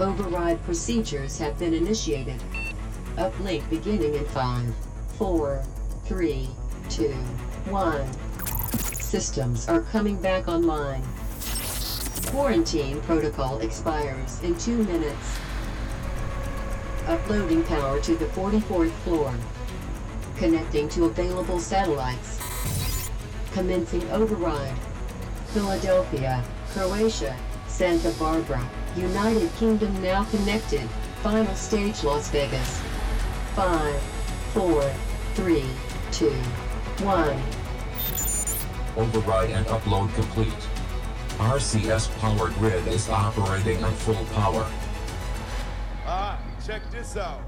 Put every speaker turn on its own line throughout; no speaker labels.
override procedures have been initiated. Uplink beginning in 5, 4, 3, 2, 1. Systems are coming back online. Quarantine protocol expires in 2 minutes. Uploading power to the 44th floor. Connecting to available satellites. Commencing override. Philadelphia, Croatia, Santa Barbara, United Kingdom now connected. Final stage Las Vegas. 5, 4, 3, 2, 1.
Override and upload complete. RCS power grid is operating on full power.
Ah, right, check this out.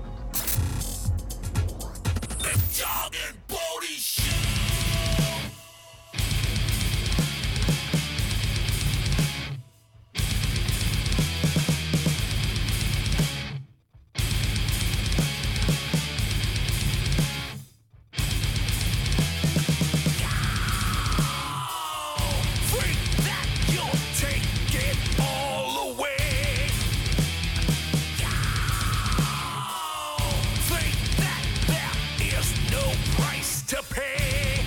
to pay.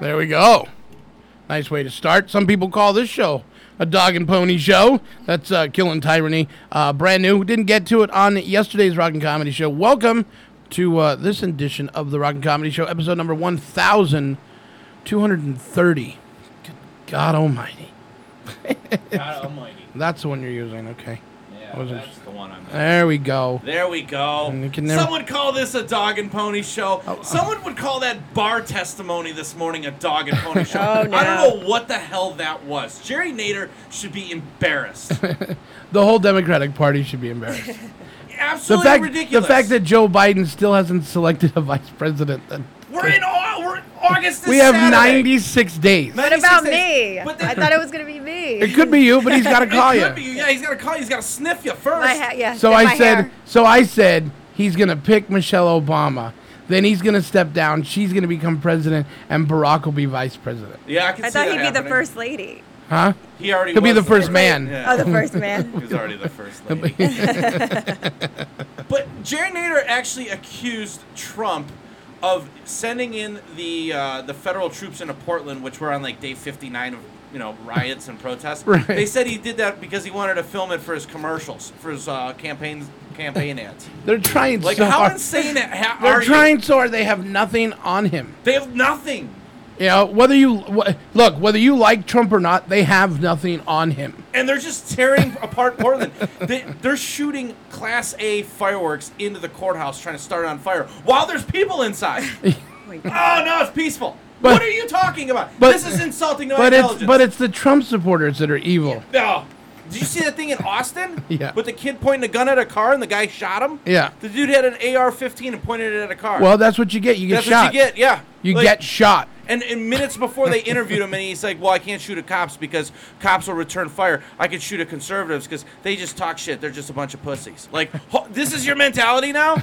There we go. Nice way to start. Some people call this show a dog and pony show. That's uh, Killing Tyranny. Uh, brand new. Didn't get to it on yesterday's Rock and Comedy Show. Welcome to uh, this edition of the Rock and Comedy Show, episode number 1,230. Good God almighty.
God almighty.
That's the one you're using. Okay.
Yeah,
Wasn't-
that's the one I'm
There we go.
There we go.
And you can never- Oh.
Someone call this a dog and pony show. Someone would call that bar testimony this morning a dog and pony show.
Oh,
I don't
no.
know what the hell that was. Jerry Nader should be embarrassed.
The whole Democratic Party should be embarrassed. the
Absolutely
fact,
ridiculous.
the fact that Joe Biden still hasn't selected a vice president. That
we're in Au- we're in August. This
we have
Saturday.
96 days.
What about
96 days.
me?
But the-
I thought it was gonna be me.
It could be you, but he's got to
It
call
could
you.
be Yeah, he's gotta call you. He's gotta sniff you first.
my ha- yeah.
So
and
I
my
said,
hair.
so I said he's gonna pick Michelle Obama. Then he's gonna step down. She's gonna become president, and Barack will be vice president.
Yeah, I can
I
see
thought
that
he'd be the
happening.
first lady.
Huh?
He already.
He'll be
was
the first man.
Yeah.
Oh, the first man.
He's already the first lady. but Jerry Nader actually accused Trump of sending in the uh, the federal troops into Portland, which were on like day 59 of you know riots and protests.
Right.
They said he did that because he wanted to film it for his commercials, for his uh, campaign campaign ads.
They're trying
Like
so
how
hard.
insane ha-
They're
are
trying
you?
so hard. They have nothing on him.
They have nothing.
You know, whether you wh- look, whether you like Trump or not, they have nothing on him.
and they're just tearing apart Portland. They, they're shooting Class A fireworks into the courthouse, trying to start it on fire while there's people inside.
my
oh no, it's peaceful.
But-
what are you talking about?
but-
this is insulting to my
But it's
intelligence.
but it's the Trump supporters that are evil.
no. Did you see that thing in Austin?
Yeah.
With the kid pointing a gun at a car and the guy shot him.
Yeah.
The dude had an AR-15 and pointed it at a car.
Well, that's what you get. You get
that's
shot.
what you get. Yeah.
You
Like-
get shot.
And, and minutes before they interviewed him, and he's like, "Well, I can't shoot at cops because cops will return fire. I can shoot at conservatives because they just talk shit. They're just a bunch of pussies." Like, ho- this is your mentality now.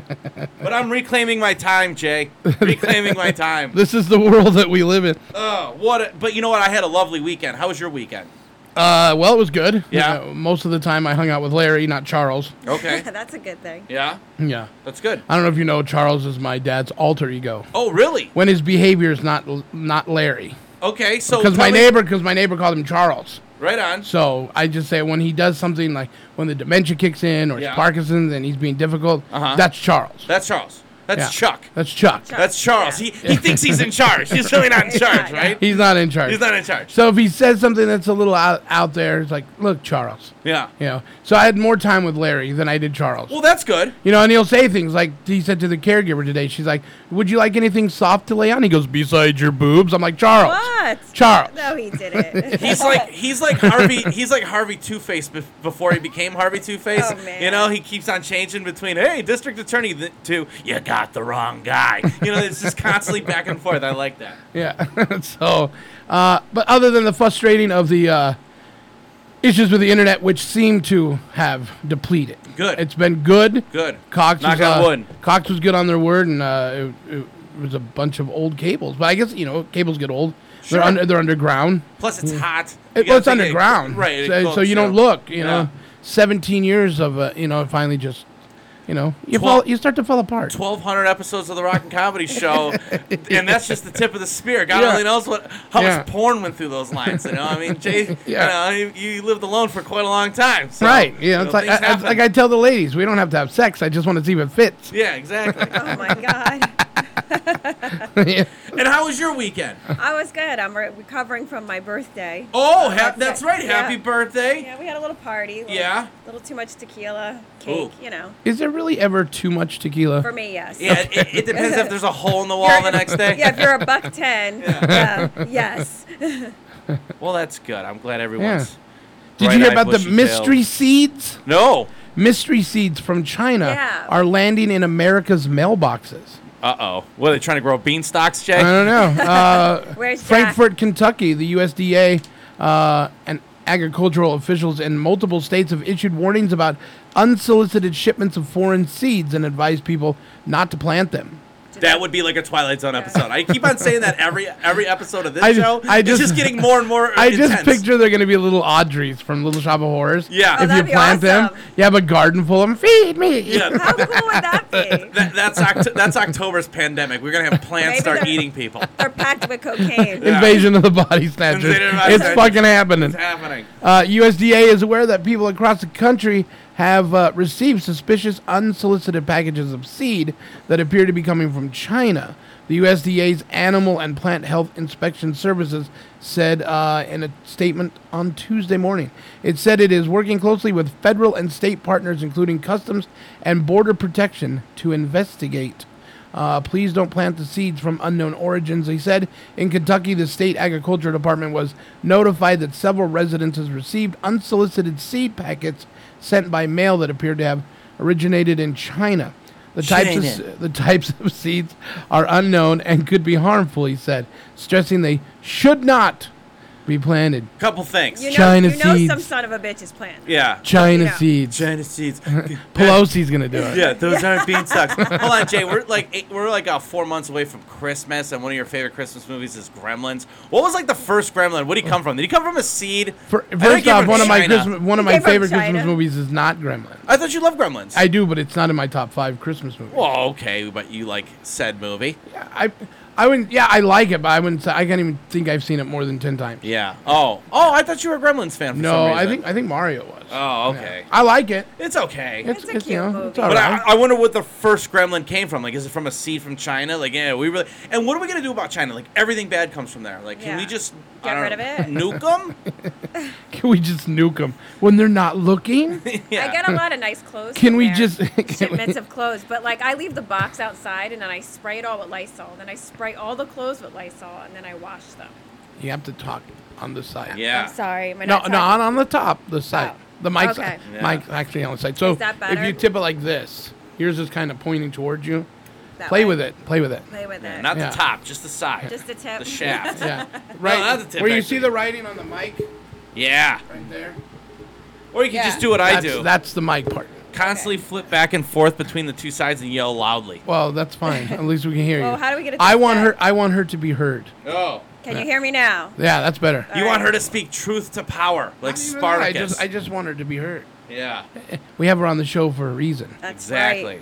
but I'm reclaiming my time, Jay. Reclaiming my time.
This is the world that we live in.
Oh, what? A, but you know what? I had a lovely weekend. How was your weekend?
Uh, well, it was good.
Yeah.
Uh, most of the time, I hung out with Larry, not Charles.
Okay.
That's a good thing.
yeah,
Yeah.
that's good.
I don't know if you know, Charles is my dad's alter ego.
Oh, really?
When his behavior is not not Larry,
Okay. So
because my
tell me-
neighbor, because my neighbor called him Charles.
Right on.
So I just say when he does something like when the dementia kicks in or
Yeah.
his Parkinson's and he's being difficult,
Uh-huh.
that's Charles.
That's Charles. That's
Yeah.
Chuck.
That's Chuck.
Chuck.
That's Charles.
Yeah.
He, he thinks he's in charge. He's really not in
He's
charge,
not.
right?
He's not in charge.
He's not in charge.
so if he says something that's a little out, out there, it's like, look, Charles.
Yeah.
You know. So I had more time with Larry than I did Charles.
Well, that's good.
You know, and he'll say things like he said to the caregiver today. She's like, "Would you like anything soft to lay on?" He goes, "Besides your boobs." I'm like, "Charles,
What?
Charles."
No, he didn't.
He's like he's like Harvey he's like Harvey Two Face bef- before he became Harvey Two Face.
Oh, man.
You know he keeps on changing between hey district attorney th- to you got the wrong guy. You know it's just constantly back and forth. I like that.
Yeah. so, uh, but other than the frustrating of the uh, issues with the internet, which seem to have depleted,
Good.
It's been good.
Good.
Cox
Knock
was, uh,
on wood.
Cox was good on their word, and uh, it, it was a bunch of old cables. But I guess you know cables get old.
Sure.
They're under, they're underground.
Plus it's hot. You
It, well, it's
gotta think it-
underground,
right? it
So, so
cooks,
you don't
know.
look. You
Yeah.
know, seventeen years of uh, you know, it finally just, you know, you
Twelve-
fall, you start to fall apart.
1200 episodes of the rock and comedy show and that's just the tip of the spear god
Yeah.
only knows what how
Yeah.
much porn went through those lines you know i mean jay
Yeah.
you, know, you, you lived alone for quite a long time so,
right?
you
Yeah.
know,
It's like
things
I, it's
happen.
like I tell the ladies, we don't have to have sex. I just want to see if it fits.
yeah exactly
oh my god.
Yeah.
and how was your weekend
I was good. I'm re- recovering from my birthday. Uh,
oh ha-
That's
that's
it.
right
Yeah.
happy birthday
Yeah, we had a little party. Little,
Yeah.
Little too much tequila, cake.
Ooh.
You know,
Is there really ever too much tequila?
for me, yes.
yeah it, it depends if there's a hole in the wall the next day
Yeah, if you're a buck ten, yeah. yes.
well that's good i'm glad everyone's
Did you hear
bright-eyed,
about the
bushy-tailed.
mystery seeds?
no
Mystery seeds from China
Yeah.
are landing in America's mailboxes.
uh-oh what are they trying to grow bean stocks jay
I don't know. Uh,
Where's Jack?
Frankfort, Kentucky, the USDA uh, and agricultural officials in multiple states have issued warnings about unsolicited shipments of foreign seeds and advised people not to plant them.
to
That would be like a Twilight Zone episode. I keep on saying that every every episode of this
I ju-
show.
I
it's
just-
just getting more and more.
I
intense.
just picture they're gonna be little Audreys from Little Shop of Horrors.
Yeah. Oh,
if
that'd be
you plant them,
awesome.
you have a garden full of them. Feed me.
Yeah,
How cool would that be?
that, that's Oct- that's October's pandemic. We're gonna have plants
Maybe
start
they're-
eating people.
They're packed with cocaine.
Yeah.
Invasion of the Body Snatchers.
Invasion of the Body
It's
Snatchers.
fucking happening.
It's happening.
Uh, USDA is aware that people across the country have uh, received suspicious unsolicited packages of seed that appear to be coming from China. The USDA's Animal and Plant Health Inspection Services said uh, in a statement on Tuesday morning. It said it is working closely with federal and state partners, including Customs and Border Protection, to investigate. Uh, please don't plant the seeds from unknown origins, they said. In Kentucky, the state agriculture department was notified that several residences received unsolicited seed packets sent by mail that appeared to have originated in China. The types, of,
China.
s- the types of seeds are unknown and could be harmful, he said, stressing they should not be planted.
Couple things.
You know,
China
you know
seeds.
some son of a bitch is planned.
yeah.
China
Yeah.
seeds.
China seeds.
Pelosi's going to do it.
Yeah, those aren't beanstalks. Hold on, Jay. We're like eight, we're like uh, four months away from Christmas, and one of your favorite Christmas movies is Gremlins. What was like the first Gremlin? What did he come from? Did he come from a seed?
Fir-
I know he
First
came
off,
from
one of my
China.
Christmas, one
He
of my
came from
favorite Christmas
China.
movies is not Gremlins.
I thought you loved Gremlins.
I do, but it's not in my top five Christmas movies.
Well, okay, but you like said movie.
I, I wouldn't. Yeah, I like it, but I wouldn't. say- I can't even think I've seen it more than ten times.
Yeah. Oh. Oh, I thought you were a Gremlins fan. For
no,
some
I
reason.
think I think Mario was.
Oh,
Yeah.
okay.
I like it.
It's okay.
It's,
It's a
it's, you
cute
know,
movie.
it's all
but I,
right.
I wonder what the first gremlin came from. Like, is it from a seed from China? Like, yeah, we really. And what are we gonna do about China? Like, everything bad comes from there. Like, can we
Yeah.
just
Get
I
rid
don't
of it.
know, Nuke them?
Can we just nuke them when they're not looking?
yeah.
I get a lot of nice clothes.
Can
from
we
there,
just- can
shipments of clothes? But like, I leave the box outside and then I spray it all with Lysol. Then I spray all the clothes with Lysol and then I wash them.
you have to talk on the side.
Yeah.
I'm sorry. Am I
No,
not
no, on,
talking-
on the top, the side,
Oh,
the mic,
okay.
side,
Yeah.
mic actually on the side. So
Is that
if you
better?
tip it like this, yours is kind of pointing towards you.
That
play
way.
with it. Play with it.
Play with
Yeah,
it.
not
Yeah.
the top, just the side.
Just the tip.
The shaft. yeah.
Yeah, right.
not the tip,
Where you
actually.
see the writing on the mic, right there.
Or you can
Yeah.
just do what I
that's,
do.
That's the mic part.
Constantly flip back and forth between the two sides and yell loudly.
Well, that's fine. At least we can hear
Well,
you.
how do we get it
I
fixed
want
then?
her. I want her to be heard.
Oh.
Can you hear me now?
Yeah, that's better.
You want her to speak truth to power, like
I
Spartacus.
just, I just want her to be heard.
yeah.
We have her on the show for a reason.
That's
Exactly.
Right.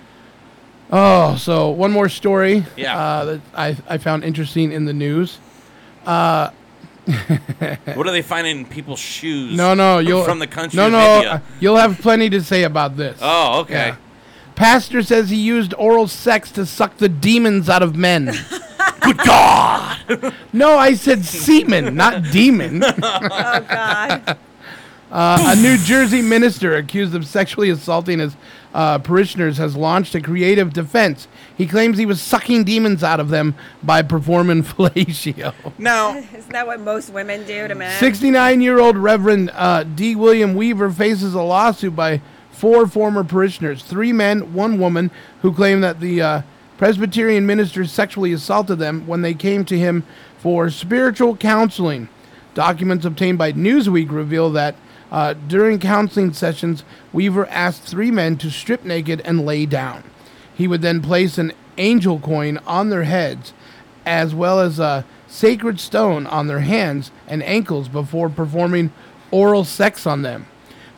Oh, so one more story.
Yeah.
Uh, that I I found interesting in the news. Uh,
What are they finding in people's shoes?
No, no, you'll
from the country
No,
of
no,
India.
uh, you'll have plenty to say about this.
Oh, okay.
Yeah. Pastor says he used oral sex to suck the demons out of men. Good God! no, I said semen, not demon.
Oh
Uh,
God.
A New Jersey minister accused of sexually assaulting his uh, parishioners has launched a creative defense. He claims he was sucking demons out of them by performing fellatio.
Now,
Isn't that what most women do to men?
69 year old Reverend uh, D. William Weaver faces a lawsuit by four former parishioners three men, one woman, who claim that the uh, Presbyterian minister sexually assaulted them when they came to him for spiritual counseling. Documents obtained by Newsweek reveal that uh, during counseling sessions, Weaver asked three men to strip naked and lay down. He would then place an angel coin on their heads, as well as a sacred stone on their hands and ankles before performing oral sex on them.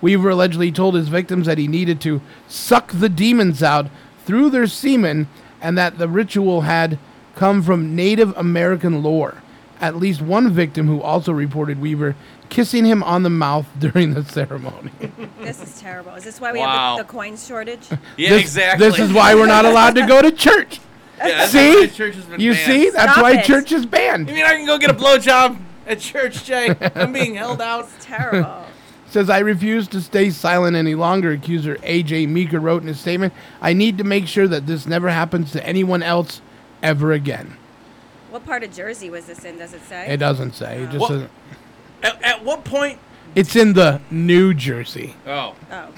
Weaver allegedly told his victims that he needed to suck the demons out through their semen and that the ritual had come from Native American lore. At least one victim who also reported Weaver kissing him on the mouth during the ceremony.
This is terrible. Is this why we
Wow.
have the, the coin shortage?
yeah,
this,
exactly.
This is why we're not allowed to go to church.
Yeah, that's why
See?
the church has been
You
banned.
see? That's
Stop
why
it.
church is banned.
You mean I can go get a blowjob at church, Jay? I'm being held out.
It's terrible.
Says, I refuse to stay silent any longer, accuser A.J. Meeker wrote in his statement. I need to make sure that this never happens to anyone else ever again.
what part of Jersey was this in? Does it say?
It doesn't say. It just
Well-
doesn't-
At, at what point?
It's in the New Jersey.
Oh,
oh.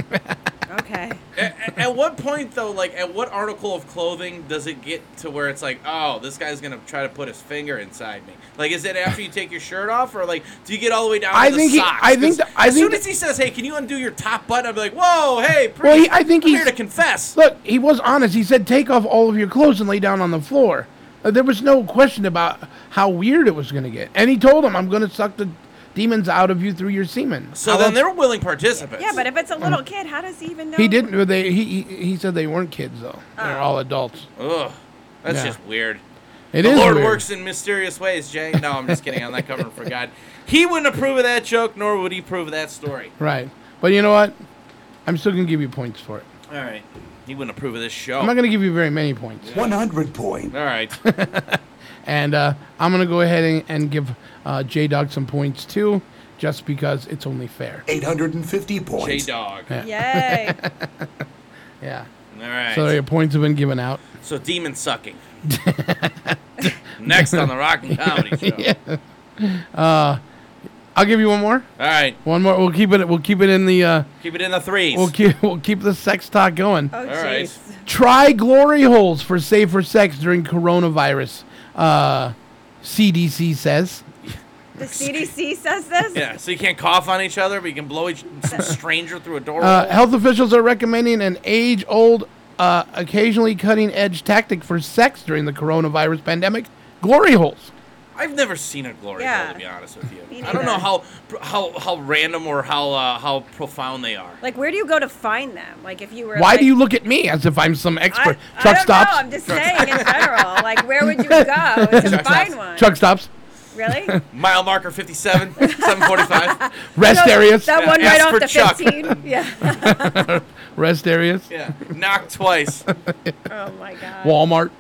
Okay.
at, at what point though like at what article of clothing does it get to where it's like oh this guy's gonna try to put his finger inside me like is it after you take your shirt off or like do you get all the way down
I
to
think
the
he-
socks
I think
'Cause
th- I
as
think
soon
th-
as he says hey can you undo your top button i'm like whoa hey pretty,
Well, he- I think
I'm
he's-
here to confess
Look, he was honest. He said, "Take off all of your clothes and lay down on the floor." Uh, there was no question about how weird it was going to get, and he told him, "I'm going to suck the demons out of you through your semen."
so
How
then
about-
they're willing participants
Yeah, but if it's a little kid, how does he even know?
he didn't. but They he, he he said they weren't kids though. They're all adults.
Ah. Ugh, that's
Yeah.
just weird
It
the
is
Lord
weird.
works in mysterious ways, Jay. No, I'm just kidding. I'm not covering for God. He wouldn't approve of that joke, nor would he approve of that story.
right? But you know what? I'm still going to give you points for it.
All right. He wouldn't approve of this show.
I'm not going to give you very many points,
100 point.
Oh. All right.
and uh, I'm going to go ahead and, and give uh, J Dog some points too, just because it's only fair.
850 points.
J Dog. All
Yay.
Yeah.
right.
So your points have been given out.
So, demon sucking. Next on the Rock and Comedy Show.
Uh, I'll give you one more.
All right.
One more. We'll keep it. We'll keep it in the. Uh,
Keep it in the threes.
We'll keep we'll keep the sex talk going.
Oh,
All right.
jeez.
Try glory holes for safer sex during coronavirus. Uh, CDC says.
The CDC says this?
Yeah. So you can't cough on each other, but you can blow each some stranger through a door.
Uh,
hole.
health officials are recommending an age-old, uh, occasionally cutting-edge tactic for sex during the coronavirus pandemic: glory holes.
I've never seen a glory hole,
Yeah.
to be honest with you.
Me
I don't know
neither.
how how how random or how uh, how profound they are.
Like, where do you go to find them? Like, if you were.
Why
like,
do you look at me as if I'm some expert?
I, I
Truck
don't
stops.
know. I'm just saying in general. Like, where would you go to
stops.
find one?
Truck stops.
Really?
Mile marker 57, 745.
Rest
No,
areas.
That one
Ask
right
for
off the
Chuck.
15. Yeah.
Rest areas.
Yeah. Knock twice.
Oh my God.
Walmart.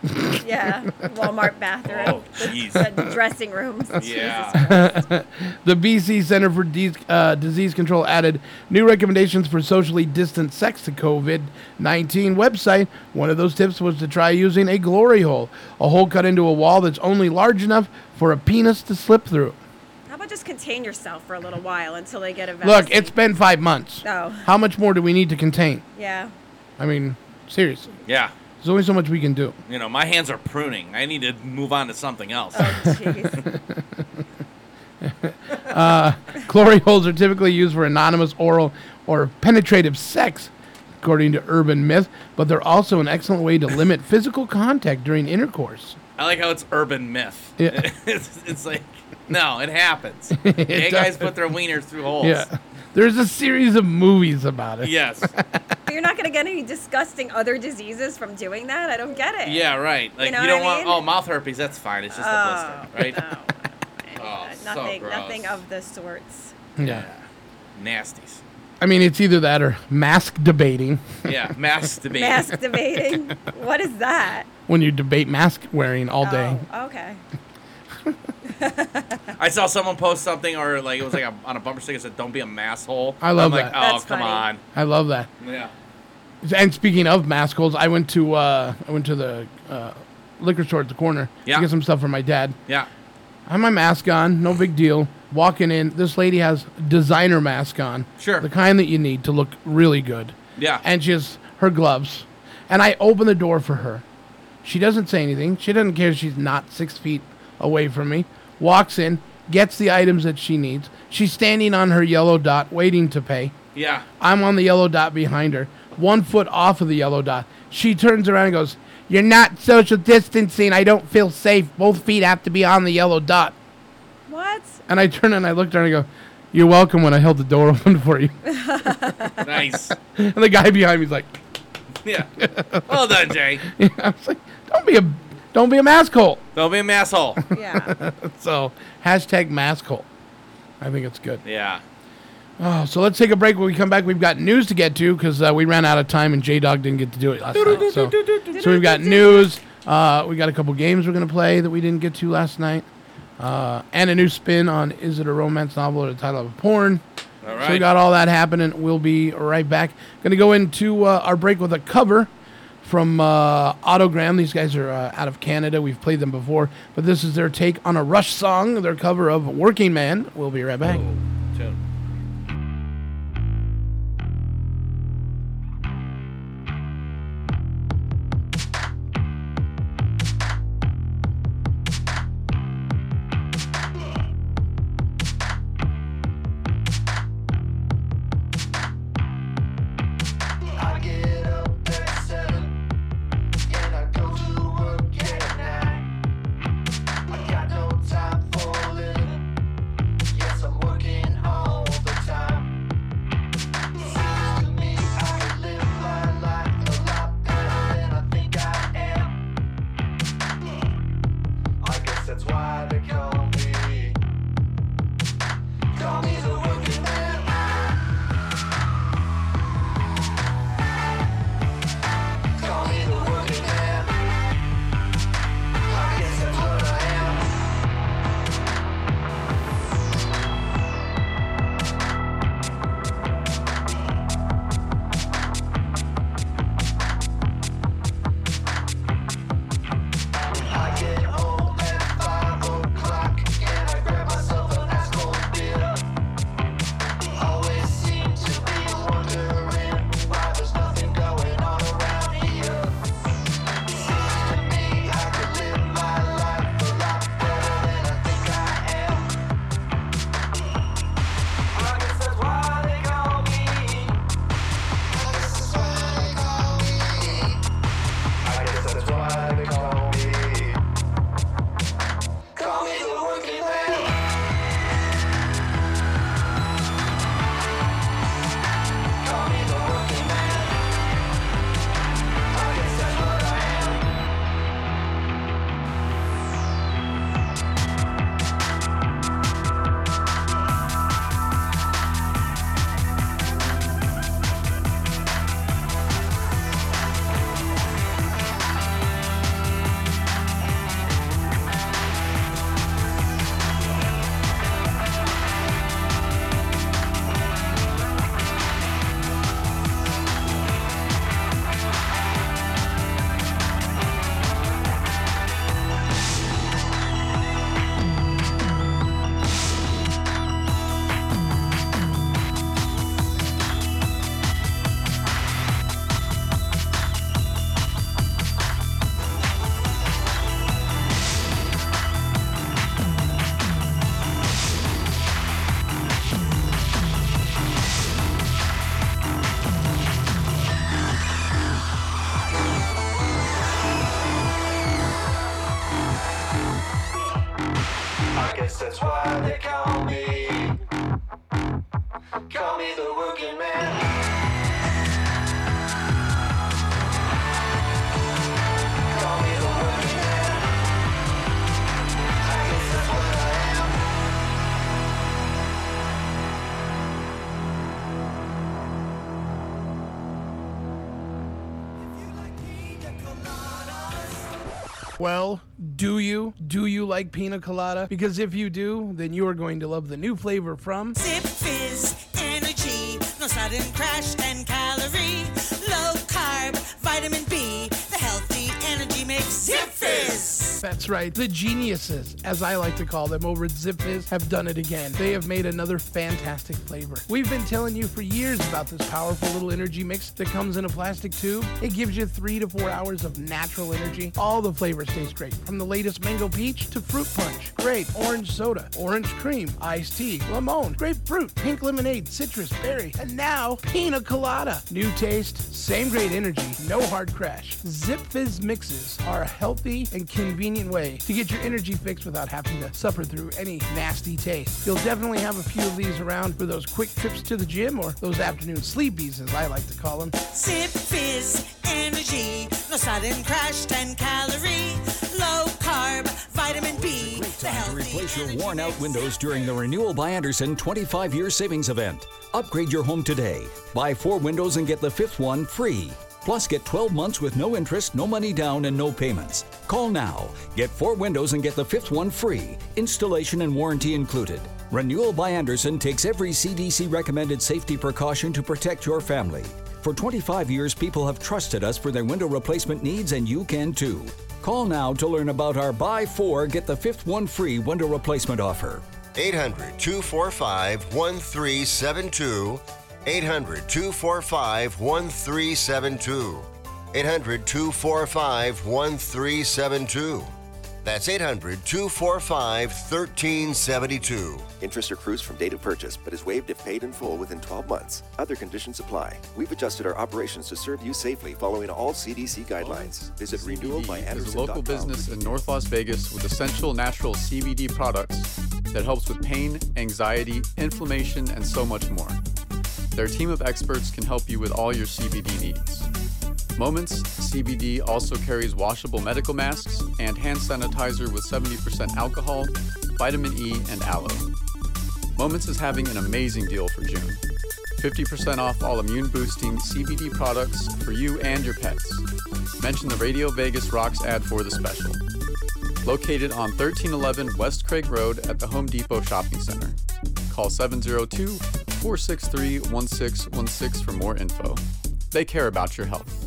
Yeah. Walmart bathroom.
Oh,
The-
jeez.
The, dressing rooms. Jesus
Yeah.
The BC Center for Dis uh, Disease Control added new recommendations for socially distant sex to COVID 19 website. One of those tips was to try using a glory hole, a hole cut into a wall that's only large enough for a penis to slip through.
How about just contain yourself for a little while until they get a vaccine?
Look, it's been five months.
Oh.
How much more do we need to contain?
yeah.
I mean, seriously,
Yeah.
there's only so much we can do.
You know, my hands are pruning. I need to move on to something else.
Oh jeez.
Uh, Glory holes are typically used for anonymous oral or penetrative sex, according to urban myth, but they're also an excellent way to limit physical contact during intercourse.
I like how it's urban myth.
Yeah.
it's, it's like, no, it happens. Gay guys
does.
put their wieners through holes.
Yeah. There's a series of movies about it.
Yes.
But you're not gonna get any disgusting other diseases from doing that. I don't get it.
Yeah, right. Like, you,
know what
don't
I
want,
mean?
oh, mouth herpes, that's fine. It's just
Oh,
a blister, right?
no.
Oh, so
Uh, nothing,
gross.
nothing of the sorts.
Yeah.
Nasties.
I mean, it's either that or mask debating
Yeah, masturbate.
Mask debating. what is that?
when you debate mask wearing all day.
Oh, okay.
I saw someone post something, or like it was like a, on a bumper sticker said, "Don't be a mass hole."
I love
I'm
that.
Like, oh,
That's
come
funny.
I love that.
on. Yeah.
And speaking of mask holes, I went to uh, I went to the uh, liquor store at the corner
Yeah.
to get some stuff for my dad.
Yeah.
I have my mask on, no big deal. Walking in, this lady has designer mask on.
Sure.
The kind that you need to look really good.
Yeah.
And she has her gloves. And I open the door for her. She doesn't say anything. She doesn't care she's not six feet away from me. Walks in, gets the items that she needs. She's standing on her yellow dot, waiting to pay.
Yeah.
I'm on the yellow dot behind her, one foot off of the yellow dot. She turns around and goes, You're not social distancing. I don't feel safe. Both feet have to be on the yellow dot.
What?
And I turn and I looked at her and I go, You're welcome when I held the door open for you.
Nice.
and the guy behind me's like,
Yeah. Well done, Jay.
I was like, Don't be a don't be a maskhole.
Don't be a mass hole.
Yeah.
So hashtag maskhole. I think it's good.
Yeah.
Oh, so let's take a break. When we come back, we've got news to get to because uh, we ran out of time and J Dog didn't get to do it last night. So, so we've got news. Uh, we got a couple games we're gonna play that we didn't get to last night, uh, and a new spin on is it a romance novel or the title of a porn.
All
So we
right.
got all that happening. We'll be right back. Going to go into uh, our break with a cover from uh, Autogram. These guys are uh, out of Canada. We've played them before, but this is their take on a Rush song, their cover of "Working Man." We'll be
Oh.
right back.
Tune.
what they call me. Call me the working man. Call me the working man. I guess that's what I am.
Well, do you? Do you like pina colada? Because if you do, then you are going to love the new flavor from
Zip fizz, energy, no sudden crash and calorie. Low carb, vitamin B, the healthy energy mix. Zip fizz.
That's right. The geniuses, as I like to call them, over at Zip Fizz have done it again. They have made another fantastic flavor. We've been telling you for years about this powerful little energy mix that comes in a plastic tube. It gives you three to four hours of natural energy. All the flavors taste great, from the latest mango peach to fruit punch, grape, orange soda, orange cream, iced tea, lemon, grapefruit, pink lemonade, citrus, berry, and now pina colada. New taste, same great energy, no hard crash. Zip Fizz mixes are a healthy and convenient way to get your energy fix without having to suffer through any nasty taste. You'll definitely have a few of these around for those quick trips to the gym or those afternoon sleepies, as I like to call them.
Zip fizz, energy, no sudden crash and calorie. Low carb, vitamin B,
Great
the
time to
healthy
replace your
energy
worn out
mix.
windows during the Renewal by Anderson 25 year savings event. Upgrade your home today. Buy four windows and get the fifth one free. Plus, get 12 months with no interest, no money down, and no payments. Call now. Get four windows and get the fifth one free. Installation and warranty included. Renewal by Anderson takes every CDC recommended safety precaution to protect your family. For 25 years, people have trusted us for their window replacement needs, and you can too. Call now to learn about our buy four, get the fifth one free window replacement offer.
800 245 1372. 800 245 1372. 800 245 1372. That's 800 245 1372.
Interest accrues from date of purchase, but is waived if paid in full within 12 months. Other conditions apply. We've adjusted our operations to serve you safely following all CDC guidelines. Visit
is a
renewalbyanderson.com.
local business in North Las Vegas with essential natural CBD products that helps with pain, anxiety, inflammation, and so much more. Their team of experts can help you with all your CBD needs. Moments CBD also carries washable medical masks and hand sanitizer with 70% alcohol, vitamin E, and aloe. Moments is having an amazing deal for June. 50% off all immune boosting CBD products for you and your pets. Mention the Radio Vegas Rocks ad for the special. Located on 1311 West Craig Road at the Home Depot Shopping Center. Call 702 463 1616 for more info. They care about your health.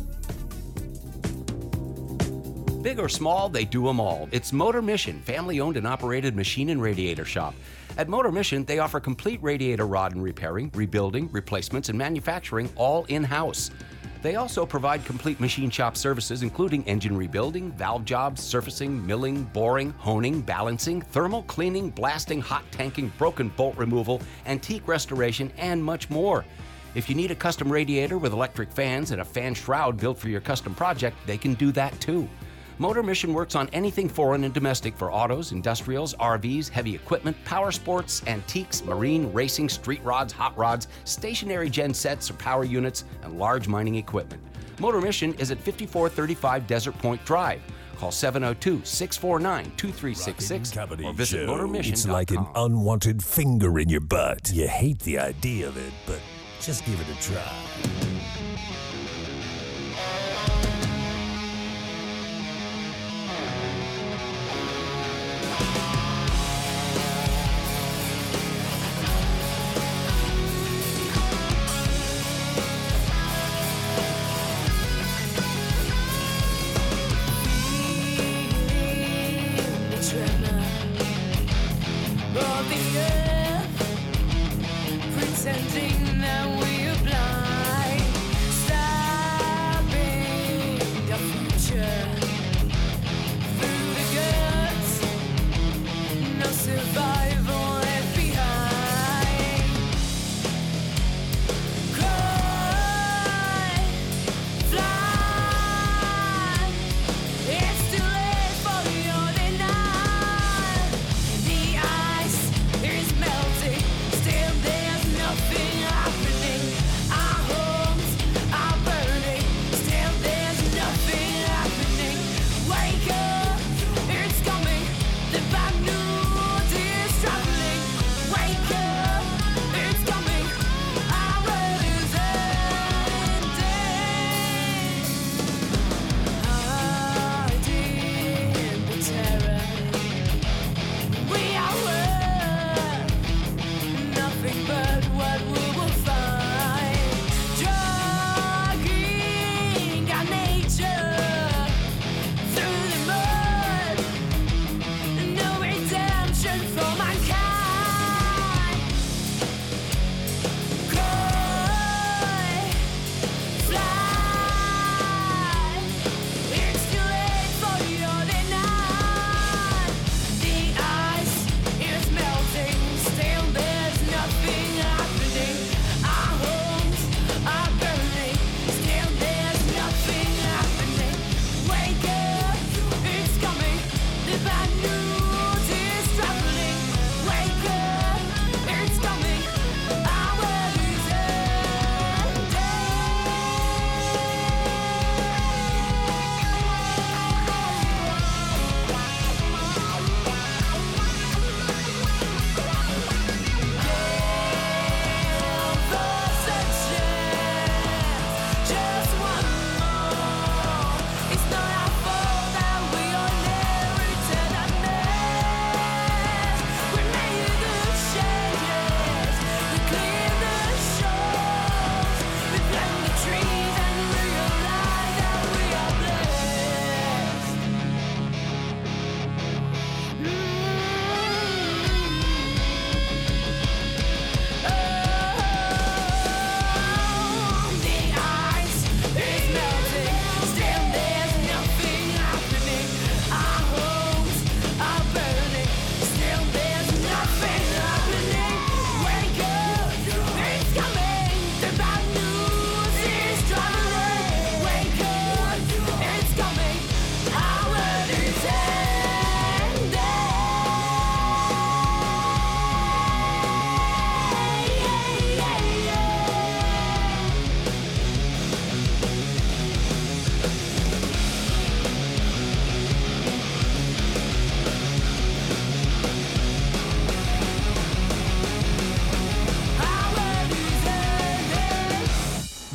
Big or small, they do 'em all. It's Motor Mission, family owned and operated machine and radiator shop. At Motor Mission, they offer complete radiator rod and repairing, rebuilding, replacements, and manufacturing all in house. They also provide complete machine shop services, including engine rebuilding, valve jobs, surfacing, milling, boring, honing, balancing, thermal cleaning, blasting, hot tanking, broken bolt removal, antique restoration, and much more. If you need a custom radiator with electric fans and a fan shroud built for your custom project, they can do that too. Motor Mission works on anything foreign and domestic for autos, industrials, RVs, heavy equipment, power sports, antiques, marine, racing, street rods, hot rods, stationary gen sets or power units, and large mining equipment. Motor Mission is at 5435 Desert Point Drive. Call 702 649 2366 or visit motormission.com.
It's like an unwanted finger in your butt. You hate the idea of it, but just give it a try.
Pretending that we're blind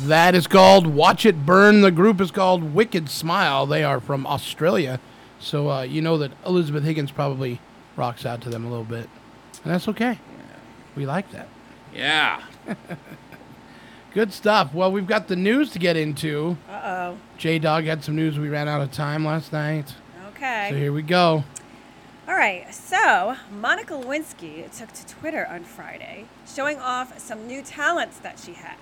That is called Watch It Burn. The group is called Wicked Smile. They are from Australia. So uh, you know that Elizabeth Higgins probably rocks out to them a little bit. And that's okay. We like that.
Yeah.
Good stuff. Well, we've got the news to get into.
Uh
J Dog had some news. We ran out of time last night.
oh. Okay.
So here we go.
All right, so Monica Lewinsky took to Twitter on Friday, showing off some new talents that she has.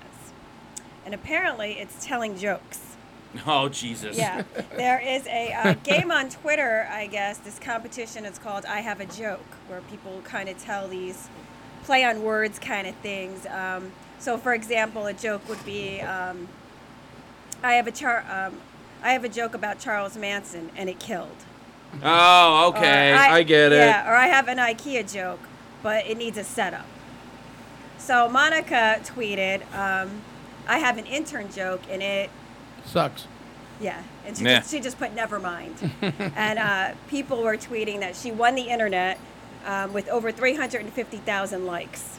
And apparently, it's telling jokes.
Oh Jesus.
Yeah, there is a uh, game on Twitter, I guess, this competition. It's called I Have a Joke, where people kind of tell these play on words kind of things. Um, so, for example, a joke would be um, I, have a char- um, I have a joke about Charles Manson, and it killed.
Oh, okay.
Or
I, get it.
Yeah, or I have an IKEA joke, but it needs a setup. So Monica tweeted, um, "I have an intern joke, and it,
Sucks.
yeah." And she,
Yeah.
Just, she just put never mind. and uh, people were tweeting that she won the internet um, with over 350,000 likes.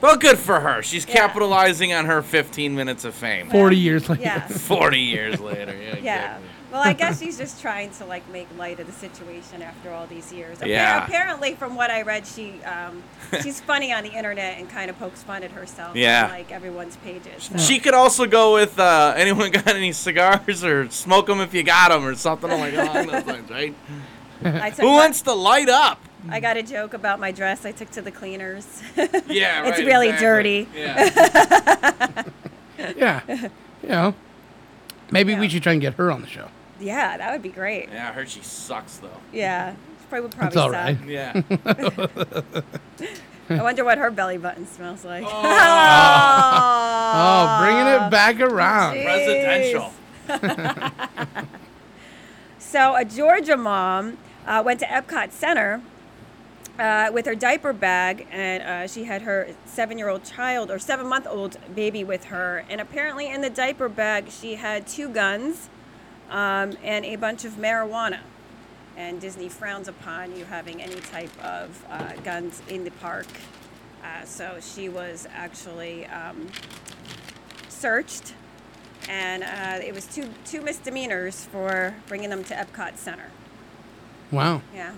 Well, good for her. She's capitalizing on her 15 minutes of fame.
40 years later.
yeah.
40 years later. Yeah.
Yeah.
exactly.
Well, I guess she's just trying to like make light of the situation after all these years. Appar-
Yeah.
Apparently, from what I read, she um, she's funny on the internet and kind of pokes fun at herself.
Yeah.
On, like everyone's pages. so-
She could also go with uh, anyone got any cigars or smoke them if you got them or something like along those lines, right?
I took
Who
my-
wants to light up?
I got a joke about my dress I took to the cleaners.
Yeah,
It's
right,
really
exactly.
dirty.
Yeah. You know, maybe we should try and get her on the show.
Yeah, that would be great.
Yeah, I heard she sucks though.
Yeah. she Probably would probably
That's all
suck.
right.
I wonder what her belly button smells like.
Oh, bringing it back around.
Jeez.
Presidential.
So a Georgia mom uh, went to Epcot Center uh, with her diaper bag, and uh, she had her seven-year-old child or seven-month-old baby with her. And apparently, in the diaper bag, she had two guns um, and a bunch of marijuana. And Disney frowns upon you having any type of uh, guns in the park. Uh, so she was actually um, searched and uh, it was two two misdemeanors for bringing them to Epcot Center.
Wow.
Yeah,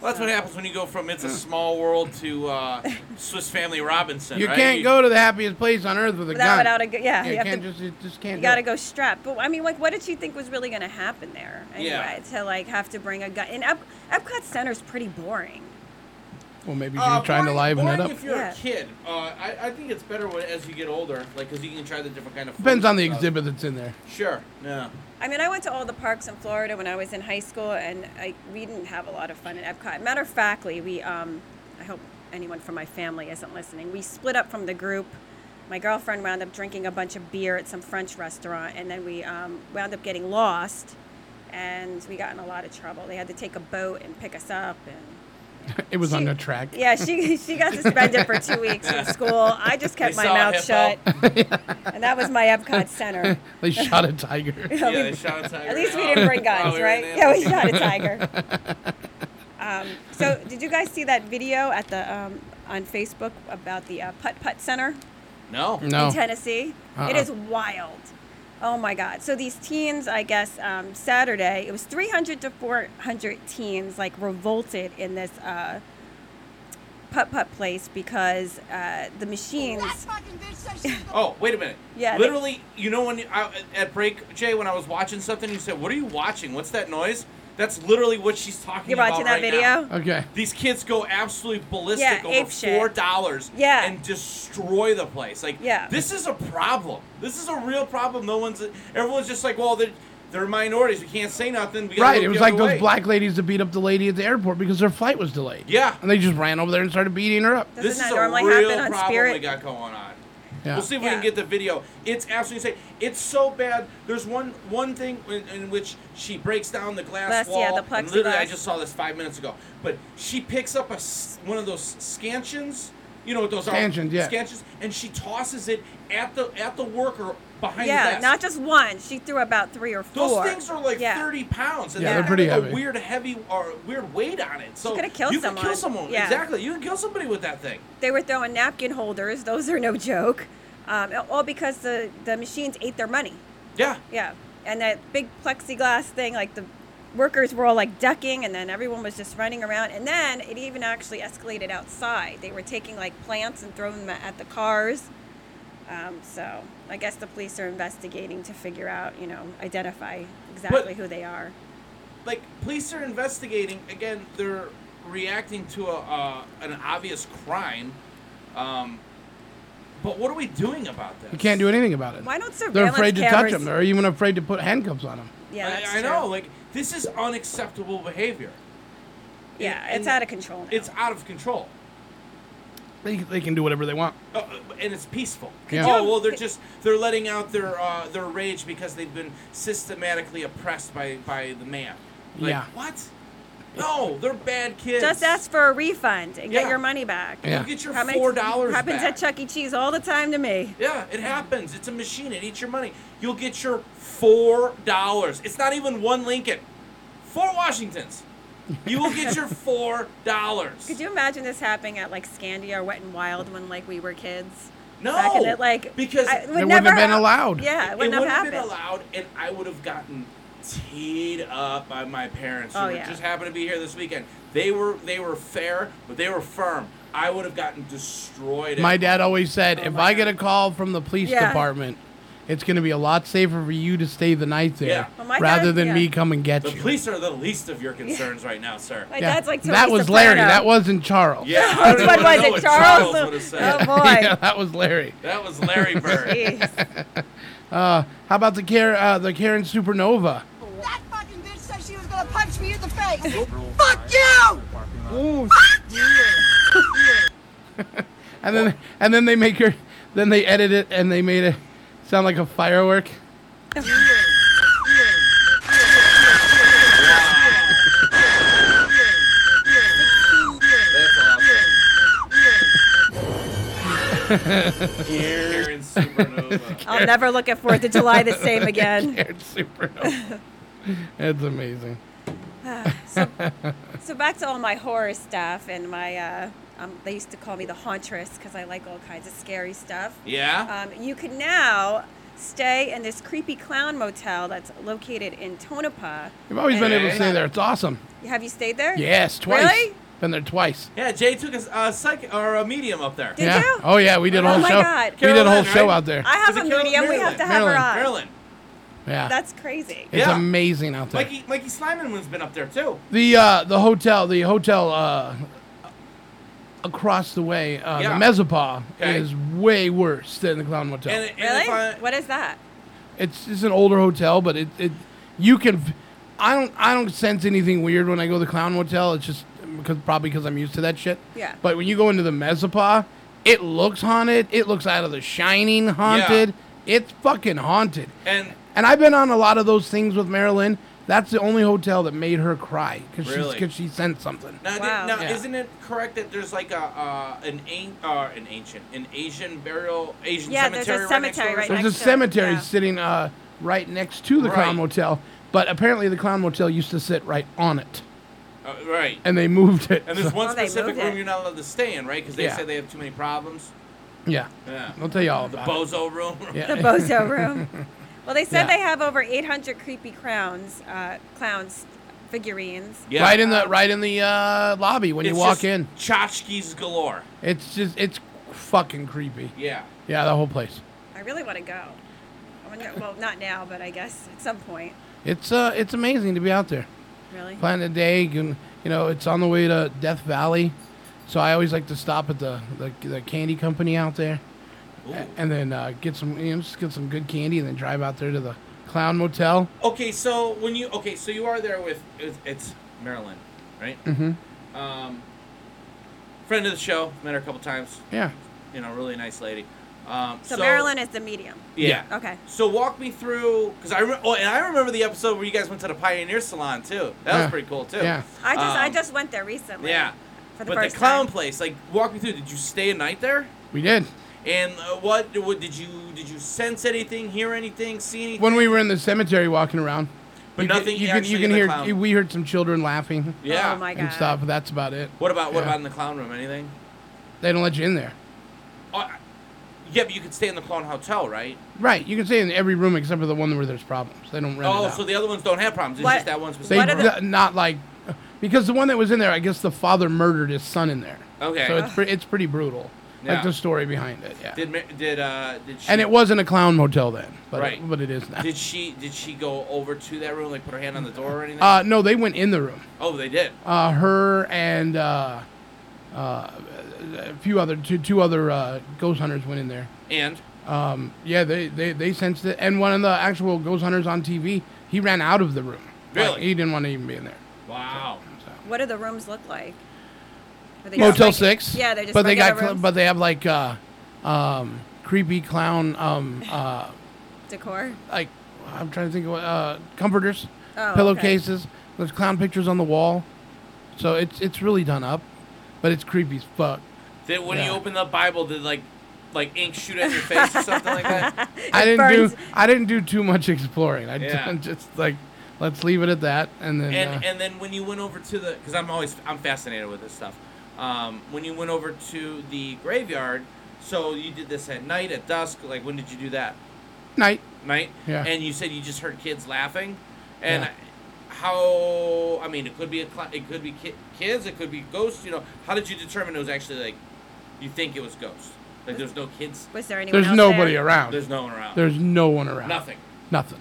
Well, that's what happens when you go from It's a Small World to uh, Swiss Family Robinson.
You
right?
can't go to the happiest place on earth with a
without
gun.
without a gu- yeah,
you,
have
can't
to-
just you just can't.
you
do
got to
it.
go strapped. But I mean, like, what did she think was really going to happen there anyway?
Yeah.
To like have to bring a gun. And Ep- Epcot Center's pretty boring.
Well, maybe she
Oh,
Uh,
was trying to
boring-
liven
boring
it up.
If you're
Yeah.
a kid, uh, I, I think it's better when, as you get older, like because you can try the different kind of.
Depends
food
on the
and stuff.
exhibit that's in there.
Sure. Yeah.
I mean, I went to all the parks in Florida when I was in high school, and I, we didn't have a lot of fun at Epcot. Matter of factly, we um, I hope anyone from my family isn't listening. We split up from the group. My girlfriend wound up drinking a bunch of beer at some French restaurant, and then we um, wound up getting lost, and we got in a lot of trouble. They had to take a boat and pick us up, and
It was on the track.
yeah, she she got suspended for two weeks from school. I just kept my
They saw a
mouth shut, and that was my Epcot Center.
they shot a tiger.
Yeah,
Yeah, they shot a tiger.
At least we
Oh,
didn't bring
oh,
guns,
we were
right?
in
Yeah, we
Anaheim.
shot a tiger. Um, so, did you guys see that video at the um, on Facebook about the uh, Putt Putt Center
No.
in Tennessee? It
Uh-uh.
is wild. Oh my God! So these teens, I guess um, Saturday it was 300 to 400 teens like revolted in this uh, putt putt place because uh, the machines.
Oh, wait a minute.
Yeah, they-
Literally, you know when you- I, at break, Jay, when I was watching something, you said, "What are you watching? What's that noise?" That's literally what she's talking
You're
about.
watching that
right
video?
now.
Okay.
These kids go absolutely ballistic
Yeah,
over
ape shit.
four dollars.
Yeah.
And destroy the place. Like.
Yeah.
This is a problem. This is a real problem. No one's. Everyone's just like, well, they're, they're minorities. We can't say nothing. We gotta
Right,
look
it was
the
like
other
those
way.
black ladies that beat up the lady at the airport because her flight was delayed.
Yeah.
And they just ran over there and started beating her up.
Doesn't
this
that
is a
normally
real
happen on
problem
Spirit?
we got going on.
Yeah.
We'll see if we can get the video. It's absolutely insane. It's so bad. There's one one thing in, in which she breaks down the glass
Glass,
wall.
yeah, the
and literally, I
plexiglass.
just saw this five minutes ago. But she picks up a s- one of those scansions. You know what those
Stanchions,
are?
yeah.
Scansions, and she tosses it at the at the worker behind the
yeah,
desk.
not just one. She threw about three or four.
those things are like
Yeah.
30 pounds, and
Yeah,
they
they're
have
pretty
a
heavy.
weird heavy or weird weight on it. So
could've killed
you could
someone.
kill someone.
Yeah.
Exactly. You can kill somebody with that thing.
They were throwing napkin holders. Those are no joke. um, all because the, the machines ate their money.
Yeah.
Yeah. And that big plexiglass thing, like the workers were all like ducking, and then everyone was just running around. And then it even actually escalated outside. They were taking like plants and throwing them at the cars. Um, so I guess the police are investigating to figure out, you know, identify exactly who they are.
like police are investigating again they're reacting to a, uh, an obvious crime um, but what are we doing about that
You can't do anything about it.
Why don't
They're
surveillance
afraid to touch
cameras-
them. They're even afraid to put handcuffs on them.
Yeah, that's
I, I
true.
know like this is unacceptable behavior
Yeah,
And-
it's out of control.
it's out of control
They, they can do whatever they want.
Uh, uh, and it's peaceful
Yeah.
oh well they're just they're letting out their uh, their rage because they've been systematically oppressed by by the man like,
Yeah.
what no they're bad kids
Just ask for a refund and
Yeah.
get your money back.
You Yeah. get your
How many-
$4
Happens
back.
at Chuck E. Cheese all the time to me.
Yeah, it happens. It's a machine. It eats your money. You'll get your four dollars. It's not even one Lincoln, four Washingtons. You will get your four dollars.
Could you imagine this happening at like Scandia or Wet and Wild when like we were kids?
No,
Back in the, like
because
I- it
They wouldn't have been
hap-
allowed.
Yeah, it wouldn't have happened.
been allowed, and I would have gotten teed up by my parents who
Oh,
were-
yeah.
just happened to be here this weekend. They were they were fair, but they were firm. I would have gotten destroyed. at
My dad always said,
Oh,
if I get a call from the police
Yeah.
department, it's going to be a lot safer for you to stay the night there
Yeah. Well, my
rather
dad-
than
yeah.
me come and get
The
you.
police are the least of your concerns right now, sir.
My dad's like
that
Tony
was Larry.
Soprano.
That wasn't Charles.
Yeah, I don't
Which one
even know
was it,
what
Charles?
Charles would've said.
Oh, boy.
yeah, that was Larry.
That was Larry Bird.
Uh, how about the Karen, uh, the Karen Supernova?
That fucking bitch said she was gonna punch me in the face. Fuck you! Fuck you!
And then and then they make her, then they edit it and they made it sound like a firework.
Karen Supernova.
I'll never look at Fourth of July the same again.
Karen Supernova. It's amazing.
so, so back to all my horror stuff and my uh, um, they used to call me the hauntress because I like all kinds of scary stuff.
Yeah?
Um, you can now stay in this creepy clown motel that's located in Tonopah.
I've always been able to
Hey.
stay there. It's awesome.
Have you stayed there?
Yes, twice.
Really?
Been there twice.
Yeah, Jay took a s- a psych or a medium up there.
yeah. Oh yeah, we did a
Oh
whole
my
show.
God.
We did a whole
Carolyn,
show
right?
out there.
I have a
Is it Carol-
medium. We have to have her
Maryland.
on.
Maryland.
yeah.
That's crazy.
it's amazing out there.
Mikey Mikey Sliman's been up there too.
The uh, the hotel, the hotel uh, across the way, uh,
Yeah.
the Mesopa
Okay.
is way worse than the Clown Motel.
And, and
Really?
if I,
what is that?
it's it's an older hotel, but it, it you can. f- I don't I don't sense anything weird when I go to the Clown Motel. It's just because probably because I'm used to that shit.
Yeah.
But when you go into the Mesopa, it looks haunted. It looks out of the Shining haunted. It's fucking haunted.
and
And I've been on a lot of those things with Marilyn. That's the only hotel that made her cry because
Really?
she sensed something.
now, did-
Wow.
now
Yeah.
isn't it correct that there's like a uh, an an, uh, an ancient an Asian burial Asian
Yeah, there's a cemetery
cemetery right
right
next door?
There's a cemetery sitting uh, right next to the
Right.
Clown Motel, but apparently the Clown Motel used to sit right on it,
Uh, right.
and they moved it.
And there's
so-
one
Oh,
specific room you're not allowed to stay in, right? Because they
Yeah.
said they have too many problems.
Yeah.
Yeah.
I'll tell you all
The
about it.
bozo room.
Yeah.
The bozo room. Well, they said
Yeah.
they have over 800 creepy clowns, uh, clowns figurines.
Right in the right in the uh, lobby when
It's
you walk
just
in.
Tchotchkes galore.
It's just it's fucking creepy.
Yeah.
Yeah, the whole place.
I really want to go. I wanna go- Well, not now, but I guess at some point.
It's uh it's amazing to be out there.
Really?
Plan a day, you can you know, it's on the way to Death Valley. So I always like to stop at the the, the candy company out there. a- And then uh, get some you know, just get some good candy and then drive out there to the clown motel.
Okay, so when you okay, so you are there with it's, it's Marilyn, right?
Mhm.
Um, friend of the show, met her a couple times.
Yeah.
You know, really nice lady. Um,
So, Marilyn is the medium.
Yeah.
Okay.
So walk me through because I re- oh, and I remember the episode where you guys went to the Pioneer Salon too. That
Yeah.
was pretty cool too.
Yeah.
I just I
Um,
just went there recently.
yeah.
For the
but
first
the clown
time.
place, like, walk me through. Did you stay a night there?
We did.
And uh, what, what did you did you sense anything, hear anything, see anything?
When we were in the cemetery walking around.
But
you can-
nothing
you can
actually
you
in
can
the
hear
clown.
you- we heard some children laughing.
Yeah. Oh my
And
God.
stuff, but that's about it.
What about what
Yeah.
about in the clown room? Anything?
They don't let you in there.
Uh, Yeah, but you could stay in the Clone Hotel, right?
Right, you can stay in every room except for the one where there's problems. They don't rent it
oh,
out.
so the other ones don't have problems. It's just that one
They
specific.
d- not like because the one that was in there, I guess the father murdered his son in there.
Okay.
So it's pre- it's pretty brutal,
Yeah.
like the story behind it. Yeah.
Did Ma- did uh did she,
And it wasn't a clown motel then, but it-
right?
but it is now.
Did she did she go over to that room like put her hand on the door or anything?
Uh, no, they went in the room.
Oh, they did.
Uh, her and uh, uh, a few other two two other uh, ghost hunters went in there.
And
Um, yeah, they, they they sensed it. And one of the actual ghost hunters on TV, he ran out of the room. Like,
Really?
he didn't want to even be in there.
wow.
What do the rooms look like? Are they just
Motel
like-
Six.
Yeah, they're just
but they
regular
got cl-
rooms?
but they have like uh, um, creepy clown um, uh,
decor.
like I'm trying to think of what, uh, comforters,
Oh, okay.
pillowcases. There's clown pictures on the wall, so it's it's really done up, but it's creepy as fuck.
Did when you
Yeah.
opened the Bible, did like like ink shoot at your face or something like that?
I didn't do I didn't do too much exploring. I
Yeah.
just like let's leave it at that, and then uh,
And and then when you went over to the because I'm always I'm fascinated with this stuff. Um, when you went over to the graveyard, so you did this at night at dusk. Like when did you do that?
night.
Night.
Yeah.
And you said you just heard kids laughing, and
Yeah.
how I mean it could be a cl- it could be ki- kids it could be ghosts. You know how did you determine it was actually like you think it was ghosts? Like there's no kids.
Was there anyone?
There's
else
nobody
there?
around.
There's no one around.
There's no one around.
Nothing.
Nothing.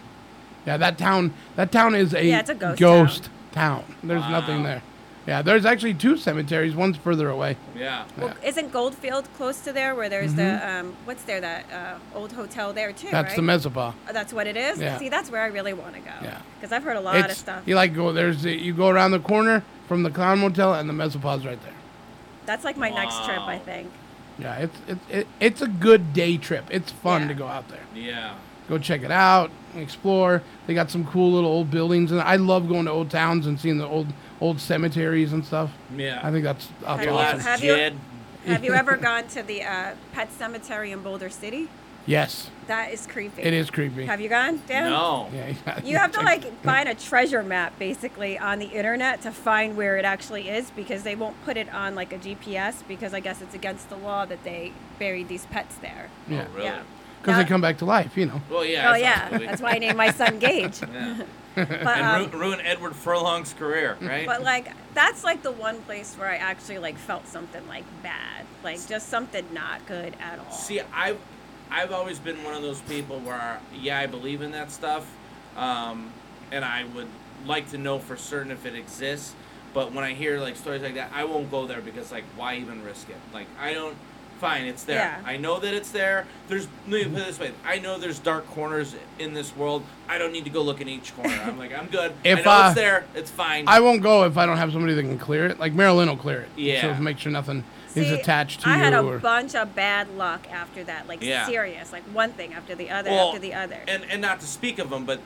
Yeah, that town. That town is a,
Yeah, it's a ghost
town. There's nothing
Wow.
there. Yeah, there's actually two cemeteries. One's further away.
Yeah.
Well, isn't Goldfield close to there? Where there's the um, what's there that uh, old hotel there too?
Mm-hmm. That's
right?
the Mesopa.
Oh, that's what it is.
Yeah.
See, that's where I really want to go.
Yeah.
Because I've heard a lot of
It's-
stuff.
You like go there's the, you go around the corner from the Clown Motel and the Mesopa's right there.
That's like my next trip, I
Wow.
think.
Yeah, it's it's it, it's a good day trip. It's fun to go out there.
Yeah.
Go check it out, explore. They got some cool little old buildings, and I love going to old towns and seeing the old old cemeteries and stuff.
Yeah.
I think that's, that's
Have you-
awesome.
have you- Have you ever gone to the uh, pet cemetery in Boulder City?
Yes.
That is creepy.
It is creepy.
Have you gone, Dan?
Yeah,
You have to like find a treasure map basically on the internet to find where it actually is because they won't put it on like a GPS because I guess it's against the law that they buried these pets there.
Yeah.
Oh, really?
Yeah.
Because they come back to life, you know.
Well, yeah.
oh
I saw
yeah,
the movie.
that's why I named my son Gage.
Yeah.
But, um,
and ru- ruin Edward Furlong's career, right?
But like that's like the one place where I actually like felt something like bad, like just something not good at all.
See, I've I've always been one of those people where yeah, I believe in that stuff, um, and I would like to know for certain if it exists. But when I hear like stories like that, I won't go there because like why even risk it? Like I don't. Fine, it's there.
Yeah.
I know that it's there. There's let me put it this way. I know there's dark corners in this world. I don't need to go look in each corner. I'm like I'm good. I
If,
know
uh,
it's there. It's fine.
I won't go if I don't have somebody that can clear it. Like Marilyn will clear it.
Yeah.
So make sure nothing is
See,
attached to
I
you.
had a
or,
bunch of bad luck after that, like
Yeah.
serious, like one thing after the other
Well,
after the other.
And and not to speak of them, but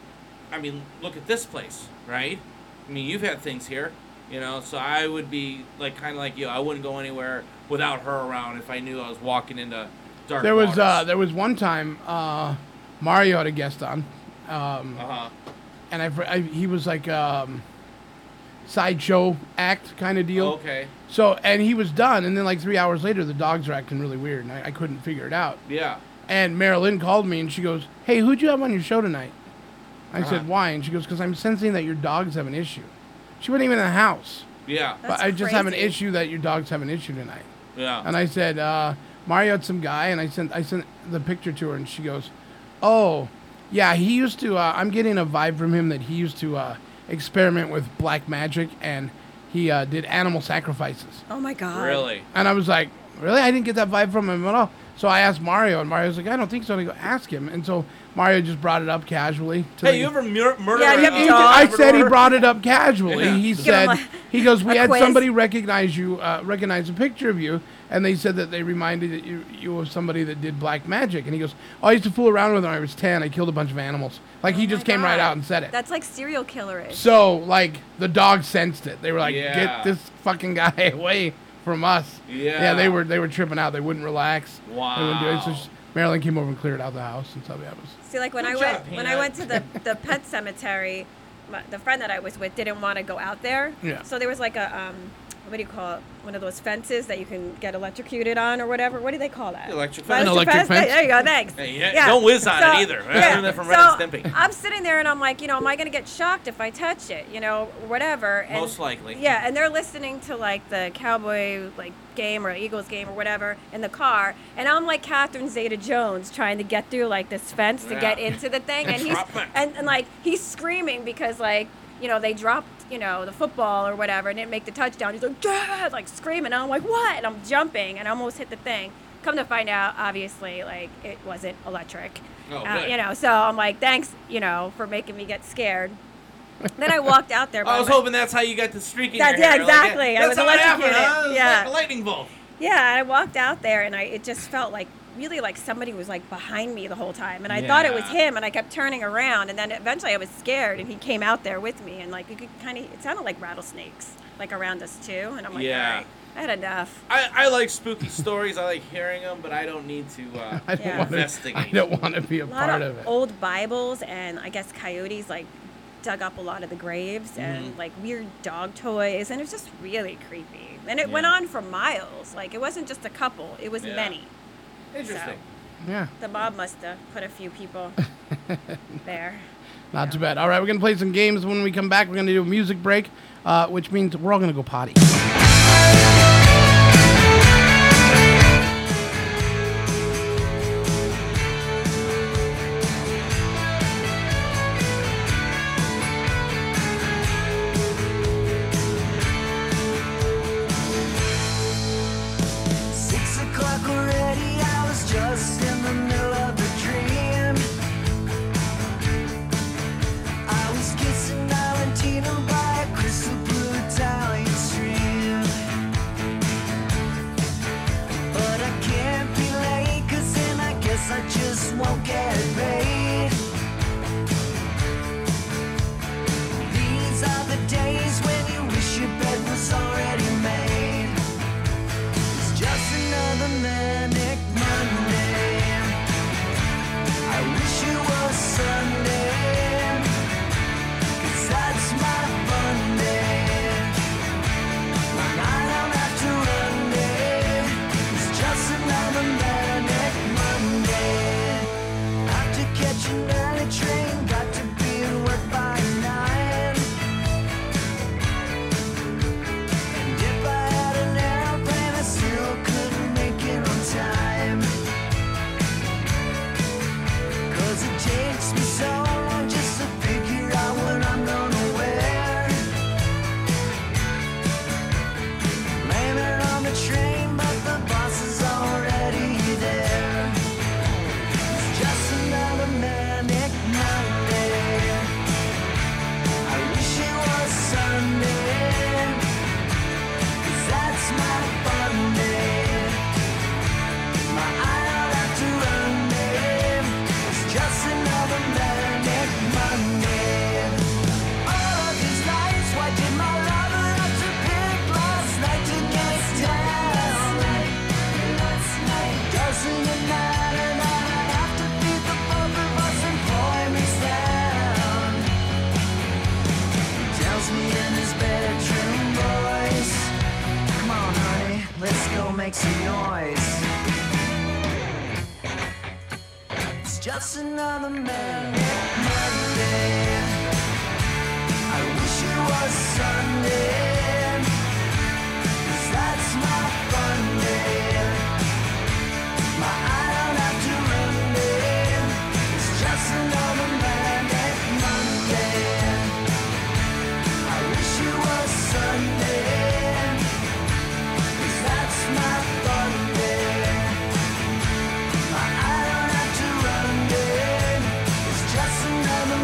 I mean, look at this place, right? I mean, you've had things here, you know. So I would be like kind of like you. I wouldn't go anywhere without her around if I knew I was walking into dark.
there was
waters.
uh, there was one time uh, Mario had a guest on, um,
Uh-huh.
and I, fr- I he was like um, sideshow act kind of deal.
Okay.
So and he was done, and then like three hours later, the dogs were acting really weird, and I, I couldn't figure it out.
Yeah.
And Marilyn called me and she goes, Hey, who'd you have on your show tonight? I
Uh-huh.
said, Why? And she goes, Because I'm sensing that your dogs have an issue. She wasn't even in the house.
Yeah.
but I just have an
crazy.
issue that your dogs have an issue tonight.
Yeah.
And I said, uh, Mario had some guy, and I sent I sent the picture to her, and she goes, Oh, yeah, he used to. Uh, I'm getting a vibe from him that he used to uh, experiment with black magic, and he uh, did animal sacrifices.
oh my god.
Really?
And I was like, really? I didn't get that vibe from him at all. So I asked Mario, and Mario's like, I don't think so. And I go, ask him. And so Mario just brought it up casually. To
Hey,
the-
you ever mur- murder?
He-
a-
he-
uh,
I
murder
said he
her?
brought it up casually.
Yeah.
He
Give him
said,
a-
he goes, we
a
had
quiz.
somebody recognize you, uh, recognize a picture of you, and they said that they reminded that you, you of somebody that did black magic. And he goes, oh, I used to fool around with when I was 10. I killed a bunch of animals. Like,
Oh
he just came right out and said it.
That's like serial killer ish.
So, like, the dog sensed it. They were like,
Yeah.
"Get this fucking guy away from us."
Yeah.
Yeah, they were they were tripping out. They wouldn't relax. They wouldn't do it. So
Wow.
she- Marilyn came over and cleared out the house and stuff. Yeah, it was.
See, like when
Good
I
job,
went when I
Peanut.
went to the, the pet cemetery, my, the friend that I was with didn't want to go out there.
Yeah.
So there was like a um, what do you call it? One of those fences that you can get electrocuted on or whatever. What do they call that?
Electric
An
fence.
electric fence? There you go. Thanks.
Hey, yeah, Don't whiz on it either. I learned that from Ren
so
and Stimpy.
I'm sitting there and I'm like, you know, am I going to get shocked if I touch it? You know, whatever. And,
Most likely.
Yeah, and they're listening to like the Cowboy like game or Eagles game or whatever in the car, and I'm like Catherine Zeta-Jones trying to get through like this fence to
Yeah.
get into the thing, and he's
Entrapment.
and, and like he's screaming because like you know they dropped you know the football or whatever and didn't make the touchdown. He's like Dad! like screaming. And I'm like what? And I'm jumping and I almost hit the thing. Come to find out, obviously like it wasn't electric.
Oh,
Uh,
good.
you know, so I'm like thanks you know for making me get scared. then I walked out there. by
I was
my-
hoping that's how you got the streak in
That-
your hair.
yeah,
Like,
exactly. I
that's
was
how it happened,
electrocuted.
huh? It was
Yeah.
like a lightning bolt.
Yeah, and I walked out there, and I it just felt like really like somebody was like behind me the whole time, and I thought it was
Yeah.
him, and I kept turning around, and then eventually I was scared, and he came out there with me, and like you could kind of it sounded like rattlesnakes like around us too, and I'm like,
Yeah.
all right, I had enough.
I, I like spooky stories. I like hearing them, but I don't need to uh,
I don't want to.
investigate.
I don't want to be a
A lot
part
of,
of it.
old Bibles, and I guess coyotes like dug up a lot of the graves, and
Mhm.
like weird dog toys, and it was just really creepy, and it went
Yeah.
on for miles. Like it wasn't just a couple; it was
Yeah.
many.
Interesting.
Yeah.
The mob must have put a few people there.
Not too bad. All right, we're gonna play some games. When we come back, we're gonna do a music break, uh, which means we're all gonna go potty.
Six o'clock already, I was just in the middle of a dream. I was kissing Valentino by a crystal blue Italian stream. But I can't be late, cause then I guess I just won't get paid. These are the days when you wish your bed was already made. It's just another manic Monday. I wish it was Sunday. Cause that's my fun day. When I don't have to run day. It's just another manic Monday. After catching early train, got to be at work by nine. And if I had an airplane, I still couldn't make it on time. 'Cause it takes me so long just to figure out what I'm gonna wear. Blame it on the train, but the bus is already there. It's just another manic Monday. I wish it was Sunday. Cause that's my fun day. My eye out after run day. It's just another manic Monday. All of these lights, why did my lover have to pick last night to get us down? Doesn't it matter that I have to beat the both of us and boy meets down? He tells me in his bedroom voice. Come on, honey, let's go make some noise. It's just another manic Monday. I wish it was Sunday. 'cause that's my fun day. My eye don't have to run day. It's just another manic Monday. I wish it was Sunday. 'Cause that's my fun day. My eye don't have to run day. It's just another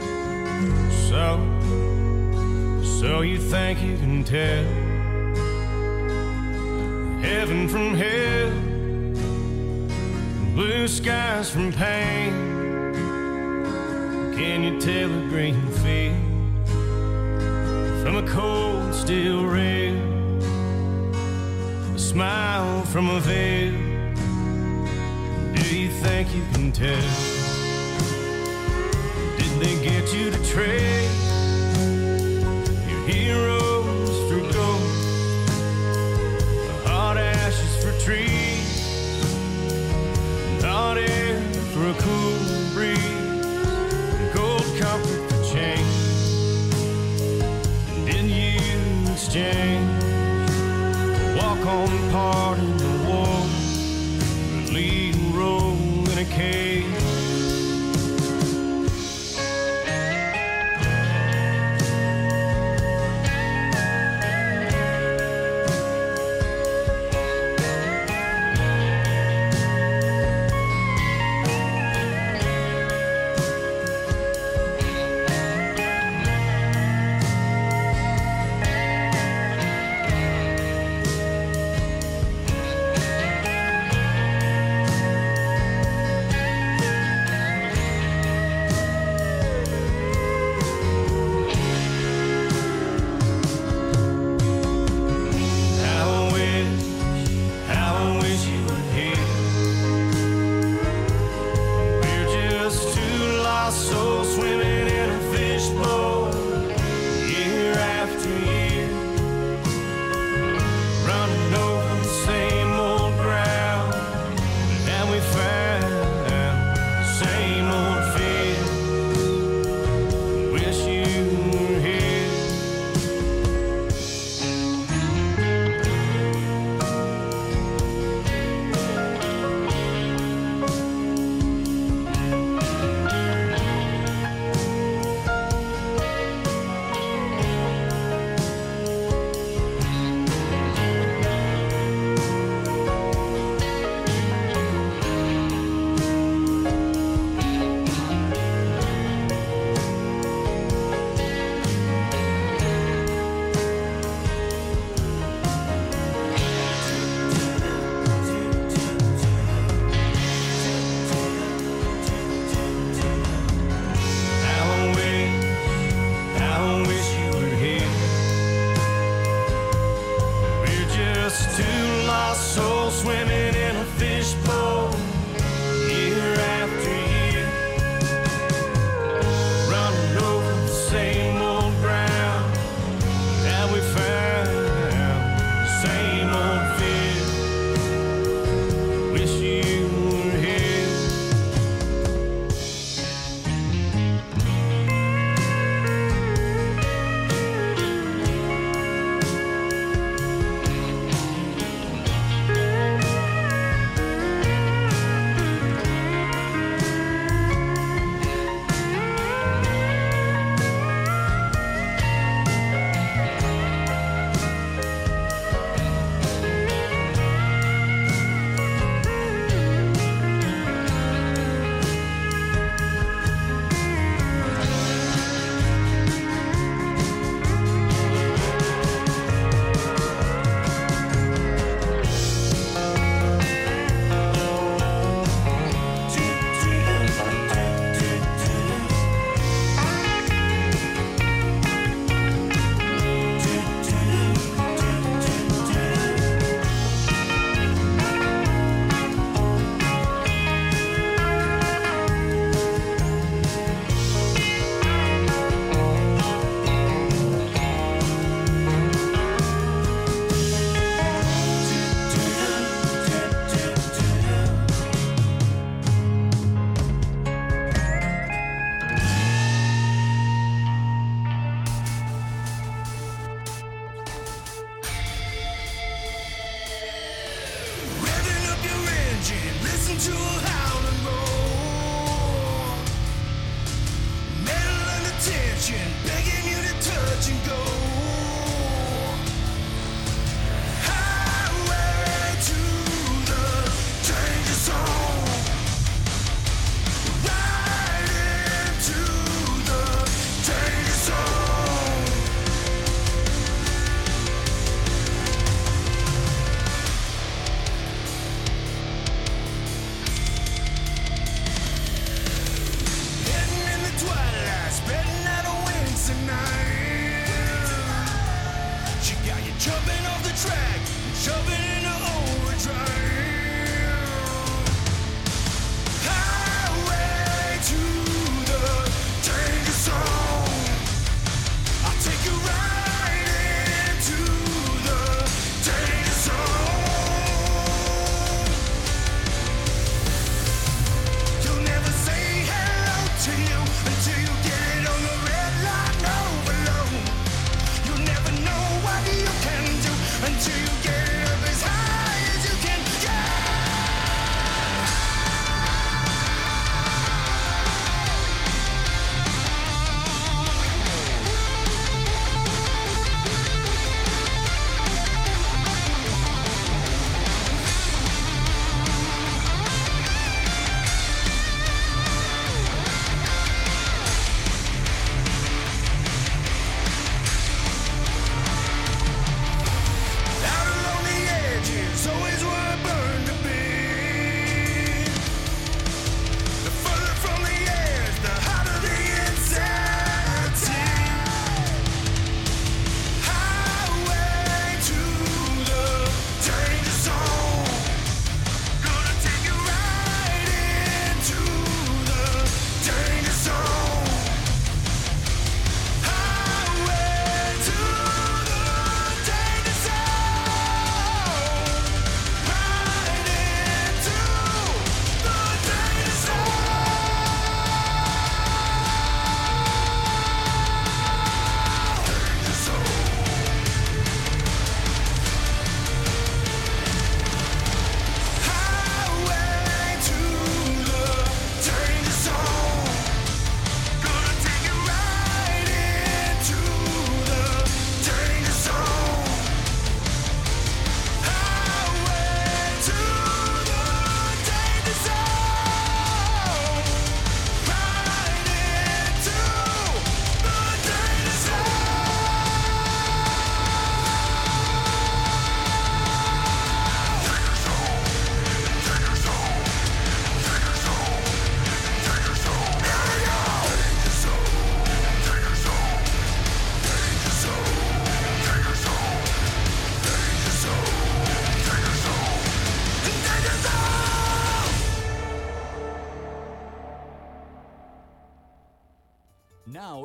tomorrow. So you think you can tell heaven from hell, blue skies from pain. Can you tell a green field from a cold steel rail? A smile from a veil. Do you think you can tell? Did they get you to trade your heroes for gold? Hot ashes for trees, hot air for a cool breeze, gold copper for change. Did you exchange a walk on part in the war for a leading role in a cage? How I wish, how I wish you were here. We're just two lost souls swimming in a fishbowl, year after year. Running over the same old ground that we found, same old fear. Wish you were here. How I wish, how I wish you were here. We're just two lost souls swimming in a fishbowl, year after year. Running over the same old ground that we found, same old fear. Wish you were here.
Revving up your engine, listen to a howl and roar. Metal under tension, begging you to touch and go. Highway to the danger zone. Right into the danger zone.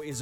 is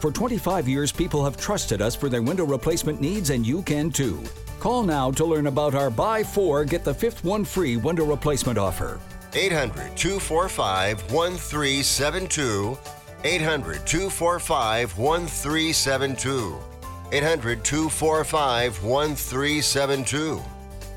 For 25 years, people have trusted us for their window replacement needs, and you can too. Call now to learn about our buy four, get the fifth one free window replacement offer.
800 245 1372. 800 245 1372. 800 245 1372.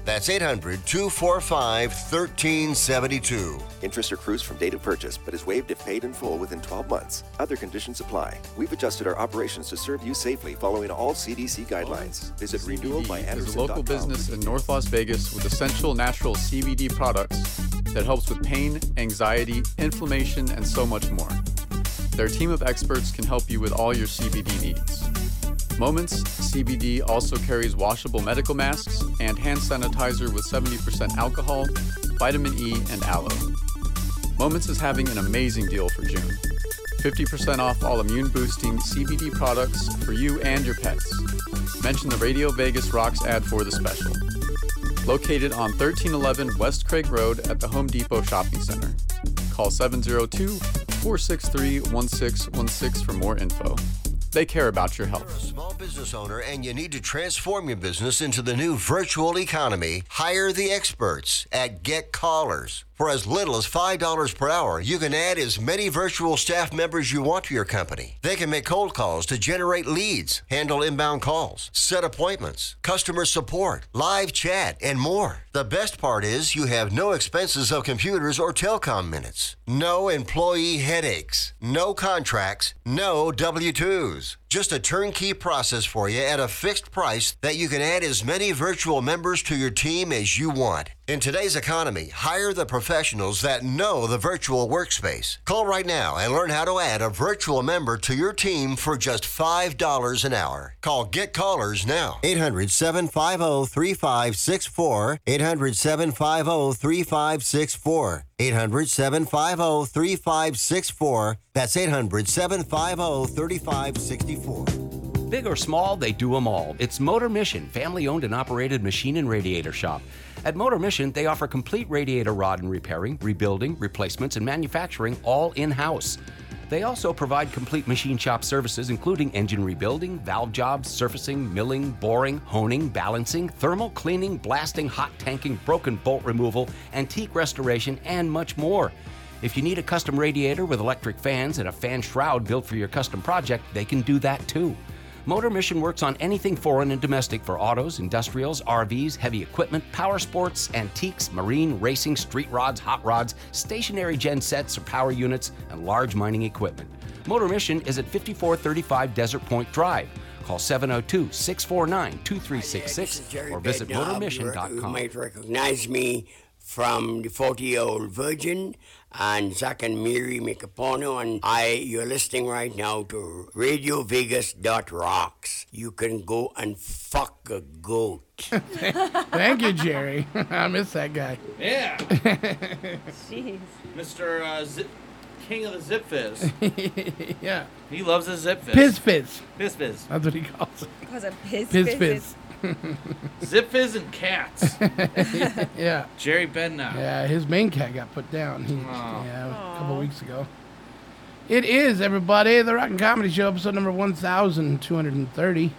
That's 800 245 1372.
Interest accrues from date of purchase, but is waived if paid in full within 12 months. Other conditions apply. We've adjusted our operations to serve you safely following all CDC guidelines. Visit renewalbyanderson.com.
is a local business in North Las Vegas with essential natural CBD products that helps with pain, anxiety, inflammation, and so much more. Their team of experts can help you with all your CBD needs. Moments CBD also carries washable medical masks and hand sanitizer with 70% alcohol, vitamin E, and aloe. Moments is having an amazing deal for June 50% off all immune boosting CBD products for you and your pets. Mention the Radio Vegas Rocks ad for the special. Located on 1311 West Craig Road at the Home Depot Shopping Center. Call 702 463 1616 for more info. They care about your health.
Small business owner and you need to transform your business into the new virtual economy, hire the experts at Get Callers. For as little as $5 per hour, you can add as many virtual staff members you want to your company. They can make cold calls to generate leads, handle inbound calls, set appointments, customer support, live chat, and more. The best part is you have no expenses of computers or telecom minutes, no employee headaches, no contracts, no W 2s. Just a turnkey process for you at a fixed price that you can add as many virtual members to your team as you want. In today's economy, hire the professionals that know the virtual workspace. Call right now and learn how to add a virtual member to your team for just $5 an hour. Call Get Callers now. 800 750 3564. 800 750 3564. 800 750 3564. That's 800 750 3564.
Big or small, they do 'em all. It's Motor Mission, family owned and operated machine and radiator shop. At Motor Mission, they offer complete radiator rod and repairing, rebuilding, replacements, and manufacturing all in house. They also provide complete machine shop services, including engine rebuilding, valve jobs, surfacing, milling, boring, honing, balancing, thermal cleaning, blasting, hot tanking, broken bolt removal, antique restoration, and much more. If you need a custom radiator with electric fans and a fan shroud built for your custom project, they can do that too. Motor Mission works on anything foreign and domestic for autos, industrials, RVs, heavy equipment, power sports, antiques, marine, racing, street rods, hot rods, stationary gen sets or power units, and large mining equipment. Motor Mission is at 5435 Desert Point Drive. Call 702 649 2366 or visit
Bednar,
motormission.com.
You might recognize me from the 40 year old virgin and Zach and Miri Micapono and I you're listening right now to Radio Vegas dot rocks. You can go and fuck a goat.
Thank you, Jerry. I miss that guy.
Yeah.
Jeez.
Mr. Uh, Zip, King of the Zip Fizz.
yeah.
He loves his Zip Fizz.
Piss fizz.
Piss Fizz.
That's what he calls it.
Cause a piss
Piss
business.
Zip Fizz and cats.
yeah.
Jerry Oh. Bednar.
Yeah, his main cat got put down. He, yeah, a couple weeks ago. It is everybody the Rock and Comedy Show, episode number one thousand two hundred and thirty.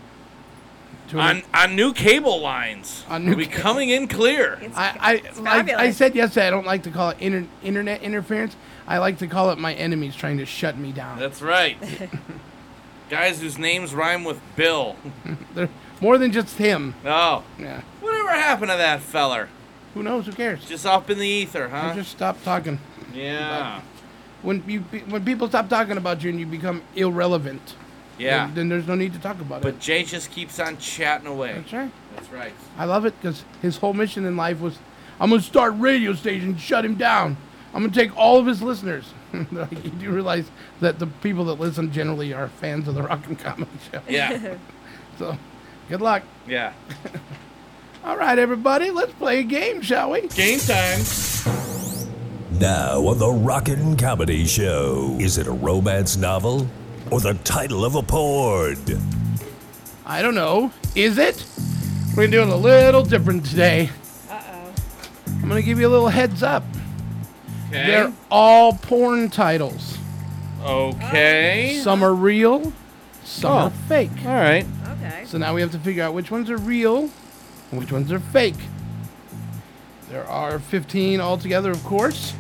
On, on new cable lines.
On new
we coming in clear.
I I, like I said yesterday I don't like to call it inter- internet interference. I like to call it my enemies trying to shut me down.
That's right. Guys whose names rhyme with Bill.
They're more than just him.
Oh.
Yeah.
Whatever happened to that feller?
Who knows? Who cares?
Just up in the ether, huh?
I just stop talking.
yeah.
When you be- when people stop talking about you and you become irrelevant,
Yeah.
then, then there's no need to talk about it.
But Jay just keeps on chatting away. That's
right.
That's right.
I love it because his whole mission in life was, I'm gonna start a radio station, shut him down. I'm gonna take all of his listeners. Like, you do realize that the people that listen generally are fans of the rock and comedy show.
Yeah.
so, good luck.
Yeah.
All right, everybody, let's play a game, shall we? Game time.
Now on the Rockin' Comedy Show. Is it a romance novel or the title of a porn?
I don't know. Is it? We're gonna do it a little different today. Uh oh. I'm gonna give you a little heads up.
Okay.
They're all porn titles.
Okay.
Some are real, some
Oh.
are fake.
All right.
Okay.
So now we have to figure out which ones are real and which ones are fake. There are 15 altogether, of course.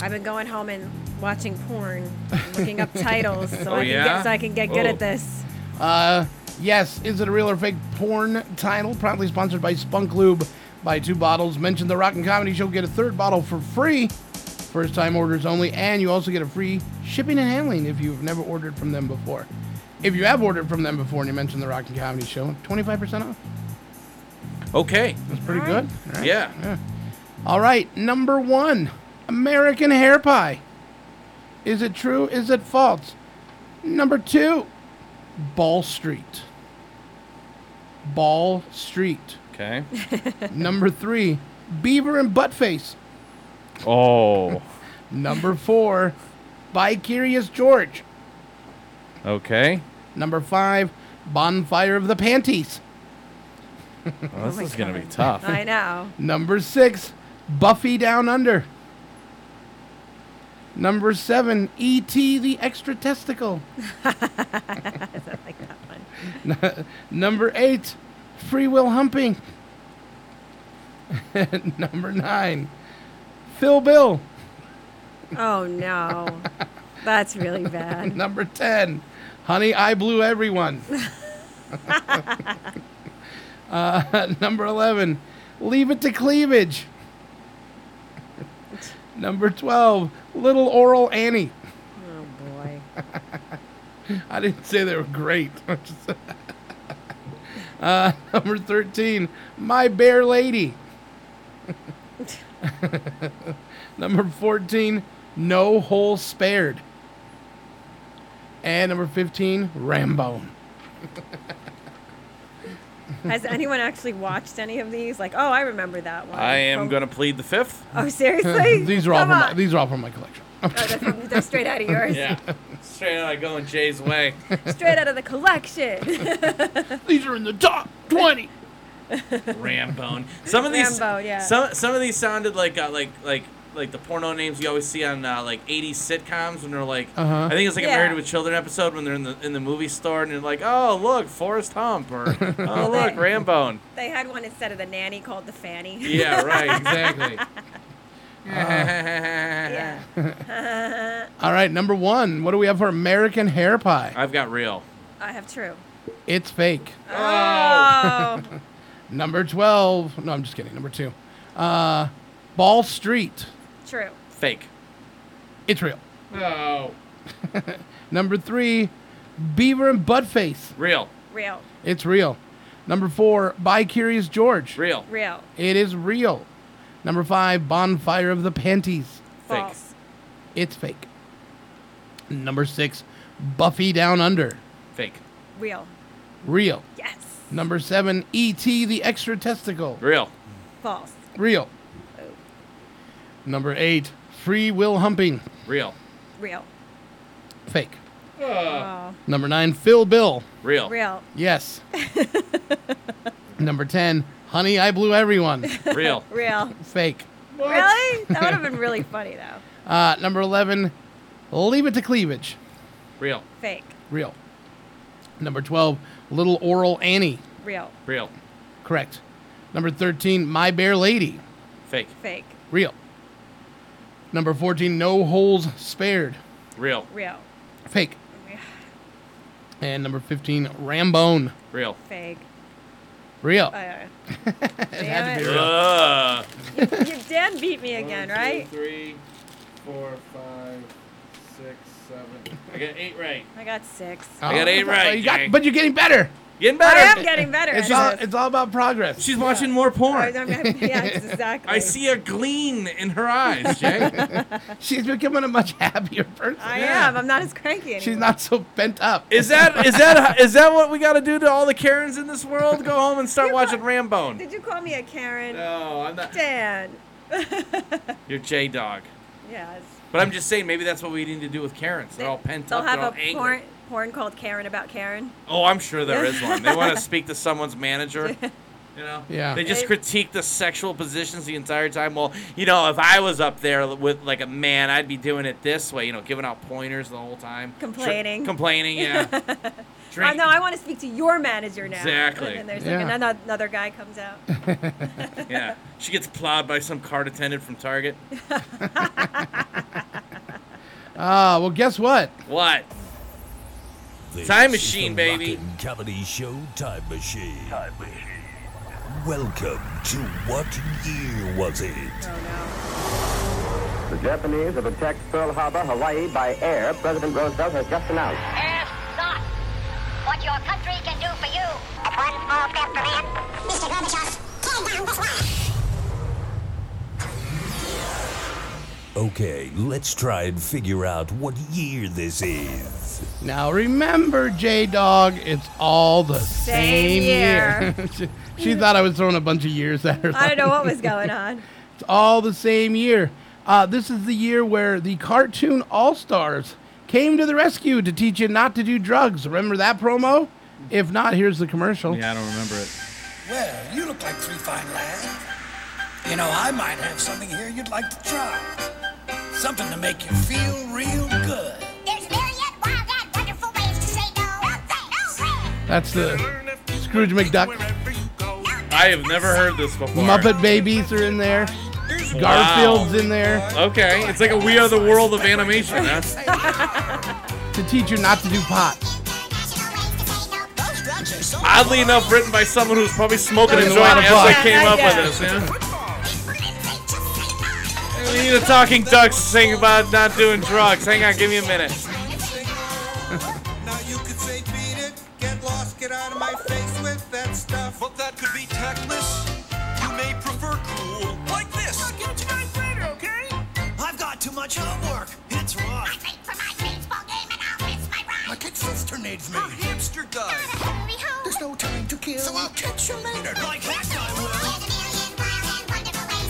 I've been going home and watching porn, looking up titles so,
Oh,
I, can
yeah?
get, so I can get good
Oh.
at this.
Uh, yes, is it a real or fake porn title? Proudly sponsored by Spunk Lube. Buy two bottles. Mention the Rock and Comedy Show. Get a third bottle for free. First time orders only, and you also get a free shipping and handling if you've never ordered from them before. If you have ordered from them before and you mention the Rock and Comedy Show, 25% off.
Okay.
That's pretty good. All right.
Yeah.
All right, number one, American hair pie. Is it true? Is it false? Number two, Ball Street. Ball Street.
Okay.
number three, Beaver and Buttface.
Oh.
Number four, By Curious George.
Okay.
Number five, Bonfire of the Panties.
Well, this is gonna be tough.
Oh I know.
Number six, Buffy Down Under. Number seven, E.T. the Extra Testicle. Number eight, Free Will Humping. Number nine, Phil Bill.
Oh no, that's really bad.
Number ten, Honey, I Blew Everyone. uh, number eleven, Leave It to Cleavage. Number twelve, Little Oral Annie.
Oh boy.
I didn't say they were great. uh, number 13, My Bear Lady. number 14, No Hole Spared. And number 15, Rambo.
Has anyone actually watched any of these? Like, oh, I remember that one.
I am gonna plead the fifth.
Oh, seriously?
these are all
Come
from my,
on.
these are all from my collection.
Oh, that's from- they're straight out of yours.
Yeah. Straight out of going Jay's way.
Straight out of the collection.
these are in the top 20.
Rambone. Some of these.
Rambo, yeah.
Some some of these sounded like uh, like like like the porno names you always see on uh, like 80s sitcoms when they're like
Uh-huh.
I think it's like
Yeah.
a Married with Children episode when they're in the in the movie store and they're like oh look Forrest Hump or oh look Rambone.
They had one instead of the nanny called the fanny.
Yeah, right, exactly.
yeah.
All right, number one. What do we have for American hair pie?
I've got real.
I have true.
It's fake.
Oh.
number 12. No, I'm just kidding. Number two. Uh, Ball Street.
true.
Fake.
It's real.
Oh.
Number three, Beaver and Buttface.
Real.
Real.
It's real. Number four, By Curious George.
Real.
Real.
It is real. Number five, Bonfire of the Panties.
False.
It's fake. Number six, Buffy Down Under.
Fake.
Real.
Real.
Yes.
Number seven, E.T. the Extra Testicle.
Real.
False. Oh,
Real. Number eight, Free Will Humping.
Real.
Real.
Fake.
Oh.
Number nine, Phil Bill.
Real.
Real.
Yes. Number 10, Honey, I Blew Everyone.
Real.
Real.
Fake.
Really? That would have been really funny though.
Uh, number 11, Leave It to Cleavage.
Real.
Fake.
Real. Number 12, Little Oral Annie.
Real.
Real.
Correct. Number 13, My Bear Lady.
Fake.
Fake.
Real. Number 14, No Holes Spared.
Real.
Real.
Fake. And number 15, Rambone.
Real.
Fake.
Real.
Uh,
It had to
Damn
be real.
Ugh.
you, you Dan beat me again,
One, two,
right?
Three, four, five, six, seven. I got eight right.
I got six.
I got eight
Oh,
right,
you got-
Jake.
but you're getting better.
Getting better.
I am getting better
It's,
at
all,
this.
it's all about progress.
She's watching more
I'm-
porn.
I'm- yeah, exactly.
I see a gleam in her eyes, Jay.
She's becoming a much happier person.
I am. I'm not as cranky anymore.
She's not so bent up.
Is that is that is that what we got to do to all the Karens in this world? Go home and start watching Rambone.
Did you call me a Karen?
No, I'm not.
Dan.
You're J Dog.
Yes.
But I'm just saying, maybe that's what we need to do with Karens. They're all pent
They'll
up.
have
they're all
a
angry.
porn, porn called Karen about Karen.
Oh, I'm sure there is one. They want to speak to someone's manager. You know?
Yeah.
They just
They-
critique the sexual positions the entire time. Well, you know, if I was up there with like a man, I'd be doing it this way. You know, giving out pointers the whole time. Tr-
Complaining.
complaining. Yeah.
Oh,
Drink.
no, I want to speak to your manager now.
Exactly.
And there's
Yeah.
like another, another guy comes out.
yeah. She gets plowed by some cart attendant from Target.
Ah, well, guess what?
What?
This
Time
is
machine,
the
baby.
Rockin' Comedy Show Time Machine. Time Machine. Welcome to What Year Was It?
The Japanese have attacked Pearl Harbor, Hawaii by air, President Roosevelt has just announced.
Ask not what your country can do for you. One small step for man, Mr. Gorbachev, tear down this wall.
Okay, let's try and figure out what year this is.
Now remember, J Dog, it's all the same,
year.
she, she thought I was throwing a bunch of years at her.
I don't know what was going on.
It's all the same year. Uh, this is the year where the cartoon All Stars came to the rescue to teach you not to do drugs. Remember that promo? If not, here's the commercial.
Yeah, I don't remember it.
Well, you look like three fine lads. You know, I might have something here you'd like to try. Something to make you feel real good.
There's myriad wild and wonderful ways to say no. No thanks. No thanks.
That's the Scrooge McDuck.
I have never heard this before.
Muppet Babies are in there. Garfield's in there
Okay, it's like a We Are the World of animation. That's
to teach you not to do pot.
oddly enough written by someone who's probably smoking a
There's a
joint
lot of
as I
blood.
came
Yeah,
up
yeah.
with this. Yeah. We need a talking ducks sing about not doing drugs. Hang on, give me a minute.
Now you could say beat it, get lost, get out of my face with that stuff. But that could be tactless. You may prefer cool, like this. I'll get you guys later, okay? I've got too much homework. It's rough. I think for my baseball game and I'll miss my ride. My kid sister needs me. A hamster does. There's no time to kill. So I'll catch you later. Like that time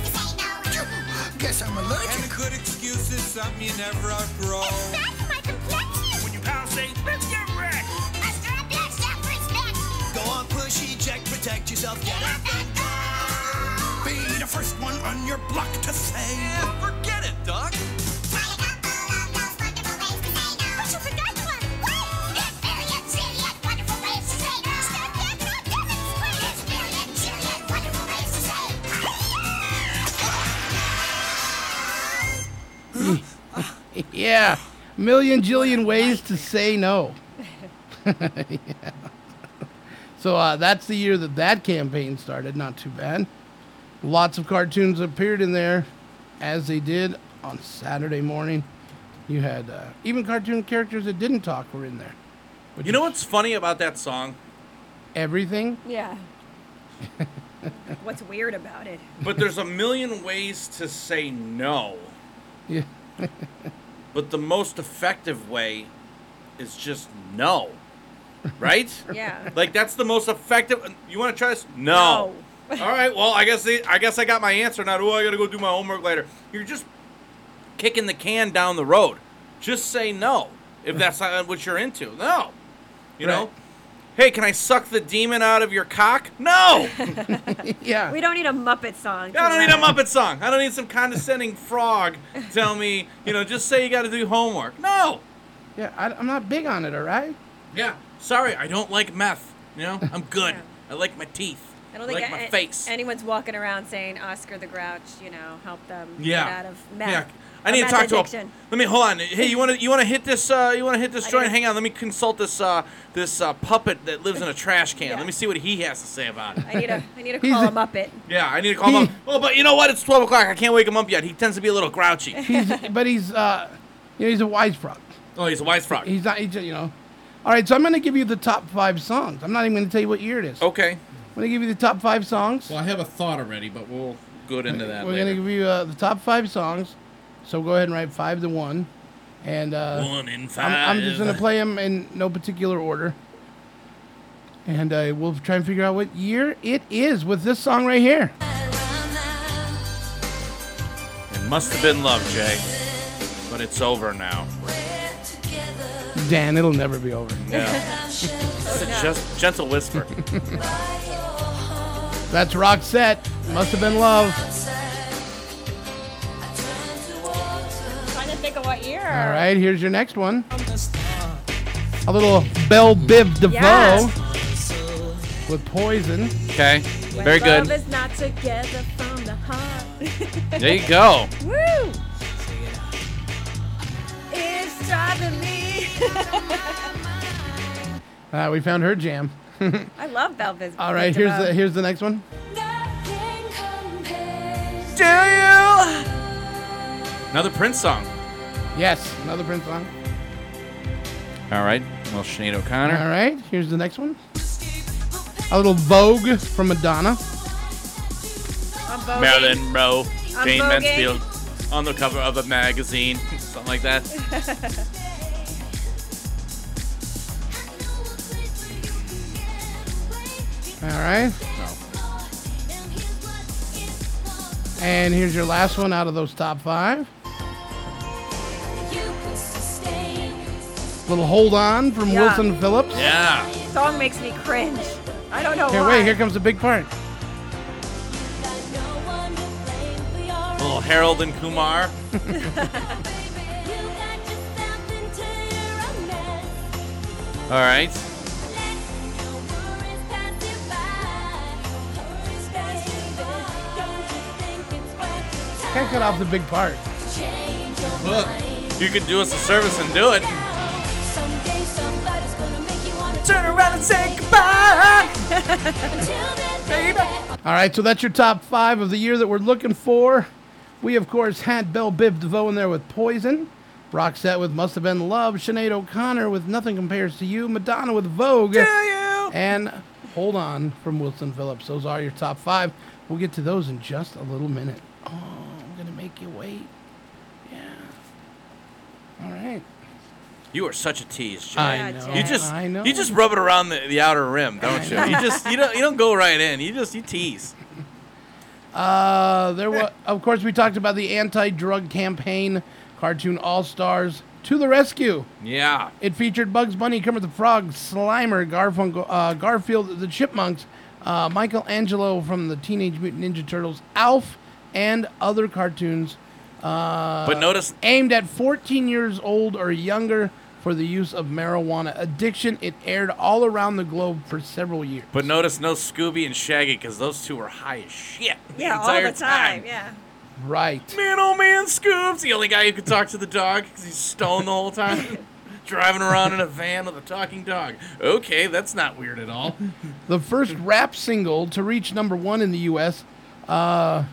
will. Guess I'm allergic. And a good excuse is something you never outgrow. Exactly my complexion. When you pounce, say, let's get wrecked. Let's grab that self-respect. Go on, push, eject, protect yourself. Get up and go. Be the first one on your block to say. Yeah, forget it, Doc.
yeah, million jillion ways to say no. yeah. So uh, that's the year that that campaign started. Not too bad. Lots of cartoons appeared in there, as they did on Saturday morning. You had uh, even cartoon characters that didn't talk were in there.
You know what's funny about that song?
Everything.
Yeah. What's weird about it?
But there's a million ways to say no.
Yeah.
But the most effective way is just no. Right?
Yeah.
Like that's the most effective. You want to try this? No. All right. Well, I guess they, I guess I got my answer now. Oh, I gotta go do my homework later. You're just kicking the can down the road. Just say no if that's not what you're into. No. You know. Hey, can I suck the demon out of your cock? No.
yeah.
We don't need a Muppet song.
I don't need a Muppet song. I don't need some condescending frog tell me, you know, just say you got to do homework. No.
Yeah, I, I'm not big on it. All right.
Yeah. Sorry, I don't like meth. You know, I'm good. I like my teeth.
I don't think
like
a-
my
a-
face.
anyone's walking around saying Oscar the Grouch, you know, help them
Yeah.
get out of meth.
Yeah. I
or
need to
meth
talk
addiction.
to. A, let me hold on. Hey, you want to you want to hit this? Uh, you want to hit this
I
joint?
gotta-
Hang on. Let me consult this uh, this uh, puppet that lives in a trash can. Let me see what he has to say about it.
I need a I need to call a Muppet.
yeah, I need to call him up. Oh, but you know what? It's twelve o'clock. I can't wake him up yet. He tends to be a little grouchy.
He's, but he's, uh, you know, he's a wise frog.
oh, he's a wise frog.
He's not. He's, you know, All right, so I'm going to give you the top five songs. I'm not even going to tell you what year it is.
Okay.
I'm going to give you the top five songs.
Well, I have a thought already, but we'll go into that
We're
later.
going to give you uh, the top five songs. So go ahead and write five to one. And uh,
One in
I'm, I'm
five.
just going to play them in no particular order. And uh, we'll try and figure out what year it is with this song right here.
It must have been love, Jay. But it's over now.
Dan, it'll never be over.
Yeah. It's a just, gentle whisper.
That's Roxette. Must have been love.
trying to think of what year.
All right, here's your next one. A little Belle Biv DeVoe with Poison.
Okay.
When
Very
love
good.
is not together from the heart.
There you go.
Woo! It's driving me.
Uh, we found her jam.
I love Belvis.
All right, here's the here's the next one.
Do you?
Another Prince song.
Yes, another Prince song.
All right. Well, Sinead O'Connor.
All right, here's the next one. A little Vogue from Madonna.
I'm voting.
Marilyn Monroe,
I'm
Jane
voguing.
Mansfield, on the cover of a magazine, something like that.
All right.
No.
And here's your last one out of those top five. Little Hold On from
Yeah.
Wilson Phillips.
Yeah.
Song makes me cringe. I don't know
Here,
why.
wait, here comes the big part.
Little Harold and Kumar. All right.
Can't cut off the big part.
Look, you could do us a service and do it.
Turn around and say goodbye.
All right, so that's your top five of the year that we're looking for. We, of course, had Belle Biv DeVoe in there with Poison, Roxette with Must Have Been Love, Sinead O'Connor with Nothing Compares to You, Madonna with Vogue, and Hold On from Wilson Phillips. Those are your top five. We'll get to those in just a little minute. Oh, I'm going to make you wait. Yeah. All right.
You are such a tease, Jay.
I Yeah, know, Jay.
You just,
I know.
you just rub it around the, the outer rim, don't you?
know.
You just, you don't, you don't go right in. You just, you tease.
Uh, there was, of course, we talked about the anti-drug campaign, cartoon All Stars to the rescue.
Yeah.
It featured Bugs Bunny, Kermit the Frog, Slimer, Garfunkel, uh, Garfield, the Chipmunks, uh, Michelangelo from the Teenage Mutant Ninja Turtles, Alf, and other cartoons. Uh,
But notice-
aimed at 14 years old or younger for the use of marijuana addiction. It aired all around the globe for several years.
But notice no Scooby and Shaggy because those two were high as shit. the
Yeah, all
entire
the time. Yeah.
Right.
Man, oh man, Scoob's the only guy who can talk to the dog because he's stoned the whole time. Driving around in a van with a talking dog. Okay, that's not weird at all.
The first rap single to reach number one in the U.S. Uh,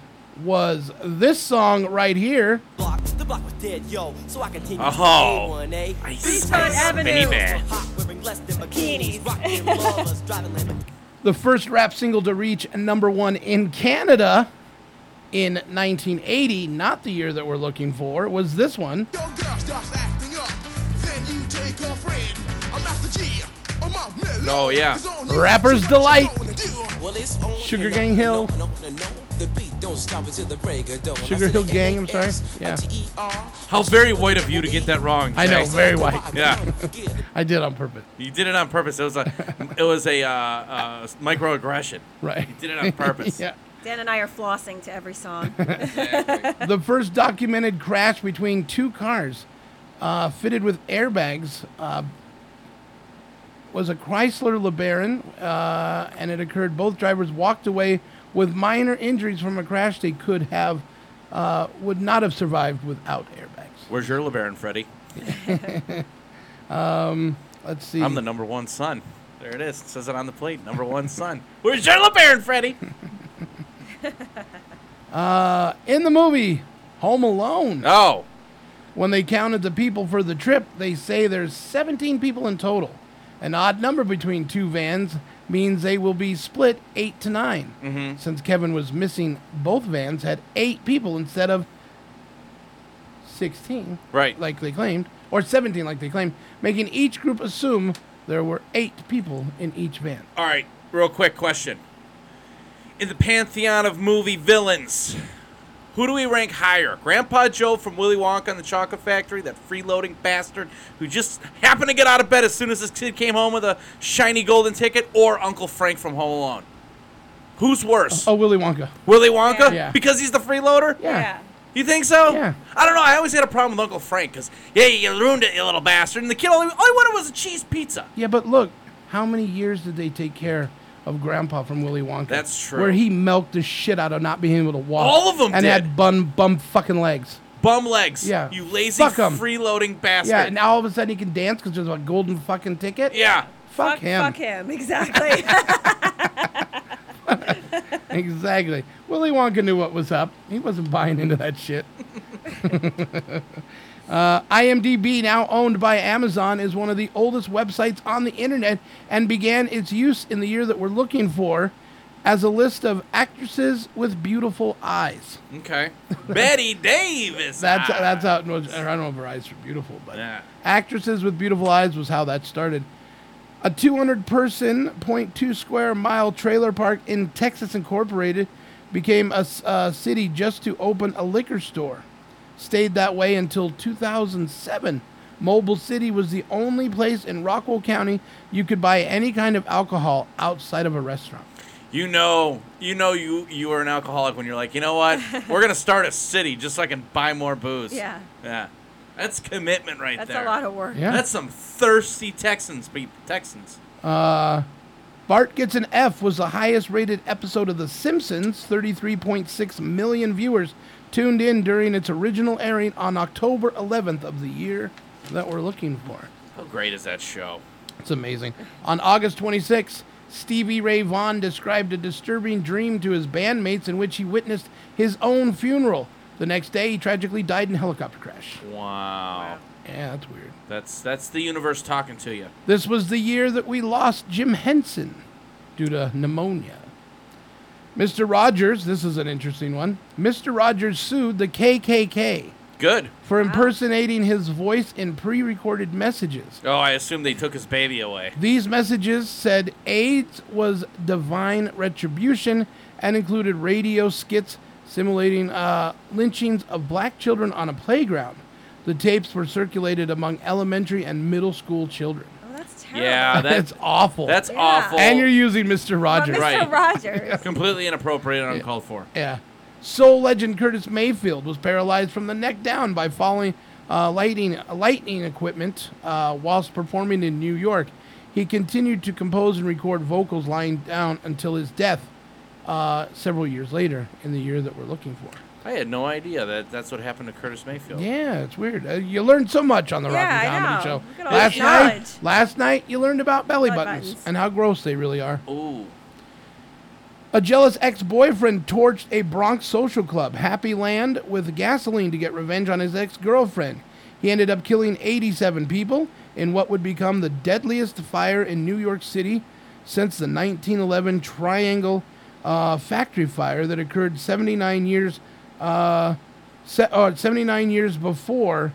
was this song right here.
block. The block was dead, yo. So I continue
Oh.
to A1A.
Ice,
Beachfront
ice, baby.
So hot, wearing less than bikinis. Rocking lovers, driving Lamborghinis.
The first rap single to reach number one in Canada in 1980, not the year that we're looking for, was this one.
Oh, yeah.
Rapper's Delight, Sugar Gang Hill,
Don't stop until the break of dawn.
Sugar Hill Gang, I'm sorry. Yeah.
How very white of you to get that wrong.
I know,
Jay.
very white.
Yeah,
I did on purpose.
you did it on purpose. It was a, it was a uh, uh, microaggression.
Right.
You did it on purpose.
Yeah.
Dan and I are flossing to every song.
the first documented crash between two cars uh, fitted with airbags uh, was a Chrysler LeBaron, uh, and it occurred. Both drivers walked away with minor injuries from a crash they could have, uh, would not have survived without airbags.
Where's your LeBaron, Freddie?
Um, let's see.
I'm the number one son. There it is. It says it on the plate. Number one son. Where's your LeBaron, Freddie?
Uh, in the movie Home Alone.
Oh.
When they counted the people for the trip, they say there's 17 people in total. An odd number between two vans means they will be split eight to 9
Mhm.
Since Kevin was missing, both vans had eight people instead of 16,
Right.
like they claimed, or 17, like they claimed, making each group assume there were eight people in each van.
All right, real quick question. In the pantheon of movie villains, who do we rank higher? Grandpa Joe from Willy Wonka and the Chocolate Factory, that freeloading bastard who just happened to get out of bed as soon as his kid came home with a shiny golden ticket, or Uncle Frank from Home Alone? Who's worse?
Oh, Willy Wonka.
Willy Wonka?
Yeah.
Because he's the freeloader?
Yeah.
You think so? Yeah. I don't know. I always had a problem with Uncle Frank because, yeah, you ruined it, you little bastard. And the kid, all he, all he wanted was a cheese pizza.
Yeah, but look, how many years did they take care of Grandpa from Willy Wonka?
That's true.
Where he milked the shit out of not being able to walk.
All of 'em
And
did.
had bun bum fucking legs.
Bum legs.
Yeah.
You lazy
Fuck 'em.
freeloading bastard.
Yeah, and now all of a sudden he can dance because there's a golden fucking ticket.
Yeah.
Fuck, him.
Fuck him, exactly.
exactly. Willy Wonka knew what was up. He wasn't buying into that shit. uh, IMDb, now owned by Amazon, is one of the oldest websites on the internet and began its use in the year that we're looking for as a list of actresses with beautiful eyes.
Okay. Betty Davis.
That's
Ah.
that's how it was. I don't know if her eyes were beautiful, but
Yeah.
actresses with beautiful eyes was how that started. A 200 person, 0.2 square mile trailer park in Texas Incorporated became a, s- a city just to open a liquor store. Stayed that way until 2007. Mobile City was the only place in Rockwell County you could buy any kind of alcohol outside of a restaurant.
You know, you know, you you are an alcoholic when you're like, you know what? We're gonna start a city just so I can buy more booze.
Yeah.
Yeah. That's commitment right
That's a
there.
lot of work.
Yeah.
That's some thirsty Texans, people. Texans.
Uh, Bart Gets an F was the highest rated episode of The Simpsons. 33.6 million viewers tuned in during its original airing on October 11th of the year that we're looking for.
How great is that show?
It's amazing. On August 26th, Stevie Ray Vaughan described a disturbing dream to his bandmates in which he witnessed his own funeral. The next day, he tragically died in a helicopter crash.
Wow.
Yeah, that's weird.
That's that's the universe talking to you.
This was the year that we lost Jim Henson due to pneumonia. Mr. Rogers, this is an interesting one. Mr. Rogers sued the KKK
Good.
for impersonating his voice in pre recorded messages.
Oh, I assume they took his baby away.
These messages said AIDS was divine retribution and included radio skits simulating uh, lynchings of black children on a playground. The tapes were circulated among elementary and middle school children.
That's
Yeah, that's
It's awful.
That's awful.
And you're using Mr. Rogers.
Right.
Rogers.
Completely inappropriate and uncalled for.
Yeah. Soul legend Curtis Mayfield was paralyzed from the neck down by falling uh, lighting lightning equipment uh, whilst performing in New York. He continued to compose and record vocals lying down until his death uh, several years later in the year that we're looking for.
I had no idea that that's what happened to Curtis Mayfield.
Yeah, it's weird. Uh, you learned so much on the
Yeah,
Rock
I
and Comedy
know.
Show.
Look at all
Last
this
night,
knowledge.
last night you learned about belly
Belly
buttons,
buttons.
and how gross they really are.
Ooh.
A jealous ex boyfriend torched a Bronx social club, Happy Land, with gasoline to get revenge on his ex girlfriend. He ended up killing 87 people in what would become the deadliest fire in New York City since the 1911 Triangle uh, factory fire that occurred 79 years, uh, se- uh, 79 years before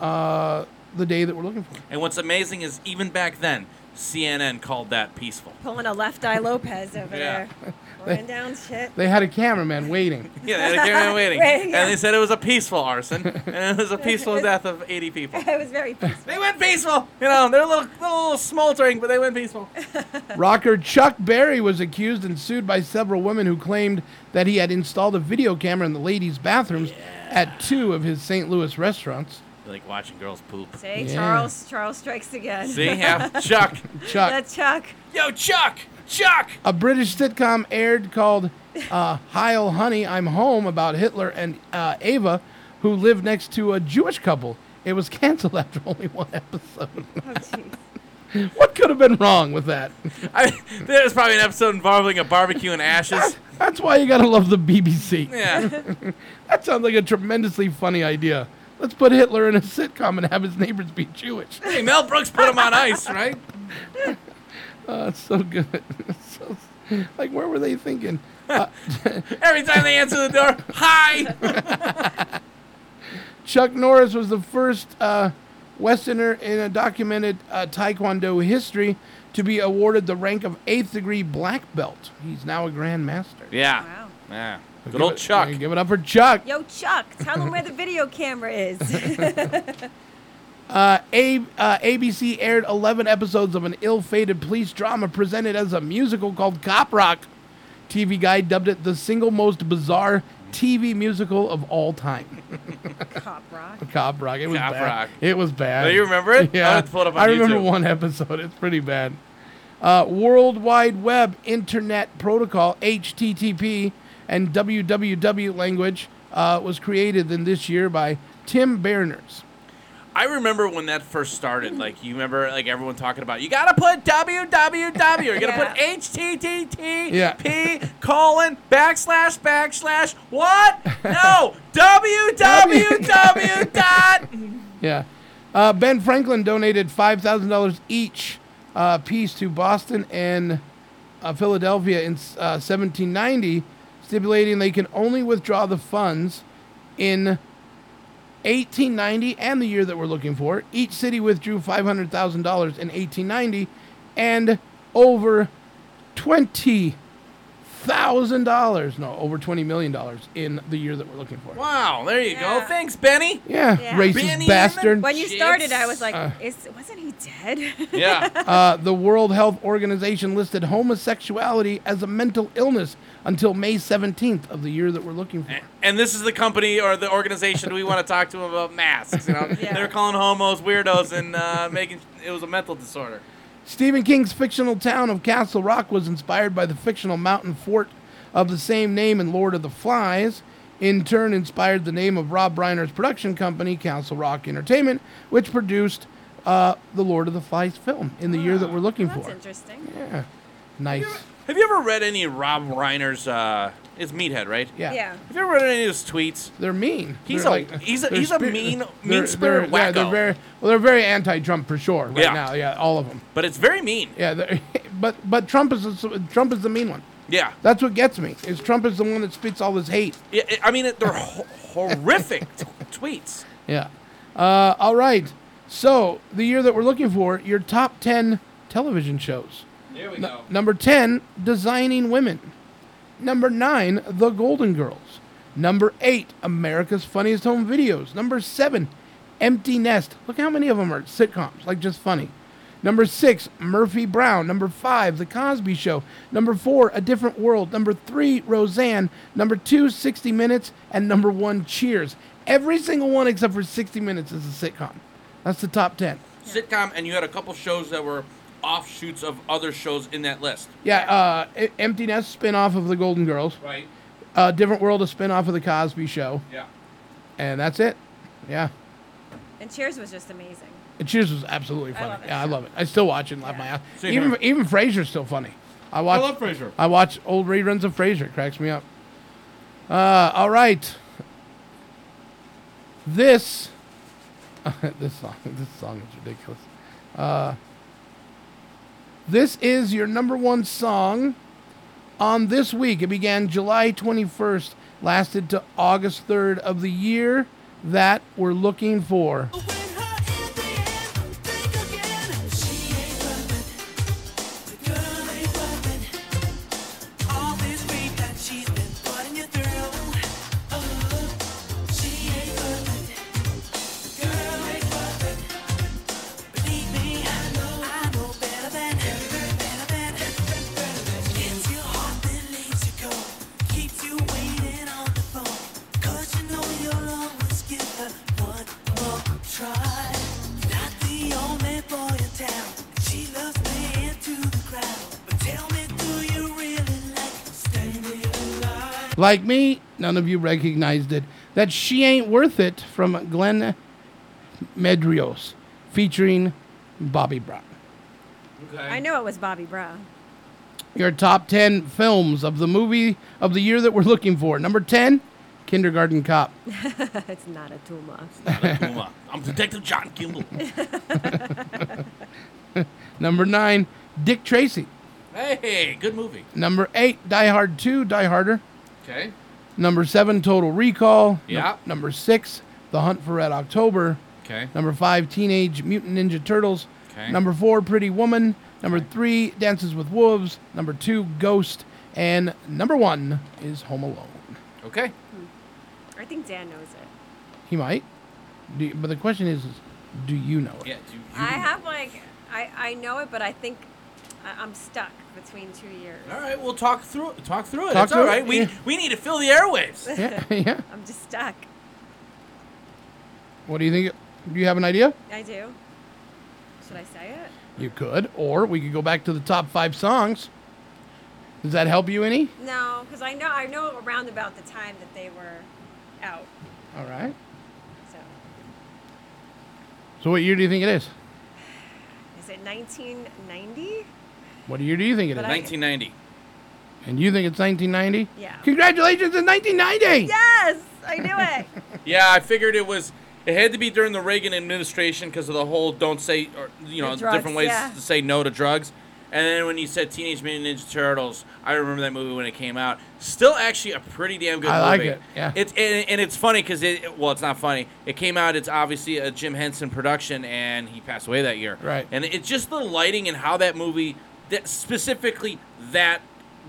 uh, the day that we're looking for.
And what's amazing is even back then, CNN called that peaceful.
Pulling a left eye Lopez over
Yeah.
there. Running down shit.
They had a cameraman waiting.
Yeah, they had a cameraman waiting.
Waiting, yeah.
And they said it was a peaceful arson, and it was a peaceful death of 80 people.
it was very peaceful.
They went peaceful. You know, they're a little, little smoldering, but they went peaceful.
Rocker Chuck Berry was accused and sued by several women who claimed that he had installed a video camera in the ladies' bathrooms at two of his St. Louis restaurants.
like watching girls poop.
See, Charles Charles strikes again.
See, yeah, Chuck.
Chuck.
That's Chuck.
Yo, Chuck! Chuck!
A British sitcom aired called uh, Heil Honey, I'm Home about Hitler and uh, Ava, who lived next to a Jewish couple. It was canceled after only one episode.
Oh,
what could have been wrong with that?
I, there's probably an episode involving a barbecue and ashes.
That's why you gotta love the BBC.
Yeah.
that sounds like a tremendously funny idea. Let's put Hitler in a sitcom and have his neighbors be Jewish.
Hey, Mel Brooks put him on ice, right?
Oh, it's so good. It's so, like, where were they thinking? Uh,
Every time they answer the door, hi.
Chuck Norris was the first uh, Westerner in a documented uh, Taekwondo history to be awarded the rank of eighth degree black belt. He's now a grandmaster.
yeah. Yeah. Good
Give
old
it-
Chuck.
yeah, give it up for Chuck.
Yo, Chuck, tell them where the video camera is.
Uh, a- uh, ABC aired 11 episodes of an ill fated police drama presented as a musical called Cop Rock. TV Guide dubbed it the single most bizarre TV musical of all time.
Cop Rock.
Cop Rock. It was
Cop
bad.
Rock.
It was bad.
Oh, you remember it? I
Yeah.
would pull it up on
I remember
YouTube.
one episode. It's pretty bad. Uh, World Wide Web Internet Protocol (HTTP) and WWW language uh, was created in this year by Tim Berners.
I remember when that first started. Like you remember, like everyone talking about you gotta put www. You're gonna put http
Yeah.
colon backslash backslash what? No www dot.
Yeah. Uh, ben Franklin donated $5,000 each uh, piece to Boston and uh, Philadelphia in uh, 1790, stipulating they can only withdraw the funds in 1890 and the year that we're looking for. Each city withdrew $500,000 in 1890 and over $20,000, no, over $20 million in the year that we're looking for.
Wow, there you go. Thanks, Benny.
Yeah, racist
Benny
bastard.
When you started, I was like,
Uh.
is, wasn't he dead?
uh, the World Health Organization listed homosexuality as a mental illness until May 17th of the year that we're looking for.
And this is the company or the organization we want to talk to them about masks. You know, they're calling homos weirdos and uh, making it was a mental disorder.
Stephen King's fictional town of Castle Rock was inspired by the fictional mountain fort of the same name in Lord of the Flies, in turn inspired the name of Rob Reiner's production company, Castle Rock Entertainment, which produced uh, the Lord of the Flies film in the year that we're looking
That's
for.
interesting.
Yeah. Nice.
Have you ever read any of Rob Reiner's? Uh, it's Meathead, right?
Yeah. Yeah.
Have you ever read any of his tweets?
They're mean.
He's
They're
a
like-
he's a
they're
he's a
spi-
mean
they're-
mean spirit
they're, yeah,
wacko.
they're very well. They're very anti-Trump for sure right
Yeah.
now. Yeah, all of them.
but it's very mean.
Yeah, they're- but but Trump is the, Trump is the mean one.
Yeah.
That's what gets me. Is Trump is the one that spits all this hate.
Yeah, I- I mean, it- they're ho- horrific t- tweets.
Yeah. Uh, all right. So the year that we're looking for, your top ten television shows.
There we go.
Number ten, Designing Women. Number nine, The Golden Girls. Number eight, America's Funniest Home Videos. Number seven, Empty Nest. Look how many of them are sitcoms, like just funny. Number six, Murphy Brown. Number five, The Cosby Show. Number four, A Different World. Number three, Roseanne. Number two, 60 Minutes. And number one, Cheers. Every single one except for 60 Minutes is a sitcom. That's the top 10.
Sitcom, and you had a couple shows that were offshoots of other shows in that list.
Yeah, uh, E- Empty Nest spin off of The Golden Girls.
Right.
Uh, Different World, a spin off of The Cosby Show.
Yeah.
And that's it. Yeah.
And Cheers was just amazing.
And Cheers was absolutely
I
funny.
love it.
yeah, I love it. I still watch it and laugh my ass.
Same
even
here.
even Frasier's still funny. I watch.
love Frasier.
I watch old reruns of Frasier. It Cracks me up. Uh, all right. This. this song. This song is ridiculous. Uh, this is your number one song on this week. It began July 21st, lasted to August 3rd of the year that we're looking for.
Try not the only boy in town. She loves me into the crowd. But tell me, do you really like staying alive?
Like me, none of you recognized it. That She Ain't Worth It from Glenn Medeiros featuring Bobby Brown.
I know it was Bobby Brown.
Your top 10 films of the movie of the year that we're looking for. Number 10, kindergarten cop.
it's not a Tuma.
I'm Detective John Kimball.
Number nine, Dick Tracy.
hey, good movie.
Number eight, Die Hard 2, Die Harder.
Okay.
Number seven, Total Recall. Num-
Yeah.
number six, The Hunt for Red October.
Okay.
Number five, Teenage Mutant Ninja Turtles.
Okay.
Number four, Pretty Woman. Number three, Dances with Wolves. Number two, Ghost. And number one is Home Alone.
Okay.
Hmm. I think Dan knows it.
He might. Do you- but the question is, is do you know it?
Yeah,
I have like I, I know it, but I think I, I'm stuck between two years.
All right, we'll talk through talk through it.
Talk
it's all
through
right.
it,
We
yeah.
we need to fill the airwaves.
Yeah, yeah.
I'm just stuck.
What do you think? Do you have an idea?
I do. Should I say it?
You could, or we could go back to the top five songs. Does that help you any?
No, because I know I know around about the time that they were out.
All right.
So
So, what year do you think it is?
is it 1990?
What year do you think it is?
1990.
And you think it's 1990?
Yeah.
Congratulations, it's 1990.
Yes, I knew it.
Yeah, I figured it was. It had to be during the Reagan administration because of the whole "don't say," or, you know,
The drugs,
different ways
yeah.
to say no to drugs. And then when you said Teenage Mutant Ninja Turtles, I remember that movie when it came out. Still, actually, a pretty damn good
I like
movie.
it, yeah.
It's and, and it's funny because it. Well, it's not funny. It came out. It's obviously a Jim Henson production, and he passed away that year.
Right.
And it's just the lighting and how that movie, that specifically that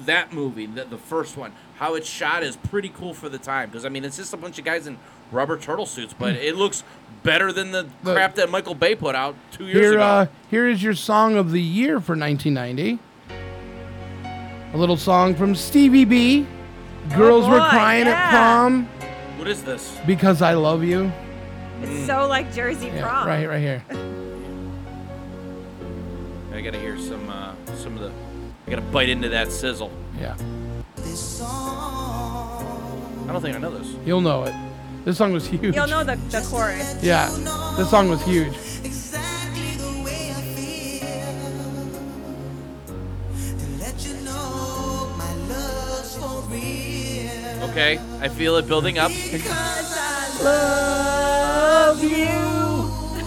that movie, the, the first one, how it's shot is pretty cool for the time. Because I mean, it's just a bunch of guys in rubber turtle suits, but it looks better than the
Hmm. Look.
crap that Michael Bay put out two years
Here,
ago.
uh, here is your song of the year for 1990. A little song from Stevie B. Girls were
Oh, boy,
crying
yeah.
at prom
what is this?
because I love you.
Mm.
It's so like Jersey
Yeah,
prom.
right, here, right here.
I gotta hear some uh, some of the. I gotta bite into that sizzle.
Yeah,
I don't think I know this.
you'll know it. This song was huge.
You'll know the, the chorus.
Yeah, this song was huge.
Okay, I feel it building up.
Love you.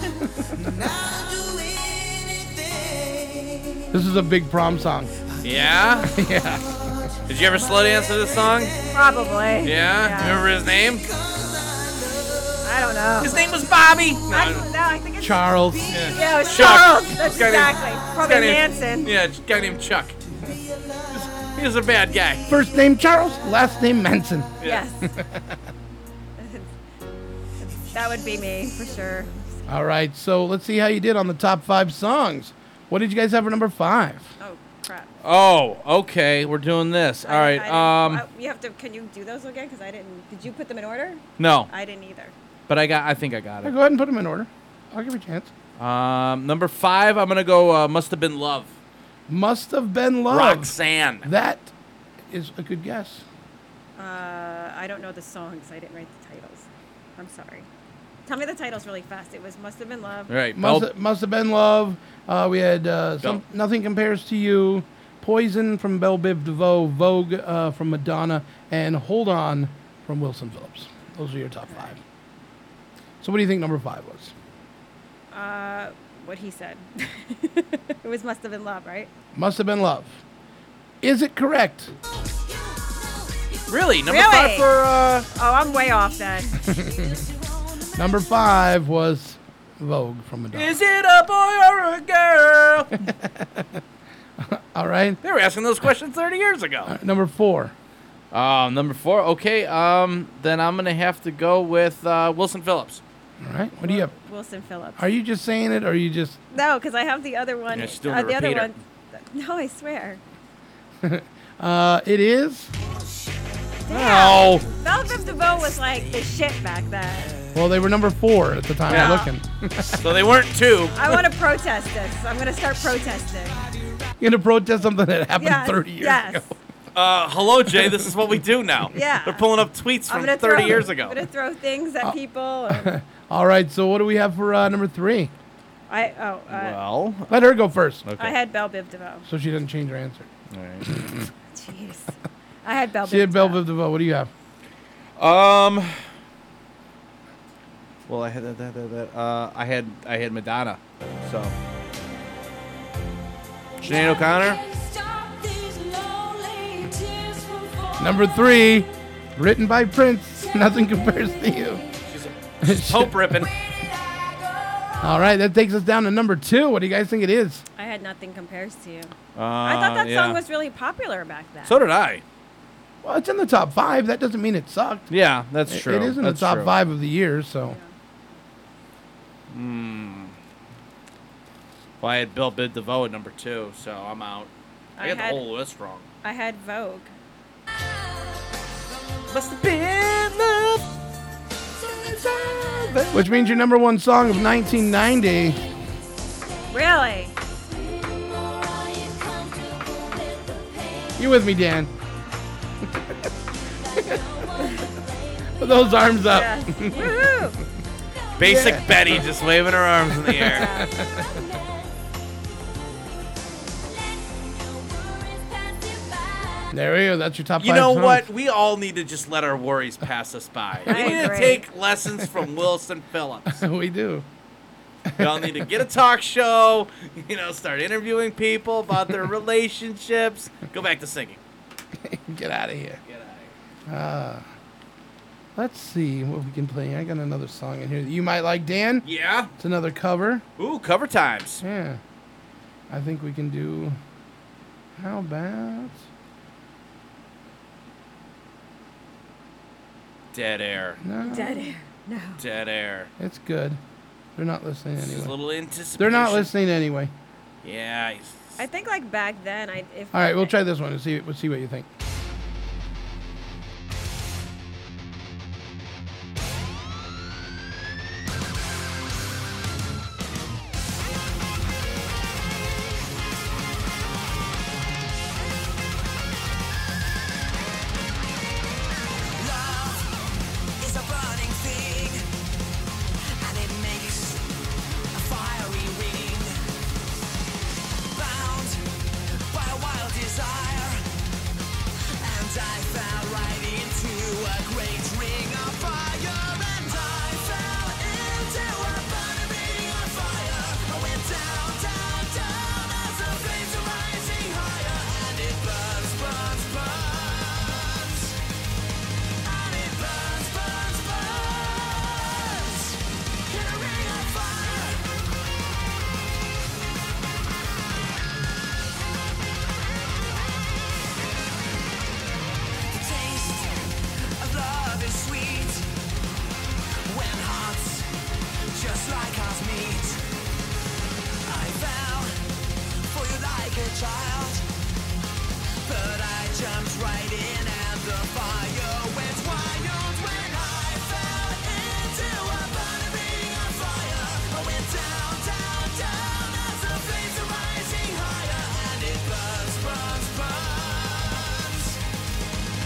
This is a big prom song.
Yeah.
yeah.
Did you ever slow dance to this song?
Probably.
Yeah. Remember his name?
I don't know.
His name was Bobby.
I don't know. I think it's
Charles.
Yeah, it was
Chuck.
Charles.
This
That's
guy named-
Oh, exactly.
this
Probably
guy named-
Manson.
Yeah, this guy named Chuck. He was a bad guy.
First name Charles, last name Manson.
Yes. that would be me for sure.
All right, so let's see how you did on the top five songs. What did you guys have for number five?
Oh crap.
Oh, okay. We're doing this. All right.
I
Um,
didn't- I- you have to. Can you do those again? Because I didn't. Did you put them in order?
No.
I didn't either.
but I got. I think I got
Go ahead and put them in order. I'll give you a chance.
it. Um, number five. I'm gonna go. Uh, Must have been love.
Must have been love.
Roxanne.
That is a good guess.
Uh, I don't know the songs. I didn't write the titles. I'm sorry. Tell me the titles really fast. It was Must Have Been Love.
All right.
Must,
Bel-
must have been love. Uh, we had uh, some, nothing compares to you. Poison from Belle Biv DeVoe. Vogue uh, from Madonna, and Hold On from Wilson Phillips. Those are your top five. So what do you think number five was?
Uh, what he said. it was Must Have Been Love, right?
Must have been love. Is it correct?
Really? Number
really?
five for. Uh...
Oh, I'm way off then.
Number five was Vogue from Madonna.
Is it a boy or a girl?
All right.
they were asking those questions 30 years ago.
Number four.
Uh, number four. Okay. Um, then I'm gonna have to go with uh, Wilson Phillips.
All right. What do you have?
Wilson Phillips.
Are you just saying it, or are you just?
No, because I have the other one.
Yeah, she's doing
uh,
a
the other
repeater.
one. No, I swear.
uh, it is. Oh.
Damn. Belle Biv DeVoe was like the shit back then.
Well, they were number four at the time.
Yeah.
I'm looking.
so they weren't two.
I want to protest this. I'm gonna start protesting.
You're gonna protest something that happened
Yes,
30 years
yes.
ago.
Uh, hello, Jay. This is what we do now.
Yeah.
They're pulling up tweets
I'm
from
gonna
30
throw,
years ago.
I'm gonna throw things at
Uh,
people. or-
All right. So what do we have for uh, number three?
I oh. Uh,
Well,
let her go first.
I had Belle Biv DeVoe.
So she doesn't change her answer.
All right.
Jeez. I had Belle
she
Biv.
had Belle Biv DeVoe. What do you have?
Um. Well, I had that. that, that, that uh, I had I had Madonna. So. Sinead O'Connor.
Number three, written by Prince. Nothing compares to you.
Hope ripping.
All right, that takes us down to number two. What do you guys think it is?
I had nothing compares to you.
Uh,
I thought that
yeah.
song was really popular back then.
So did I.
Well, it's in the top five. That doesn't mean it sucked.
Yeah, that's
It-
true.
It is in
That's
the top
true.
five of the year, so.
Hmm. Well, I had Bill Bid DeVoe at number two, so I'm out. I,
I
got
had-
the whole list wrong.
I had Vogue.
Must have been love.
Which means your number one song of 1990.
Really?
You with me, Dan? Put those arms up.
Yes. Woohoo!
Basic
Yeah.
Betty just waving her arms in the air.
There we go. That's your top
You
five
know
songs.
what? We all need to just let our worries pass us by. We
I
need to
agree.
take lessons from Wilson Phillips.
we do.
We all need to get a talk show, you know, start interviewing people about their relationships. Go back to singing.
Get out of here. Uh, let's see what we can play. I got another song in here that you might like, Dan.
Yeah.
It's another cover.
Ooh, cover times.
Yeah. I think we can do. How about.
Dead air.
No.
Dead air. No.
Dead air.
It's good. They're not listening
This is
anyway.
a little
They're not
anticipation.
listening anyway.
Yeah. he's-
I think like back then, I if
All right, we'll try this one and see. We'll see what you think.
is a burning thing, and it makes a fiery ring. Bound by a wild desire, and I fell right into a great ring of fire. And I fell into a burning ring of fire. I went down, down, down as the flames are rising higher, and it burns, burns, burns. Just like us meet, I fell for you like a child. But I jumped right in and the fire went wild when I fell into a burning ring of fire. I went down, down, down as the flames are rising higher and it burns, burns, burns.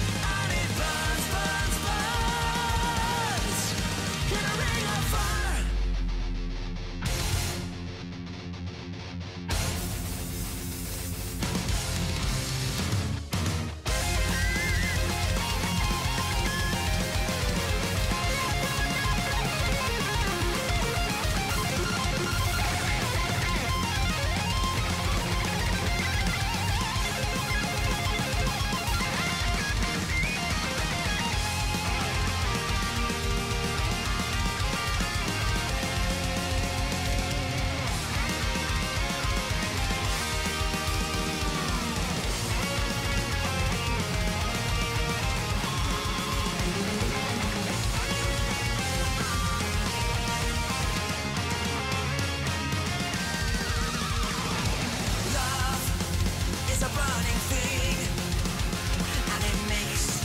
And it burns, burns, burns. In a ring of fire. Love is a burning thing, and it makes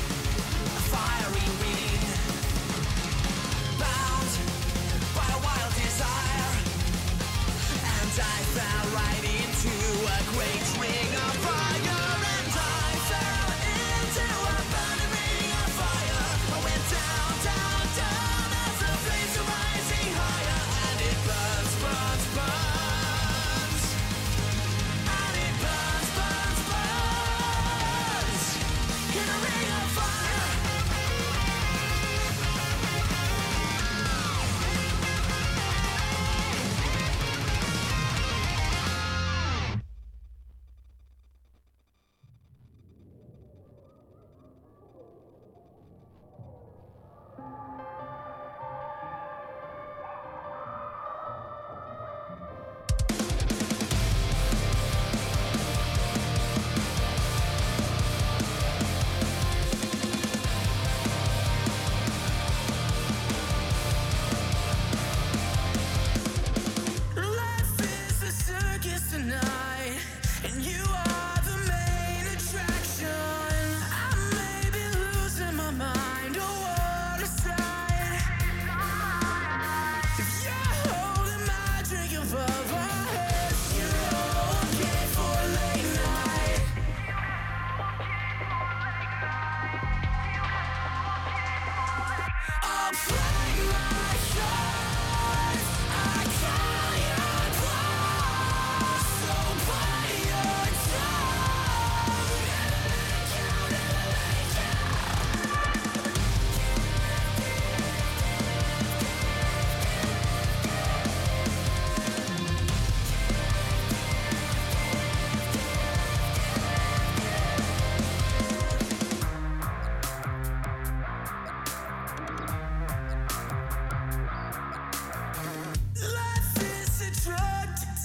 a fiery ring. Bound by a wild desire, and I fell right into a great ring of fire. And I fell into a burning ring of fire. I went down, down, down as the flames are rising higher, and it burns, burns, burns. Burns, burns, burns. In a ring of fire.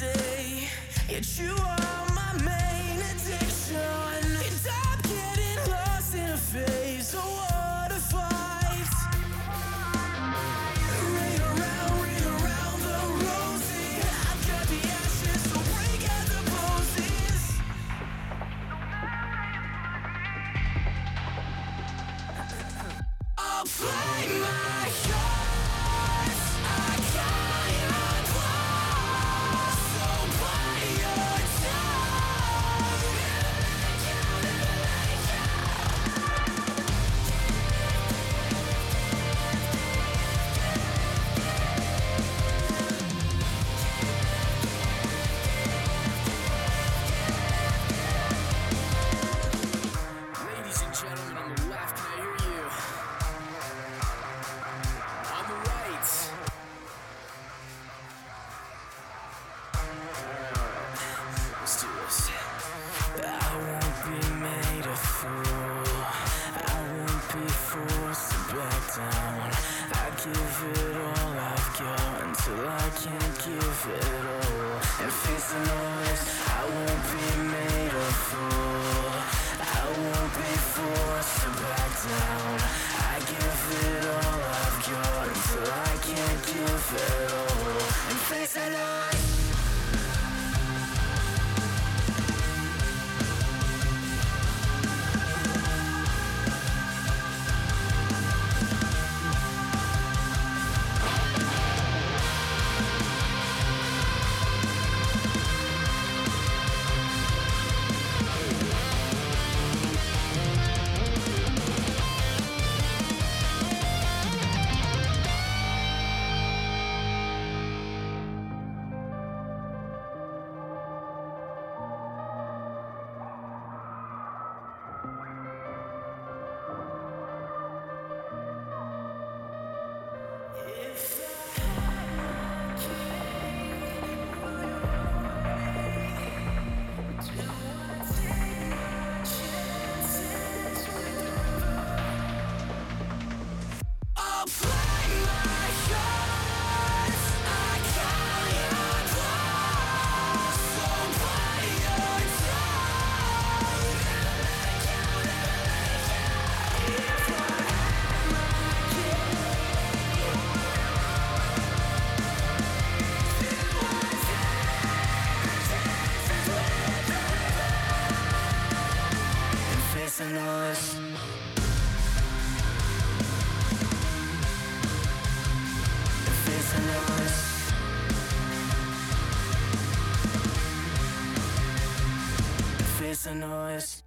that you are my main addiction. And I'm getting lost in a phase. Oh, what a fight. Ring around, ring around the rosy. I got the ashes, so break out the posies. I'll play my cards. I got your claws. So play your
Ladies and gentlemen on the left, can I hear you? On the right. Let's do this. I won't be made a fool. I won't be forced to back down. I give it all I've got until I can't give it all. And facing all this, I won't be made a fool. I won't be forced to back down. I give it all I've got until I can't give it all. And face the noise.
I'll play my cards. I got your claws. So play your
And face the noise. And face the noise. And face the noise.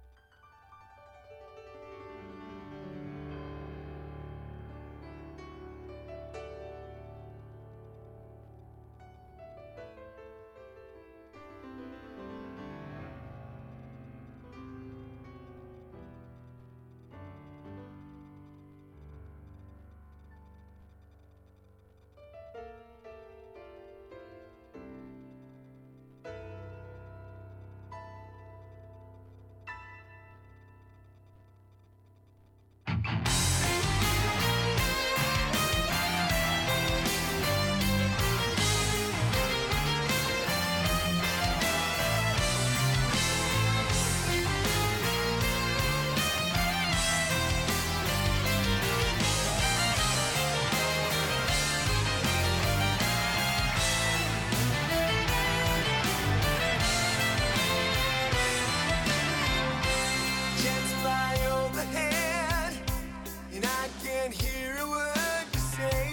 Jets fly overhead, and I can't hear a word you say.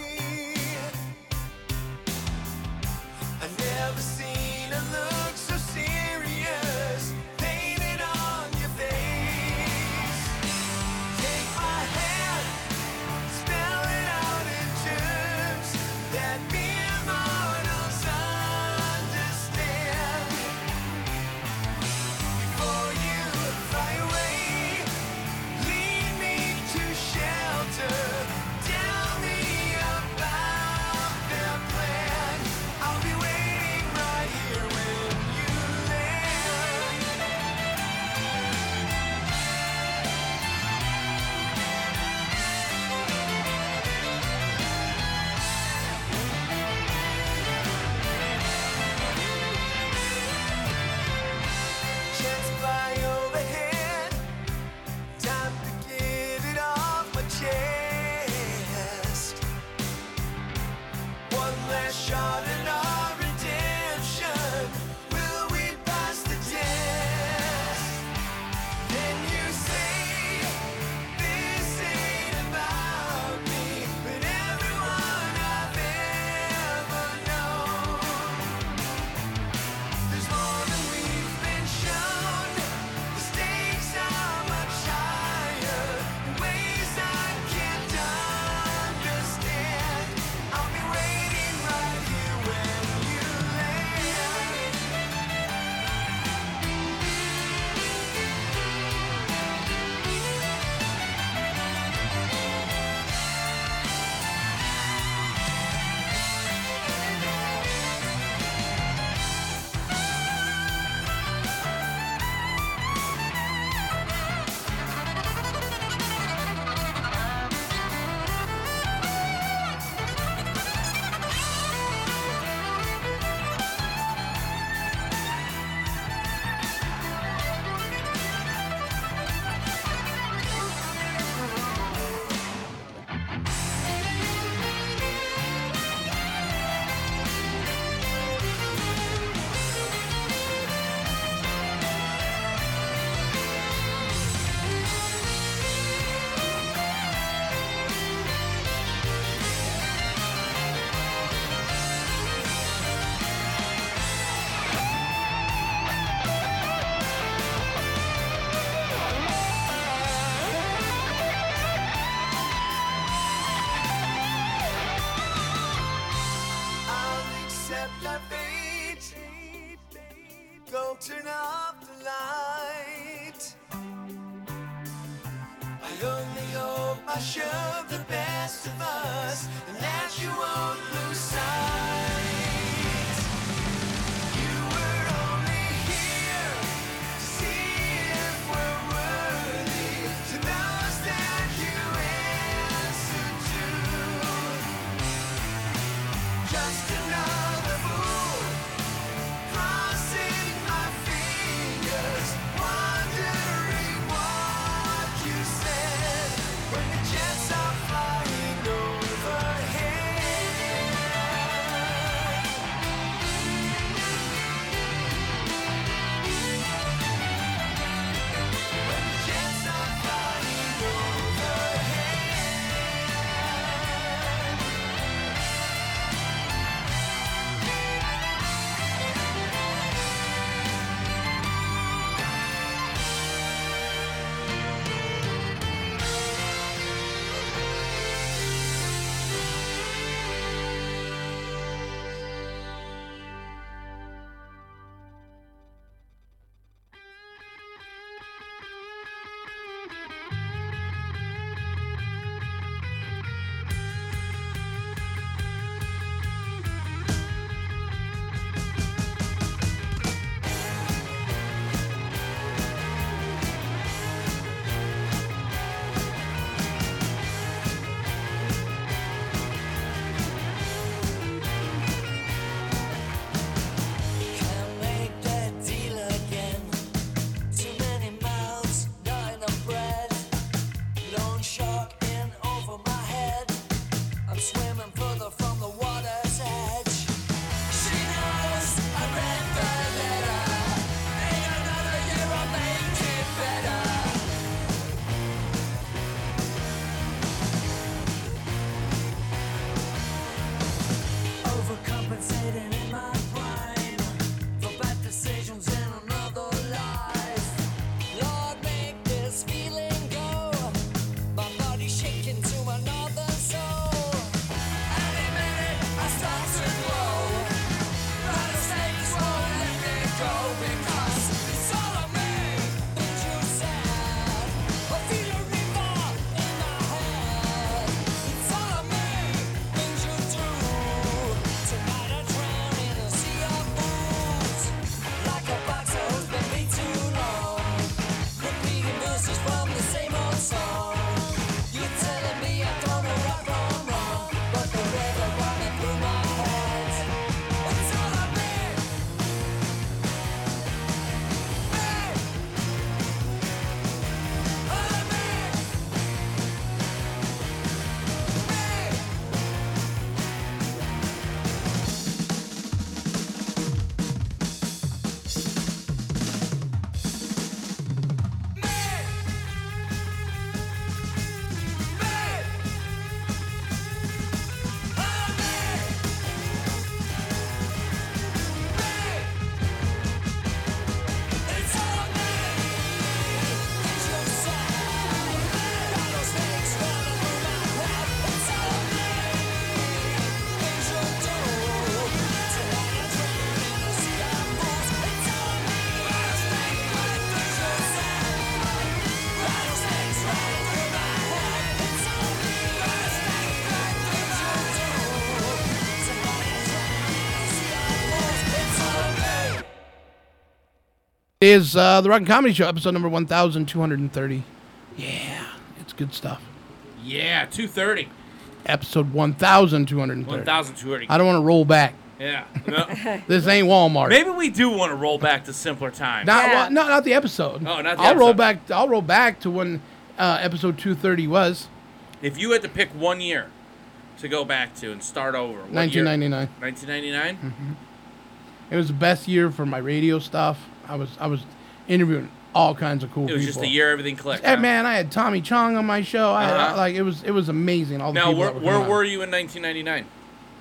I've never seen a look so serious painted on your face. Take my hand, spell it out in terms that mere mortals understand. Before you fly away, lead me to shelter. Tell me about their plan. I'll be waiting right shot at our redemption. Will we pass the test? Then you say this ain't about me, but everyone I've ever known. There's more than we've been shown. The stakes are much higher in ways I can't understand. I'll be waiting right here when you land. I'll accept our fate. Go turn off the light. I only hope I show the best of us and that you won't lose sight. You were only here to see if we're worthy to those that you answer to. Just another fool crossing my fingers, wondering what you said when the jets are flying overhead.
is uh, the Rock and Comedy Show, episode number 1230. Yeah, it's good stuff.
Yeah, 230.
Episode 1230.
1230.
I don't want to roll back.
Yeah. No.
This ain't Walmart.
Maybe we do want to roll back to simpler times.
Not wa- no, not the episode.
Oh, not the
I'll roll
episode.
back. I'll roll back to when uh, episode 230 was.
If you had to pick one year to go back to and start over, what year?
1999.
1999?
Mm-hmm. It was the best year for my radio stuff. I was I was interviewing all kinds of cool
It was
people.
just the year everything clicked.
Hey,
huh?
man, I had Tommy Chong on my show. I had,
Uh-huh.
like it was it was amazing. All the
Now,
people
where,
that
where
coming
were you in 1999?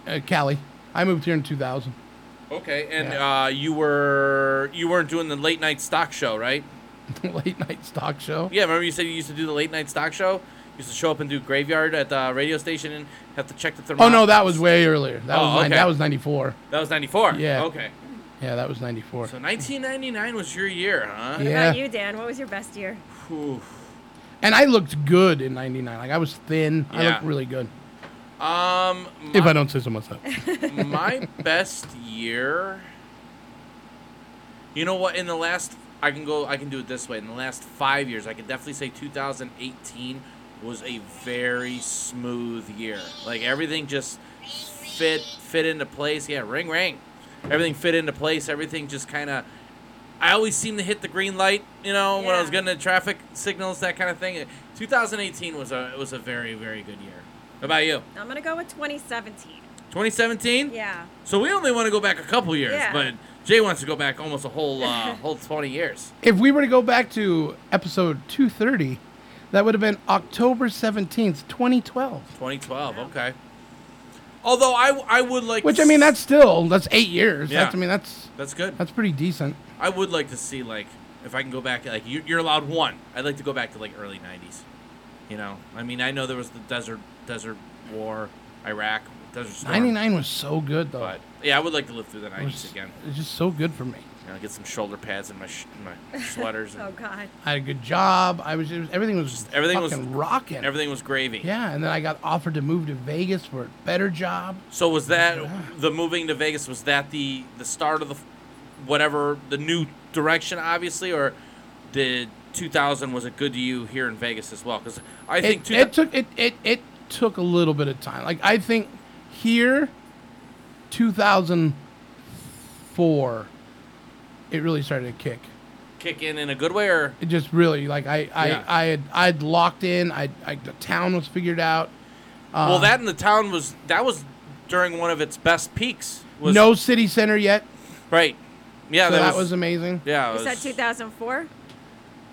on. Uh, Cali. I moved here in 2000.
Okay, and uh, you were you weren't doing the late night stock show, right?
Late night stock show.
Yeah, remember you said you used to do the late night stock show. You used to show up and do graveyard at the radio station and have to check the
Oh
thermometer.
no, that was way earlier. That
Oh,
was nine,
okay.
that was 94.
That was 94.
Yeah.
Okay.
Yeah, that was 94.
So 1999 was your year, huh?
What about Yeah.
You, Dan, what was your best year?
And I looked good in 99. Like I was thin. I
Yeah.
looked really good.
Um,
If
my-
I don't say so myself.
my best year. You know what? In the last, I can go. I can do it this way. In the last five years, I could definitely say 2018 was a very smooth year. Like everything just fit fit into place. Yeah, ring ring. Everything fit into place. Everything just kind of. I always seem to hit the green light. You know, when I was getting the traffic signals, that kind of thing. 2018 was a was a very very good year. How about you?
I'm going to go with 2017.
2017.
Yeah.
So we only want to go back a couple years,
Yeah.
but Jay wants to go back almost a whole uh, whole 20 years.
If we were to go back to episode 230, that would have been October 17th, 2012.
2012. Okay. Although I, I would like
Which
to
I mean,
s-
that's still that's eight years. That's,
Yeah.
I mean, that's
That's good.
That's pretty decent.
I would like to see like if I can go back like you, you're allowed one. I'd like to go back to like early 90s. You know, I mean, I know there was the desert desert war, Iraq, desert storm.
99 was so good though.
Yeah, I would like to live through the
It
90s
was,
again.
it was just so good for me.
You know, get some shoulder pads and my sh- my sweaters. and
oh, God.
I had a good job. I was, it was everything was just
everything was
fucking rocking.
Everything was gravy.
Yeah, and then I got offered to move to Vegas for a better job.
So was that the moving to Vegas? Was that the the start of the whatever the new direction, obviously, or did 2000 was it good to you here in Vegas as well? Because I think
it,
two,
it took it, it it took a little bit of time. Like I think here, 2004, it really started to kick.
kick in in a good way, or
It just really like I I,
Yeah.
I had I'd locked in. I, I the town was figured out. Uh,
well, that in the town was that was during one of its best peaks. Was,
no city center yet.
right? Yeah,
so that was, amazing.
Yeah, it
Was that
was,
2004?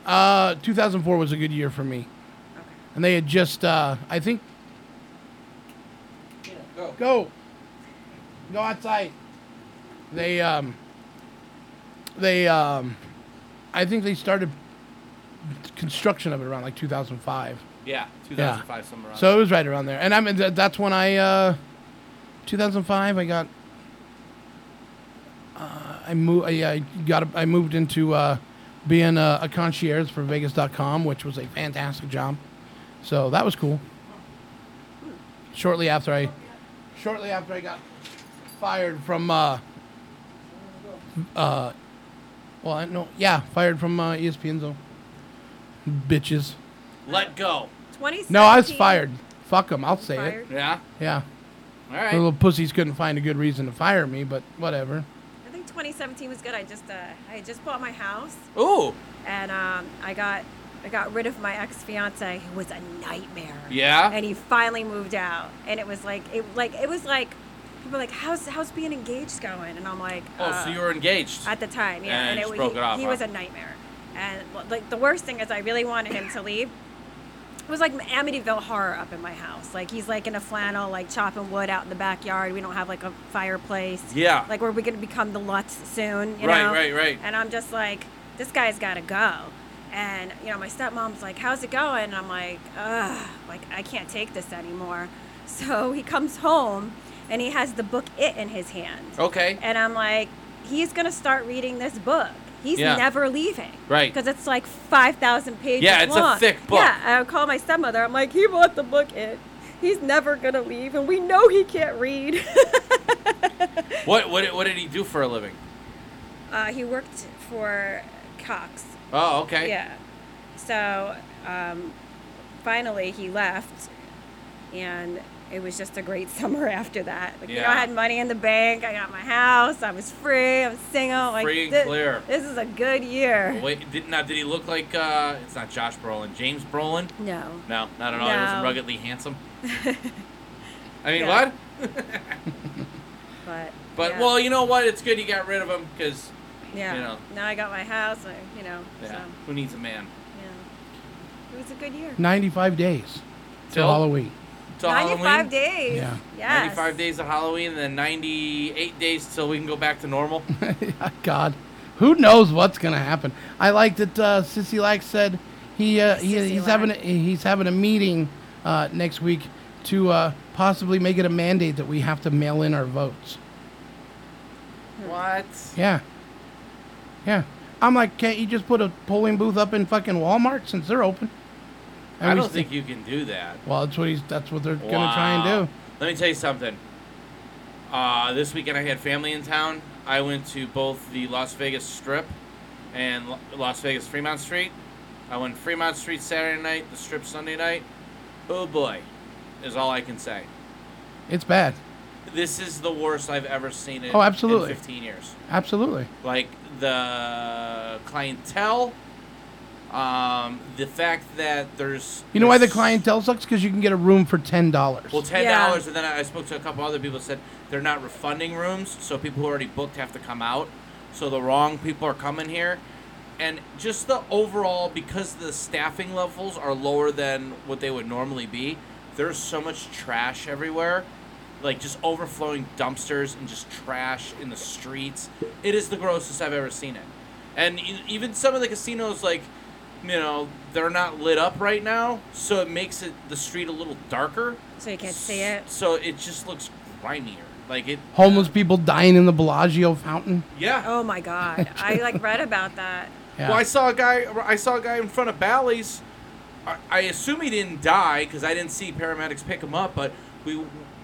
Uh, 2004 was a good year for me. And they had just, uh, I think.
go.
Go. Go outside. They, um, they, um, I think they started construction of it around like 2005.
yeah 2005 somewhere. around
So it was right around there. And I mean, th- that's when I, uh, 2005, I got, uh, I moved, I, I got, a, I moved into, uh, being a, a concierge for Vegas.com, which was a fantastic job. So that was cool. Shortly after I, shortly after I got fired from, uh, uh, well, I know, yeah, fired from, uh, ESPN Zone. Bitches.
there. Let go.
20.
No, I was fired. Fuck them. I'll say
Fired?
it.
Yeah.
Yeah.
All right.
The little pussies couldn't find a good reason to fire me, but whatever.
I think 2017 was good. I just uh, I just bought my house.
Ooh.
And um, I got I got rid of my ex fiance who was a nightmare.
Yeah?
And he finally moved out, and it was like it like it was like people were like how's how's being engaged going, and I'm like
Oh,
uh,
so you were engaged
at the time, yeah.
And
And,
you
it was
just broke
he,
it off,
he
huh?
was a nightmare, and well, like the worst thing is I really wanted him to leave. It was like Amityville horror up in my house. Like he's like in a flannel, like chopping wood out in the backyard. We don't have like a fireplace.
Yeah.
Like we're we gonna become the Lutz soon. You
Right,
know?
right, right.
And I'm just like, this guy's gotta go. And you know, my stepmom's like, how's it going? And I'm like, ugh, like I can't take this anymore. So he comes home, and he has the book It in his hand.
Okay.
And I'm like, he's gonna start reading this book. He's
Yeah.
never leaving.
Right.
Because it's like 5,000 pages
Yeah, it's a
long.
thick book.
Yeah, I call my stepmother. I'm like, he bought the book in. He's never gonna leave, and we know he can't read.
What what what did he do for a living?
Uh, he worked for
Cox.
Oh, okay.
Yeah. So um, finally he left, and it was just a great summer after that. Like, you know, I
Yeah.
had money in the bank, I got my house, I was free, I was single. Like,
Free and
thi-
clear.
This is a good year.
Wait, did now did he look like uh it's not Josh Brolin, James Brolin?
No.
No, not at all. He
No.
wasn't ruggedly handsome. I mean,
Yeah.
what?
But
But
yeah.
well, you know what? It's good you got rid of him because
yeah.
you know,
Now I got my house. I, you know.
yeah.
So
Who needs a man?
it was a good year.
95 days till
Till-
Halloween.
Till
95
Halloween?
days.
Yeah.
Yes.
95 days of Halloween and then 98 days till we can go back to normal.
Oh, God, who knows what's gonna happen? I like that uh, Sissy Lack said he, uh, he he's having a, he's having a meeting uh, next week to uh, possibly make it a mandate that we have to mail in our votes.
what?
Yeah, yeah. I'm like, can't you just put a polling booth up in fucking Walmart since they're open? And
I
we
don't
st-
think you can do that.
Well, that's what he's that's what they're gonna try and do.
Let me tell you something. Uh, this weekend I had family in town. I went to both the Las Vegas Strip and L- Las Vegas Fremont Street. I went Fremont Street Saturday night, the Strip Sunday night. Oh boy, is all I can say.
It's bad.
This is the worst I've ever seen in,
Oh, absolutely.
in 15 years.
Absolutely.
Like the clientele, um, the fact that there's
You know why the clientele sucks? Because you can get a room for ten dollars.
Well, ten dollars, and then I I spoke to a couple other people. that Said they're not refunding rooms, so people who already booked have to come out. So the wrong people are coming here, and just the overall because the staffing levels are lower than what they would normally be. There's so much trash everywhere, like just overflowing dumpsters and just trash in the streets. It is the grossest I've ever seen it, and e- even some of the casinos like you know, they're not lit up right now, so it makes it the street a little darker.
So you can't see it.
So it just looks grimier. Like it.
Homeless people dying in the Bellagio fountain.
Yeah.
Oh my God. I like read about that.
Yeah.
Well, I saw a guy. I saw a guy in front of Bally's. I, I assume he didn't die because I didn't see paramedics pick him up. But we,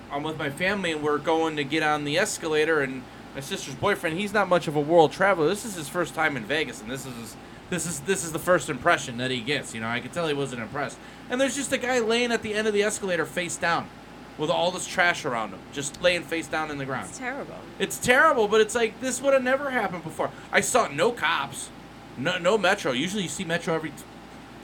I'm with my family and we're going to get on the escalator. And my sister's boyfriend, he's not much of a world traveler. This is his first time in Vegas, and this is this is this is the first impression that he gets. You know, I could tell he wasn't impressed. And there's just a guy laying at the end of the escalator, face down, with all this trash around him, just laying face down in the ground.
It's terrible.
It's terrible, but it's like this would have never happened before. I saw no cops, no no metro. Usually you see metro every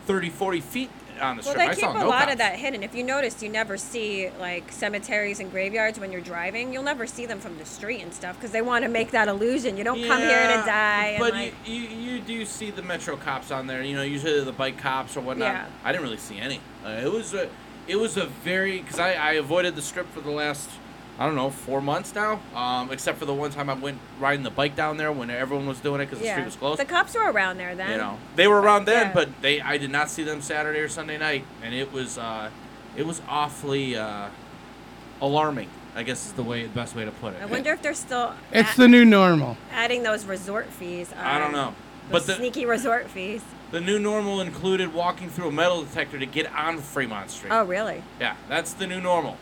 30, 40 feet on the
Well,
strip.
they
I
keep
saw
a
no
lot
cops.
of that hidden. If you notice, you never see like cemeteries and graveyards when you're driving. You'll never see them from the street and stuff because they want to make that illusion. You don't come here to
Yeah,
die.
But
and, like,
you, you you do see the metro cops on there. You know, usually the bike cops or whatnot.
Yeah.
I didn't really see any. Uh, it was a it was a very because I, I avoided the strip for the last I don't know four months now. Um, except for the one time I went riding the bike down there when everyone was doing it because the
yeah.
street was closed.
The cops were around there then.
You know, they were around then,
Yeah.
but they I did not see them Saturday or Sunday night, and it was uh, it was awfully uh, alarming. I guess is the way the best way to put it.
I wonder if they're still
It's the new normal.
adding those resort fees.
I don't
on-
know,
those
but the
sneaky resort fees.
the new normal included walking through a metal detector to get on Fremont Street.
Oh, really?
Yeah, that's the new normal.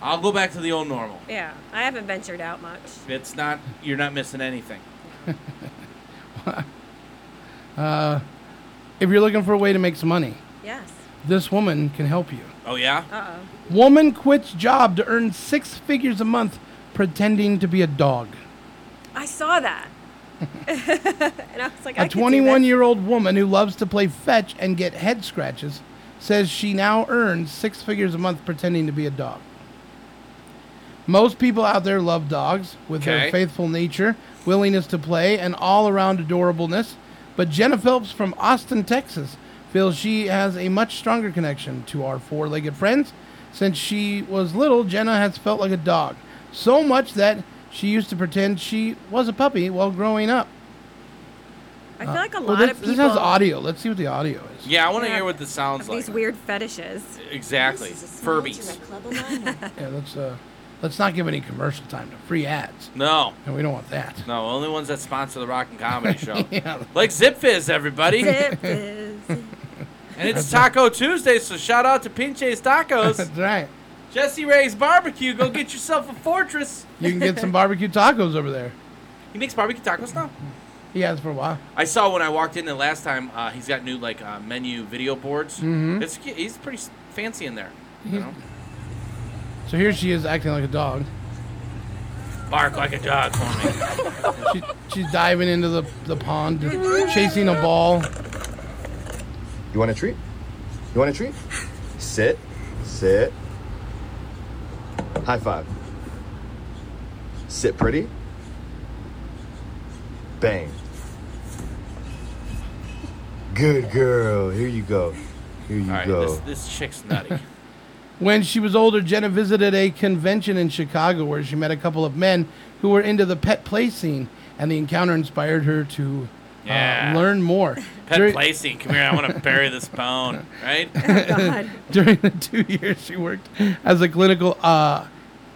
I'll go back to the old normal.
Yeah. I haven't ventured out much.
It's not you're not missing anything.
Uh, if you're looking for a way to make some money,
Yes.
this woman can help you.
Oh yeah.
Uh
Woman quits job to earn six figures a month pretending to be a dog.
oh. I saw that. and I was like, I
A
could do
21 year old woman who loves to play fetch and get head scratches says she now earns six figures a month pretending to be a dog. Most people out there love dogs with their
Okay.
faithful nature, willingness to play, and all around adorableness. But Jenna Phelps from Austin, Texas, feels she has a much stronger connection to our four legged friends. Since she was little, Jenna has felt like a dog, so much that she used to pretend she was a puppy while growing up.
I feel like a
Uh, well,
lot
this,
of
This has
people-
audio. Let's see what the audio is.
Yeah, I want to
Yeah.
hear what this sounds
Of
like.
these weird fetishes.
Exactly. Furbies.
Yeah, let's uh, let's not give any commercial time to free ads.
No.
No, we don't want that.
No, only ones that sponsor the Rock and Comedy Show.
Yeah.
Like Zip Fizz, everybody.
Zip
And it's Taco Tuesday, so shout out to Pinche's Tacos. That's
right.
Jesse Ray's Barbecue. Go get yourself a fortress.
You can get some barbecue tacos over there.
He makes barbecue tacos now.
He has for a while.
I saw when I walked in the last time. Uh, he's got new like uh, menu video boards.
Mhm.
It's he's pretty s- fancy in there. You know?
So here she is acting like a dog.
Bark like a dog for me.
She, she's diving into the, the pond, chasing a ball.
You want a treat? You want a treat? Sit. Sit. High five. Sit pretty. Bang. Good girl. Oh, Here you go. Here you
All right,
go.
this, this chick's nutty.
When she was older, Jenna visited a convention in Chicago where she met a couple of men who were into the pet play scene, and the encounter inspired her to uh,
Yeah.
learn more.
Pet
During-
Placey, come here. I want to bury this bone. Right?
Oh, During the two years she worked as a clinical uh,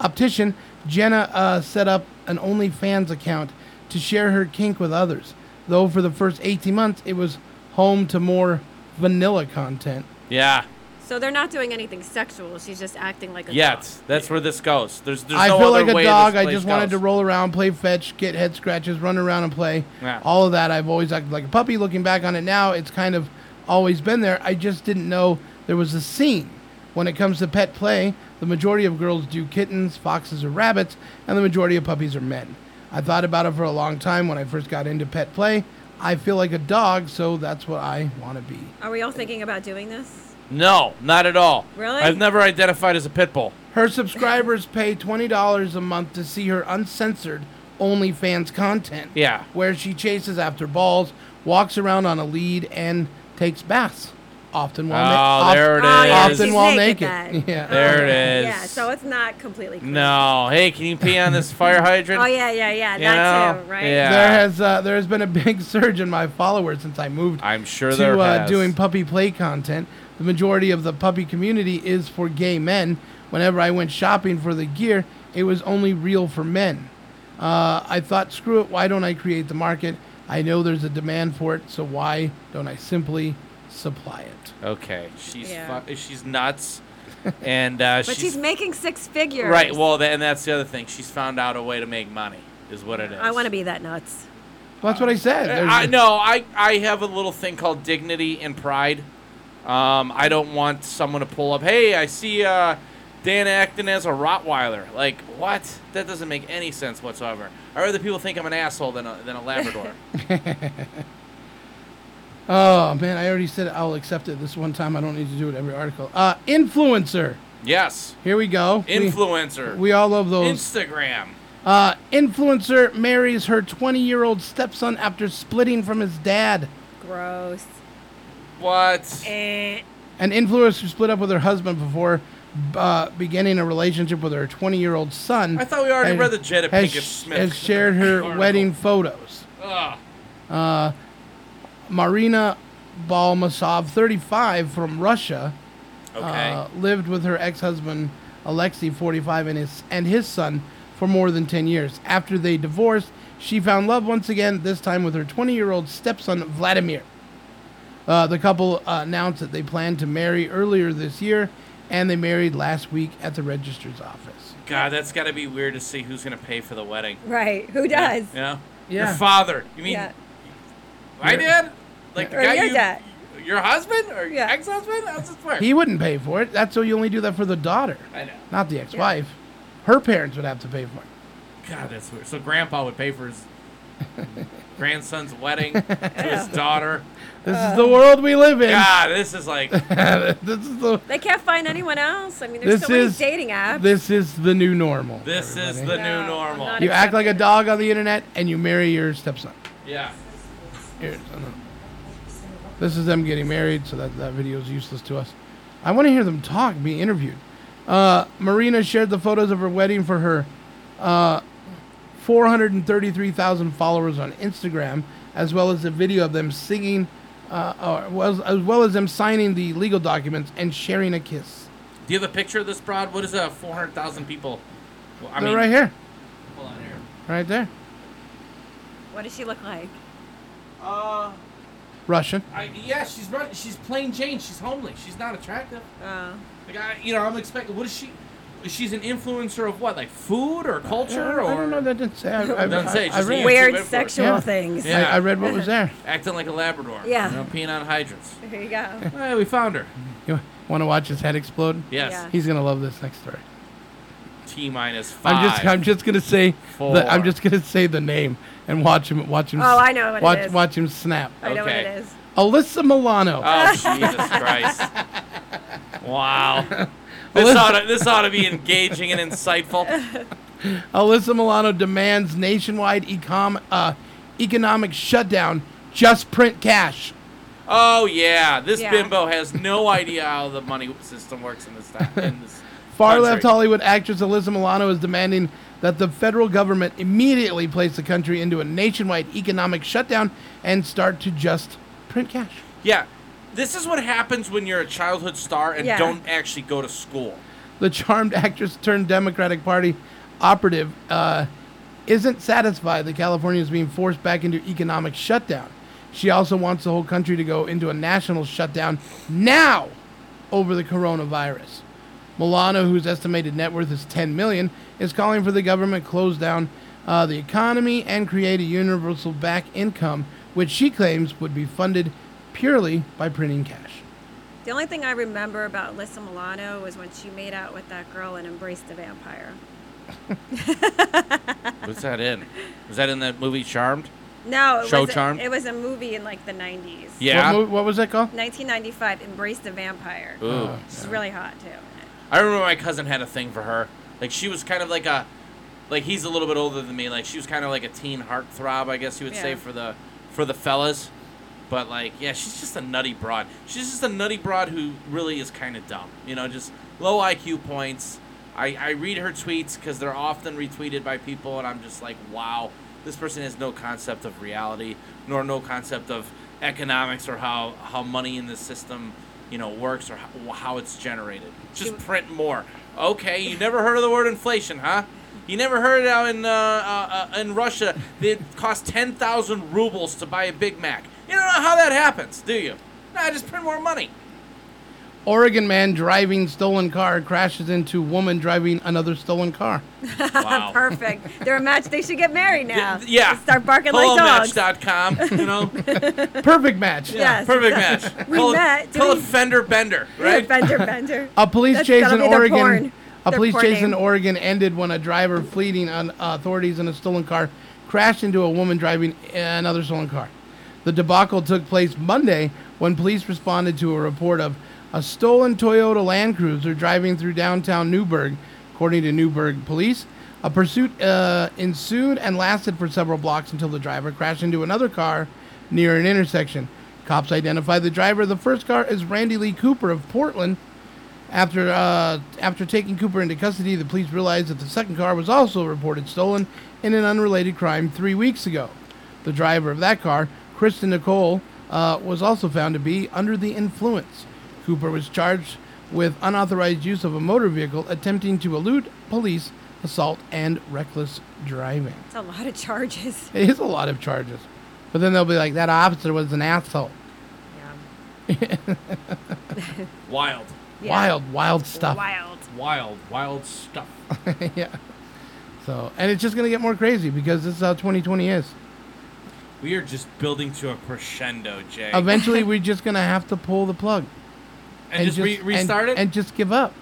optician, Jenna uh, set up an OnlyFans account to share her kink with others. Though for the first 18 months, it was home to more vanilla content.
Yeah.
So they're not doing anything sexual. She's just acting like a
Yet that's where this goes. There's there's
I
no
feel
other
like a
way
dog.
This
I
place
just wanted to
goes.
roll around, play fetch, get head scratches, run around and play.
Yeah.
All of that. I've always acted like a puppy. Looking back on it now, it's kind of always been there. I just didn't know there was a scene. When it comes to pet play, the majority of girls do kittens, foxes, or rabbits, and the majority of puppies are men. I thought about it for a long time when I first got into pet play. I feel like a dog, so that's what I want to be.
Are we all thinking about doing this?
No, not at all.
Really?
I've never identified as a pit bull.
Her subscribers pay $20 a month to see her uncensored OnlyFans content.
Yeah.
Where she chases after balls, walks around on a lead, and takes baths. Often while
Oh,
na-
there it
often,
is.
Often
She's
while
naked
naked.
then.
Yeah.
There it is.
Yeah, so it's not completely. Clear.
No. Hey, can you pee on this fire hydrant?
Oh yeah, yeah, yeah.
You
That
know?
too, right?
Yeah.
There has uh, there has been a big surge in my followers since I moved.
I'm sure
to
there
uh,
has.
doing puppy play content. The majority of the puppy community is for gay men. Whenever I went shopping for the gear, it was only real for men. Uh, I thought, screw it, why don't I create the market? I know there's a demand for it, so why don't I simply supply it?
Okay. She's
Yeah.
fu- she's nuts, and uh,
But she's, making six figures.
right. Well, tha- and that's the other thing. She's found out a way to make money. Is what it is.
I want to be that nuts.
Well, that's what I said. There's-
Uh, I no, I I have a little thing called dignity and pride. Um, I don't want someone to pull up. Hey, I see uh, Dan acting as a Rottweiler. Like what? That doesn't make any sense whatsoever. I rather people think I'm an asshole than a, than a Labrador.
Oh, man, I already said I'll accept it this one time. I don't need to do it every article. Uh, influencer.
yes.
Here we go. We-
Influencer.
We, all love those.
Instagram.
Uh, influencer marries her 20 year old stepson after splitting from his dad.
Gross. Eh.
What?
An influencer split up with her husband before uh, beginning a relationship with her 20 year old son.
I thought we already
and
read the Jada
has,
Pinkett Smith
Has shared her
article.
wedding photos.
Ugh.
Uh, Marina Balmasov, 35, from Russia, uh, lived with her ex-husband Alexei, 45, and his and his son for more than 10 years. After they divorced, she found love once again, this time with her 20-year-old stepson Vladimir. Uh, the couple uh, announced that they planned to marry earlier this year, and they married last week at the registrar's office.
God, that's got to be weird to see who's gonna pay for the wedding.
Right. Who
Yeah,
does?
Yeah.
Yeah.
Your father. You mean
Yeah.
my dad? Like the
Or
guy
your
you,
dad.
Your husband or your ex-husband? How's this work?
He wouldn't pay for it. That's so you only do that for the daughter,
I know.
not the ex-wife. Her parents would have to pay for it.
God, that's weird. So grandpa would pay for his grandson's wedding to his daughter.
This
Uh.
is the world we live in.
God, this is like
this is the
They can't find anyone else. I mean, there's
this
so many
is
dating apps.
This is the new normal.
this is the new normal.
You act like a dog on the internet and you marry your stepson.
yeah.
Here, I don't know. This is them getting married, so that, that video is useless to us. I want to hear them talk, be interviewed. Uh, Marina shared the photos of her wedding for her uh, 433,000 followers on Instagram, as well as a video of them singing, uh, or was, as well as them signing the legal documents and sharing a kiss.
Do you have a picture of this broad? What is that? Four hundred thousand people. Well, I
They're
mean,
right here,
Hold on here.
right there.
What does she look like?
Uh,
Russian.
I, yeah, she's
Oh.
run, she's plain Jane. She's homely. She's not attractive. Uh, like I, you know, I'm expecting. What is she? she's an influencer of what, like food or culture
I
or
don't know. That didn't say. I, I,
Doesn't say, it's
I
just
read.
YouTube Weird influence. sexual
Yeah.
things.
I- I, read what was there.
acting like a Labrador?
Yeah.
you know, peeing on hydrants.
There you go.
Hey, Eh, we found her.
You want to watch his head explode?
Yes. Yeah.
He's gonna love this next story.
T minus five.
I'm just I'm just gonna say the, I'm
Four.
just gonna say the name and watch him watch him.
Oh,
s-
I know what it
watch,
is.
Watch him snap.
I know what it is.
Alyssa Milano.
Oh Jesus Christ! Wow. This
Alyssa-
ought to, this ought to be engaging and insightful.
Alyssa Milano demands nationwide ecom, uh, economic shutdown. Just print cash.
Oh yeah, this
Yeah.
bimbo has no idea how the money system works in this town. In this
Far
country.
left Hollywood actress Alyssa Milano is demanding that the federal government immediately place the country into a nationwide economic shutdown and start to just print cash.
Yeah, this is what happens when you're a childhood star and
Yeah.
don't actually go to school.
The charmed actress turned Democratic Party operative uh, isn't satisfied that California is being forced back into economic shutdown. She also wants the whole country to go into a national shutdown now over the coronavirus. Milano, whose estimated net worth is 10 million, is calling for the government close down uh, the economy and create a universal back income, which she claims would be funded purely by printing cash.
The only thing I remember about Alyssa Milano was when she made out with that girl and embraced the vampire.
What's that in? Was that in that movie Charmed?
No, it
Show
was
Charmed.
A, it was a movie in like the 90s.
Yeah.
What, mo- what was that called? Oh,
1995, Embrace the Vampire.
Ooh.
She's really hot too.
I remember my cousin had a thing for her. Like she was kind of like a, like he's a little bit older than me. Like she was kind of like a teen heartthrob, I guess you would say
Yeah.
for the, for the fellas. But like, yeah, she's just a nutty broad. She's just a nutty broad who really is kind of dumb. You know, just low IQ points. I, I read her tweets because they're often retweeted by people, and I'm just like, wow, this person has no concept of reality, nor no concept of economics or how, how money in the system, you know, works or how, how it's generated. Just print more. Okay, you never heard of the word inflation, huh? You never heard how in uh, uh, uh, in Russia it cost ten thousand rubles to buy a Big Mac. You don't know how that happens, do you? Nah, just print more money.
Oregon man driving stolen car crashes into woman driving another stolen car.
Wow.
Perfect. They're a match. They should get married now.
Yeah.
Start barking like dogs.
Hellomatch.com, you know?
Perfect match.
Yes,
Perfect
exactly.
match.
We
call
met,
It,
did
call
we-
it Fender Bender, right?
Bender Bender.
A police
That's
chase
gotta
in
be their
Oregon.
porn.
A
Their
police
porn
chase in
name.
Oregon ended when a driver fleeing on uh, authorities in a stolen car crashed into a woman driving another stolen car. The debacle took place Monday when police responded to a report of a stolen Toyota Land Cruiser driving through downtown Newburgh, according to Newburgh police. A pursuit uh, ensued and lasted for several blocks until the driver crashed into another car near an intersection. Cops identified the driver of the first car as Randy Lee Cooper of Portland, after uh, after taking Cooper into custody, the police realized that the second car was also reported stolen in an unrelated crime three weeks ago. The driver of that car, Kristen Nicole, uh, was also found to be under the influence. Cooper was charged with unauthorized use of a motor vehicle, attempting to elude police, assault, and reckless driving.
It's a lot of charges.
It is a lot of charges, but then they'll be like, "That officer was an asshole."
Wild.
Yeah.
Wild, wild stuff.
Wild.
Wild, wild stuff.
yeah. So, and it's just going to get more crazy because this is how 2020 is.
We are just building to a crescendo, Jay.
Eventually, we're just going to have to pull the plug.
And just re- restart
and,
it?
And just give up.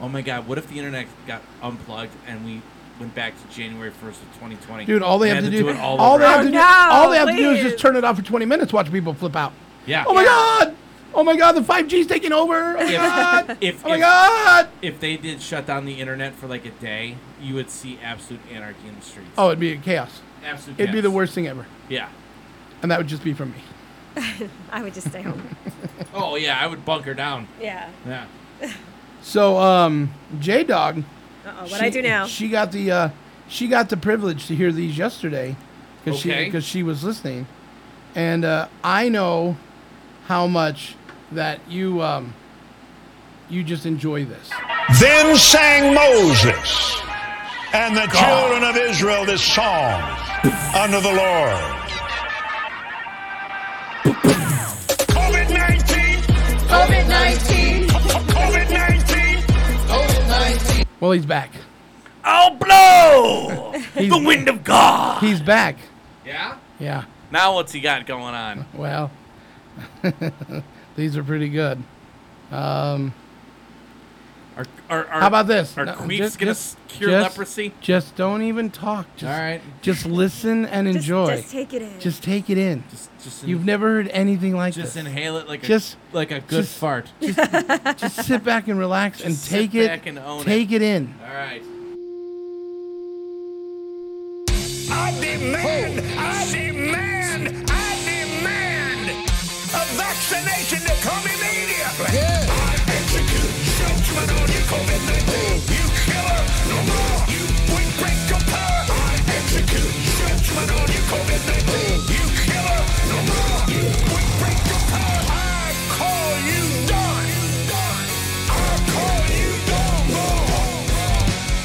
Oh my God! What if the internet got unplugged and we went back to January first of 2020?
Dude, all they
and
have to
had
do,
it all,
all, they
over
have to
again?
do, all they have to do is just turn it off for 20 minutes, watch people flip out.
Yeah.
Oh my God. Oh my God, the 5G's taking over. Oh my God.
If, if,
Oh my
if-
God.
If they did shut down the internet for like a day, you would see absolute anarchy in the streets.
Oh, it'd be chaos.
Absolute
It'd be
chaos.
the worst thing ever.
Yeah.
And that would just be from me.
I would just stay home.
Oh yeah, I would bunker down.
Yeah.
Yeah.
So, um, J Dog.
Uh-oh, what'd I do now?
She got the uh, she got the privilege to hear these yesterday because she
Okay.
because she was listening, and uh, I know how much that you um, you just enjoy this.
Then sang Moses and the children of Israel this song unto the Lord. COVID 19! COVID 19! COVID 19! COVID 19!
Well, he's back.
I'll blow the wind of God.
He's back.
Yeah.
Yeah.
Now what's he got going on?
Well, these are pretty good. Um,
Are, are,
how about this?
Are
No,
queefs
just-
gonna
just-
cure
just-
leprosy?
Just don't even talk. Just,
All right.
Just listen and
Just-
enjoy.
just take it in.
Just take it in.
Just, just
You've never heard anything like
Just
this.
inhale it like a-
just
like a good
just-
fart.
Just, just sit back and relax and
Just
take
sit
it.
back and own
take it in.
All right.
I demand, I demand, I demand a vaccination to come immediately. I execute judgment on you, COVID-19. You killer, no more. You weak break of power. I execute judgment on you, COVID-19. You killer, no more. You weak break of power. I call you done. I call you done, more.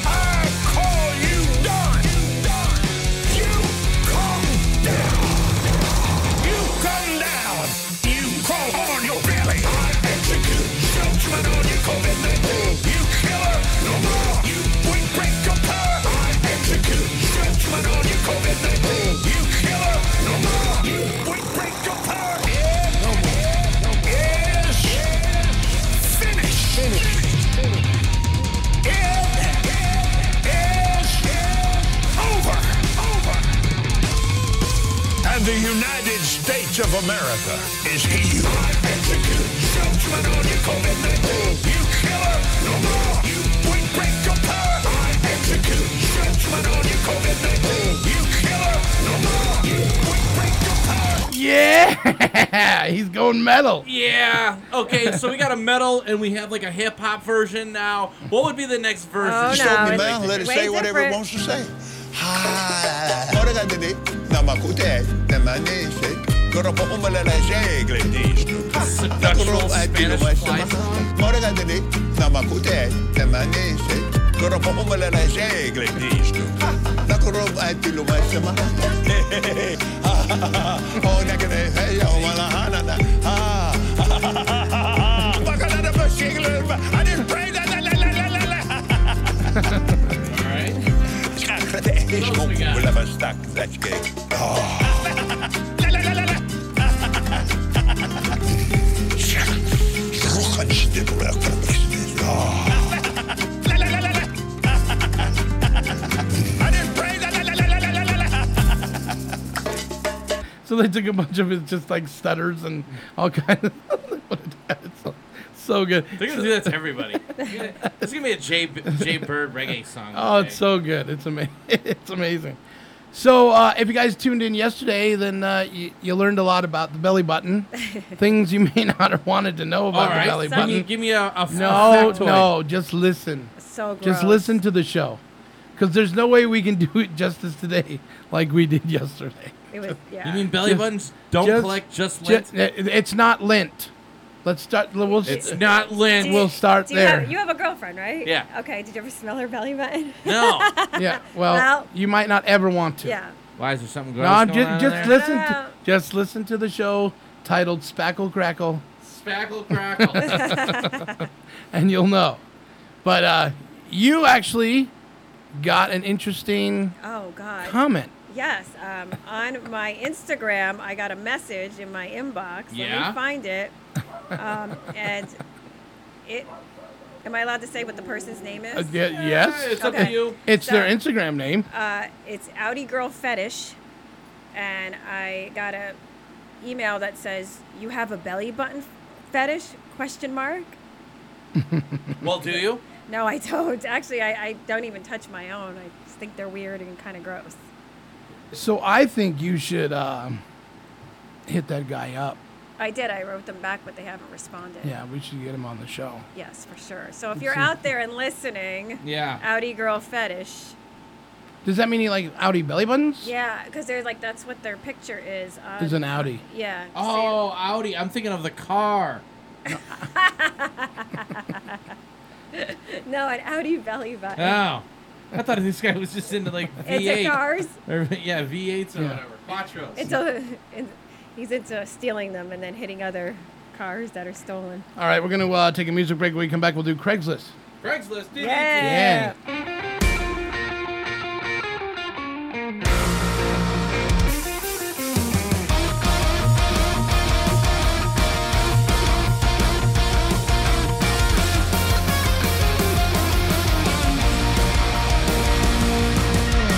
I call you done. You come down. You come down. You crawl on your belly. I execute judgment on you, COVID-19. You killer, no more. You weak break of power. I execute judgment on you, COVID-19. You killer, no more. You weak break of power. Yeah, no more. Is finished. It is over. And the United States of America is healed. I execute judgment on you, COVID-19. You killer, no more. You weak break of power. I execute judgment on you, COVID-19. You killer, no more. You weak break of power.
Yeah, he's going metal.
Yeah. Okay. So we got a metal, and we have like a hip hop version now. What would be the next version?
Oh, Just no, open your it's mouth and let it way say whatever it different. wants to say. Oregadede, namakute, nemanese, koropohumalalajegle distu. Nakoro aipilumashumaka. Oregadede, namakute, nemanese, koropohumalalajegle distu. Nakoro aipilumashumaka. Oh, Onekene heya omalahanana. Ah, ah, ah, ah, ah, ah, ah. Bakaladamashigle, I just pray that la, la, la, la, la, la. We'll have a stack that cake. Ah.
So they took a bunch of his just like stutters and all kinds of. what a- it's so, so good.
They're gonna do that to everybody. It's gonna be a Jay Jay Bird reggae song.
Oh, it's so good. It's amazing. it's amazing. So, uh, if you guys tuned in yesterday, then uh, you, you learned a lot about the belly button, things you may not have wanted to know about
Alright,
the belly
so
button.
you give me a- a f- a
no,
factoid.
no, just listen.
So
Just
gross.
listen to the show, because there's no way we can do it justice today like we did yesterday.
It was, yeah.
You mean belly
Just-
buttons don't collect just
ju-
lint?
it- it's not lint. Let's start. We'll,
It's not lint.
Do you-
We'll start
do you
there.
Have, you have a girlfriend, right?
Yeah.
Okay. Did you ever smell her belly button?
No.
yeah. Well,
Well-
you might not ever want to.
yeah.
Why is there something
No,
gross
I'm
going
just,
on
just
in there?
listen. To, just listen to the show titled Spackle Crackle.
Spackle crackle.
and you'll know. But uh, you actually got an interesting
Oh God.
comment.
Yes. Um, on my Instagram, I got a message in my inbox. Let
Yeah?
me find it. Um, and it. Am I allowed to say what the person's name is?
Uh, ye- yes,
Okay.
It's
So-
their Instagram name.
Uh, it's Audi Girl Fetish, and I got a email that says you have a belly button fetish question mark.
well, do you?
No, I don't. Actually, I, I don't even touch my own. I just think they're weird and kind of gross.
So I think you should um, hit that guy up.
I did. I wrote them back, but they haven't responded.
Yeah, we should get him on the show.
Yes, for sure. So if you're out there and listening,
Yeah.
Audi Girl Fetish.
Does that mean he like Audi belly buttons?
Yeah, because they're like that's what their picture is. On,
There's an Audi.
Yeah.
Oh, Audi. I'm thinking of the car.
no, an Audi belly
Uh,
button.
Oh. I thought this guy was just into like
It's a
V8.
cars.
Or, yeah, V8s or
Yeah.
whatever. Quattros.
It's a, it's, he's into stealing them and then hitting other cars that are stolen.
All right, we're going to uh, take a music break. When we come back, we'll do Craigslist.
Craigslist. DDT.
Yeah.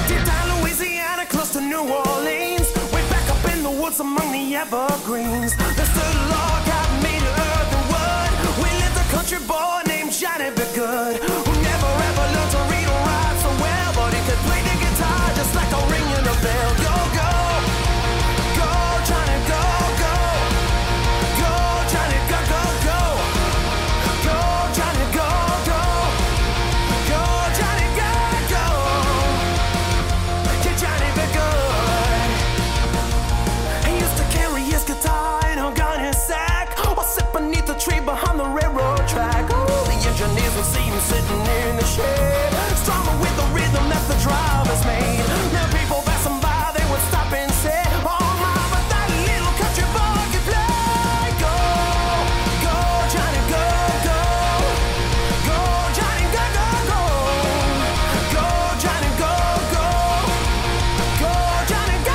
Deep down Louisiana, close to New Orleans. Way back up in the woods among the evergreens. There stood a log out made of earth and wood. We lived a country boy named Johnny B. Good, who never ever learned to read or write so well, but he could play the guitar just like a ringing a bell. Go, go, go, Johnny, go, go. Go, Johnny, go, go, go. Go, Johnny, go, go. Go, Johnny, go, go. Your Johnny B. Good. He used to carry his guitar and hung on his sack, or sit beneath a tree behind the railroad track. Ooh, the engineers would see him sitting in the shade, strumming with the rhythm that the drivers made. Now people passing by, they would stop and say, Oh my, but that little country boy can play. Go, go, Johnny, go, go, go, Johnny, go, go, go, go, Johnny, go, go. Go, Johnny, go, go!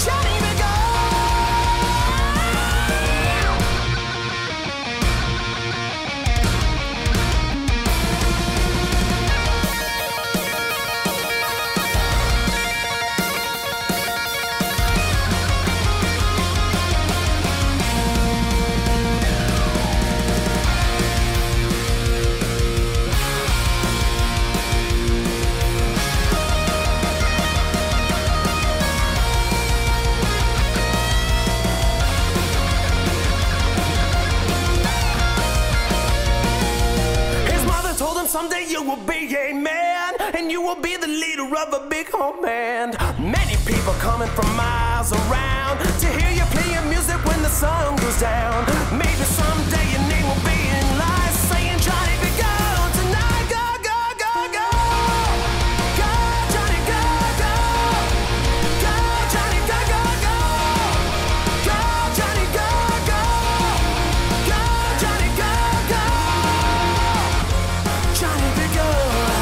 Johnny, go! His mother told him someday you will be a man and you will be the leader of a big home band. Many people coming from miles around to hear you playing music when the sun goes down. Maybe someday your name will be in lights saying Johnny be gone tonight. Go, go, go, go. Go, Johnny, go, go. Go, Johnny, go, go, go. Go, Johnny, go, go. Go, Johnny, go, go. Johnny be good.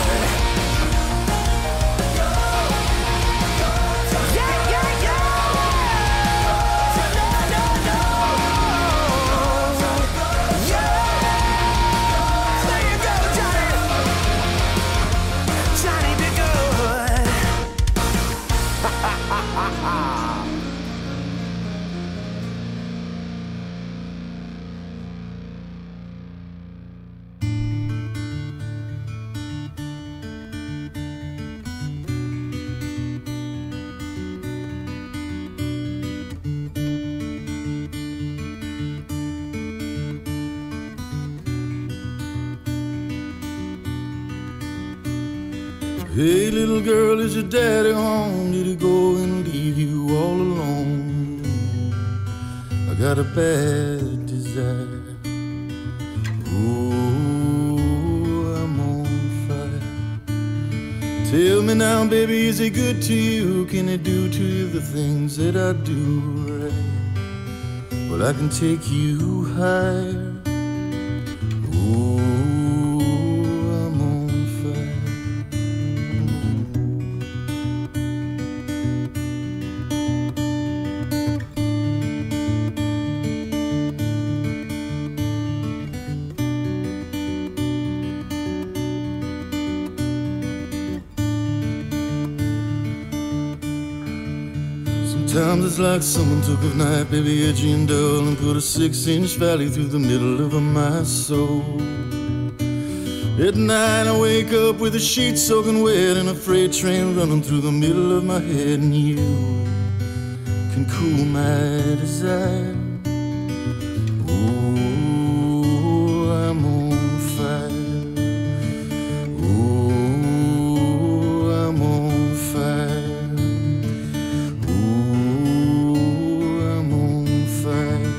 Yeah, yeah, yeah. No, no, no. Yeah. There you go, Johnny. Johnny be good.
Hey, little girl, is your daddy home? Did he go and leave you all alone? I got a bad desire. Oh, I'm on fire. Tell me now, baby, is he good to you? Can he do to you the things that I do right? Well, I can take you higher. Oh, I'm on fire. Sometimes it's like someone took a knife, baby, edgy and dull, and put a six inch valley through the middle of my soul. At night, I wake up with a sheet soaking wet and a freight train running through the middle of my head, and you can cool my desire. Oh, I'm on fire. Oh, I'm on fire. Ooh, I'm on fire.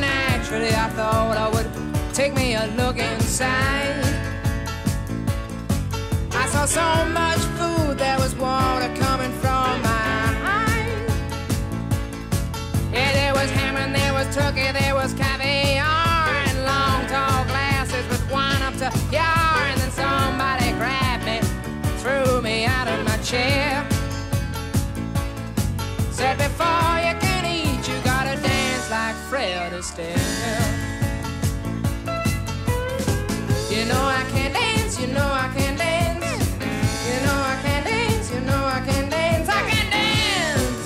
Naturally, I thought I would take me a look inside. I saw so much food, there was water coming from my eyes. Yeah, there was ham and there was turkey, there was caviar and long tall glasses with wine up to yar. And then somebody grabbed me, threw me out of my chair. Said before you can eat, you gotta dance like Fred Astaire. You know I can dance, you know I can dance. You know I can dance, you know I can dance, I can dance.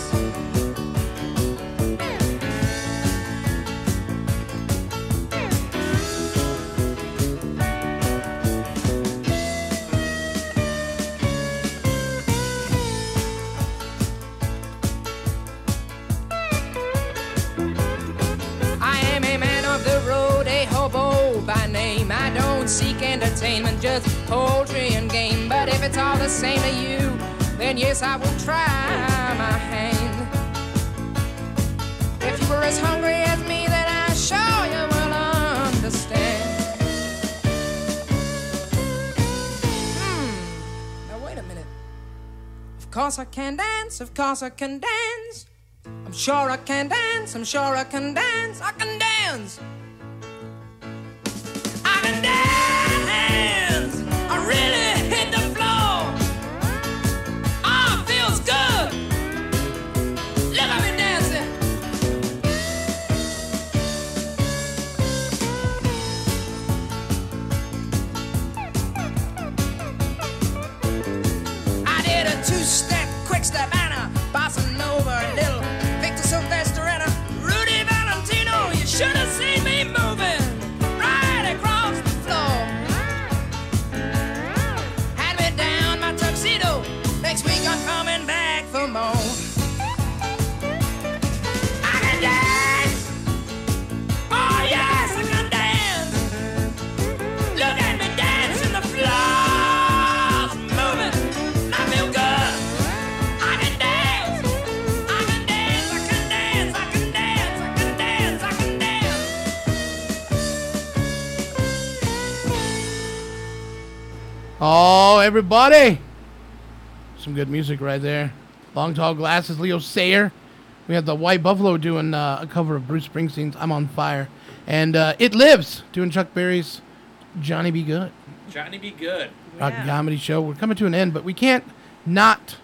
I am a man of the road, a hobo by name. I don't seek entertainment, just poultry and game. But if it's all the same to you, then yes, I will try my hand. If you were as hungry as me, then I sure you will understand. Hmm. Now wait a minute. Of course I can dance. Of course I can dance. I'm sure I can dance, I'm sure I can dance, I can dance. I can dance, I really hit the floor. Ah, feels good. Look at me dancing. I did a two-step, quick-step, and a bossa nova, a little Victor Sylvester and a Rudy Valentino. You should have seen me moving right across the floor. Had me down my tuxedo. Next week I'm coming back for more. I can dance. Oh yes, I can dance. Look at me dancing, the floor's moving. I feel good. I can dance. I can dance, I can dance, I can dance, I can dance, I can dance.
Oh, everybody! Some good music right there. Long Tall Glasses, Leo Sayer. We had the White Buffalo doing uh, a cover of Bruce Springsteen's "I'm on Fire," and uh, It Lives doing Chuck Berry's "Johnny Be Good."
Johnny be good.
Rock and comedy show. We're coming to an end, but we can't not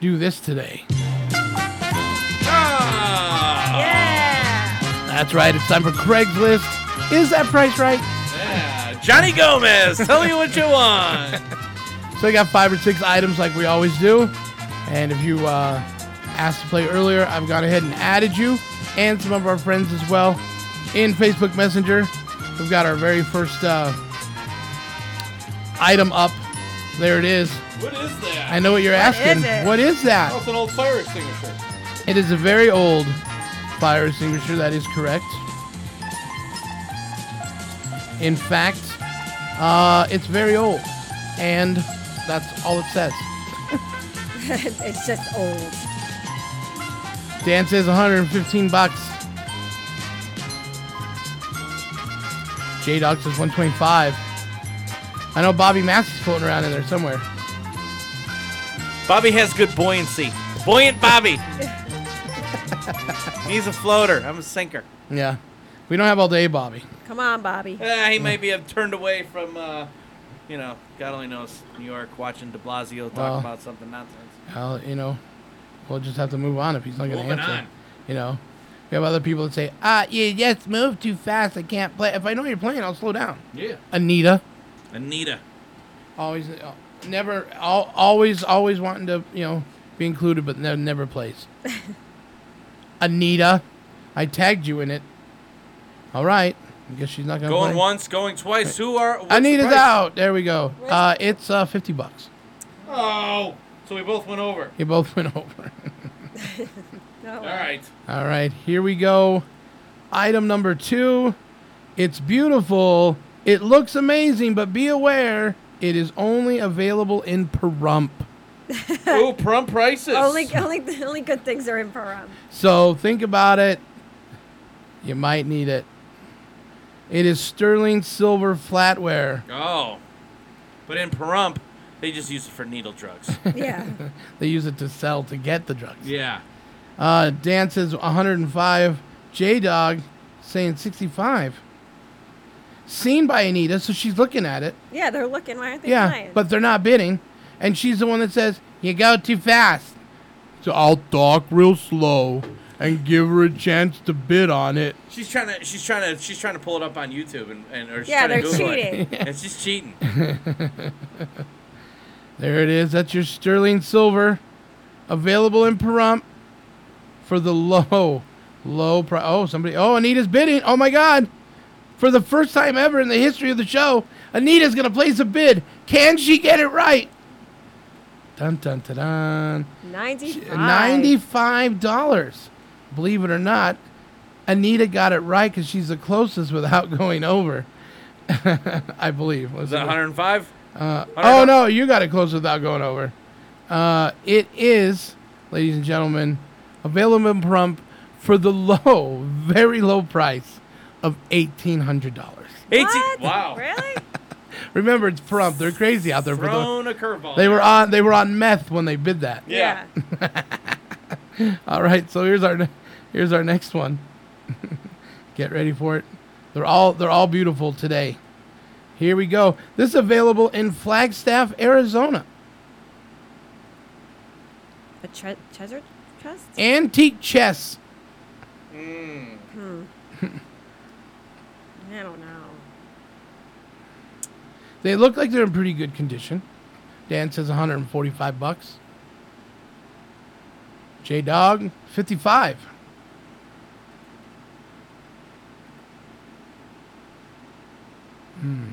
do this today. That's right. It's time for Craigslist. Is that price right?
Yeah. Johnny Gomez, tell me what you want.
So we got five or six items like we always do. And if you uh, asked to play earlier, I've gone ahead and added you and some of our friends as well in Facebook Messenger. We've got our very first uh, item up. There it is.
What is that?
I know what you're asking. What is that?
Oh, it's an old fire extinguisher.
It is a very old fire extinguisher, that is correct. In fact, uh, it's very old. And that's all it says.
it's just old.
Dan says 115 bucks. J Dog says 125. I know Bobby Massey's floating around in there somewhere.
Bobby has good buoyancy. Buoyant Bobby. He's a floater. I'm a sinker.
Yeah. We don't have all day, Bobby.
Come on, Bobby.
Ah, he may be have turned away from, uh, you know, God only knows New York watching De Blasio talk
Well.
about something nonsense.
Well, you know, we'll just have to move on if he's not going to
Moving
answer.
on.
You know, we have other people that say, ah, yeah, yes, move too fast. I can't play. If I know you're playing, I'll slow down.
Yeah.
Anita,
Anita.
always, uh, never, al- always, always wanting to, you know, be included, but ne- never plays. Anita, I tagged you in it. All right. I guess she's not going to play.
Going once, going twice. Who are? what's the
Anita's
price?
out. There we go. Uh, it's uh, 50 bucks.
Oh, so we both went over.
You both went over.
All right.
All right, here we go. Item number two. It's beautiful. It looks amazing, but be aware it is only available in Pahrump.
Ooh, prom prices.
Only, only, only good things are in Param.
So think about it. You might need it. It is sterling silver flatware.
Oh. But in Pahrump, they just use it for needle drugs.
they use it to sell to get the drugs.
Yeah.
Uh, Dan says 105. J Dog saying 65. Seen by Anita, so she's looking at it.
Yeah, they're looking. Why aren't they
yeah,
flying?
but they're not bidding. And she's the one that says, You go too fast. So I'll talk real slow and give her a chance to bid on it.
She's trying to she's trying to she's trying to pull it up on YouTube and, and or she's
Yeah,
trying to
they're
Google it.
cheating.
It's just cheating.
There it is. That's your sterling silver. Available in Pahrump for the low, low price. Oh, somebody. Oh, Anita's bidding. Oh, my God. For the first time ever in the history of the show, Anita's going to place a bid. Can she get it right? Dun, dun, dun, dun.
95.
$95. Believe it or not, Anita got it right because she's the closest without going over. I believe.
Was that 105?
Uh, oh no, you got it close without going over. Uh, it is, ladies and gentlemen, available in Prump for the low, very low price of eighteen hundred dollars.
18 Wow. Really?
Remember, it's Prump. They're crazy out there. for the-
Thrown a curveball.
They were on. They were on meth when they bid that.
Yeah.
All right, so here's our ne- here's our next one. Get ready for it. They're all they're all beautiful today. Here we go. This is available in Flagstaff, Arizona.
A tre- treasure chest?
Antique chess.
Hmm. I don't know.
They look like they're in pretty good condition. Dan says 145 bucks. J Dog 55. Hmm.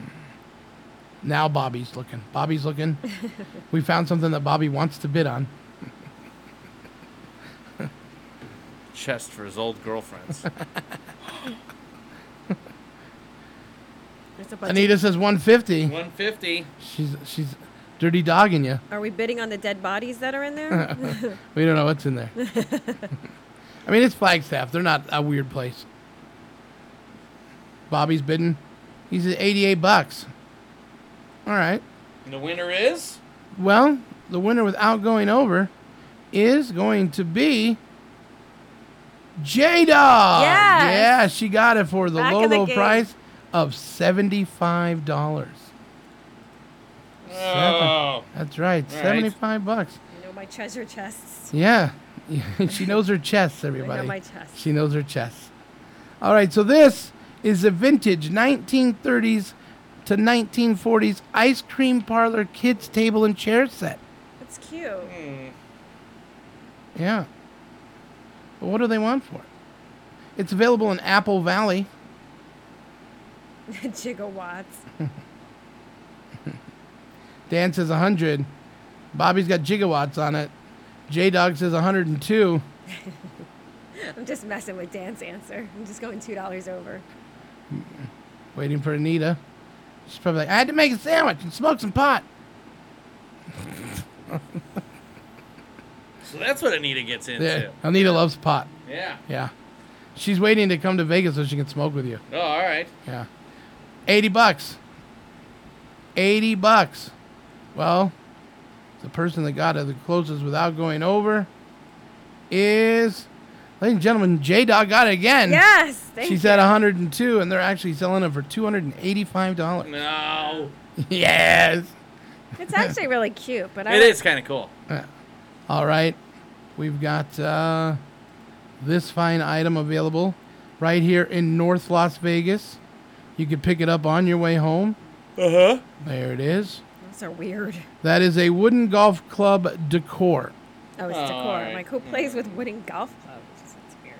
Now Bobby's looking. Bobby's looking. we found something that Bobby wants to bid on.
Chest for his old girlfriends.
There's a bunch
Anita
of-
says 150.
150.
She's she's dirty dogging you.
Are we bidding on the dead bodies that are in there?
we don't know what's in there. I mean, it's Flagstaff. They're not a weird place. Bobby's bidding. He's at 88 bucks. All right.
And the winner is
Well, the winner without going over is going to be J Dog.
Yes.
Yeah, she got it for the
Back
low,
in the
low
game.
price of $75.
Oh.
That's right,
All right.
75 bucks.
I know my treasure chests.
Yeah. she knows her chests, everybody.
my chest.
She knows her chests. All right, so this is a vintage 1930s to 1940s ice cream parlor kids table and chair set.
That's cute.
Hmm. Yeah. But what do they want for it? It's available in Apple Valley.
Gigawatts.
Dan says 100. Bobby's got gigawatts on it. J Dog says 102.
I'm just messing with Dan's answer. I'm just going two dollars over.
Waiting for Anita. She's probably like, I had to make a sandwich and smoke some pot.
So that's what Anita gets into.
Yeah, Anita loves pot.
Yeah.
Yeah. She's waiting to come to Vegas so she can smoke with you.
Oh, all right.
Yeah. 80 bucks. 80 bucks. Well, the person that got it the closest without going over is, ladies and gentlemen, J Dog got it again.
Yes, thank
She's at 102, and they're actually selling it for $285.
No.
yes.
It's actually really cute, but I
It is kind of cool.
Yeah. All right. We've got uh, this fine item available right here in North Las Vegas. You can pick it up on your way home.
Uh huh.
There it is.
Those are weird.
That is a wooden golf club decor.
Oh, it's
Oh,
decor.
all
I'm
right.
Like who plays with wooden golf clubs? That's weird.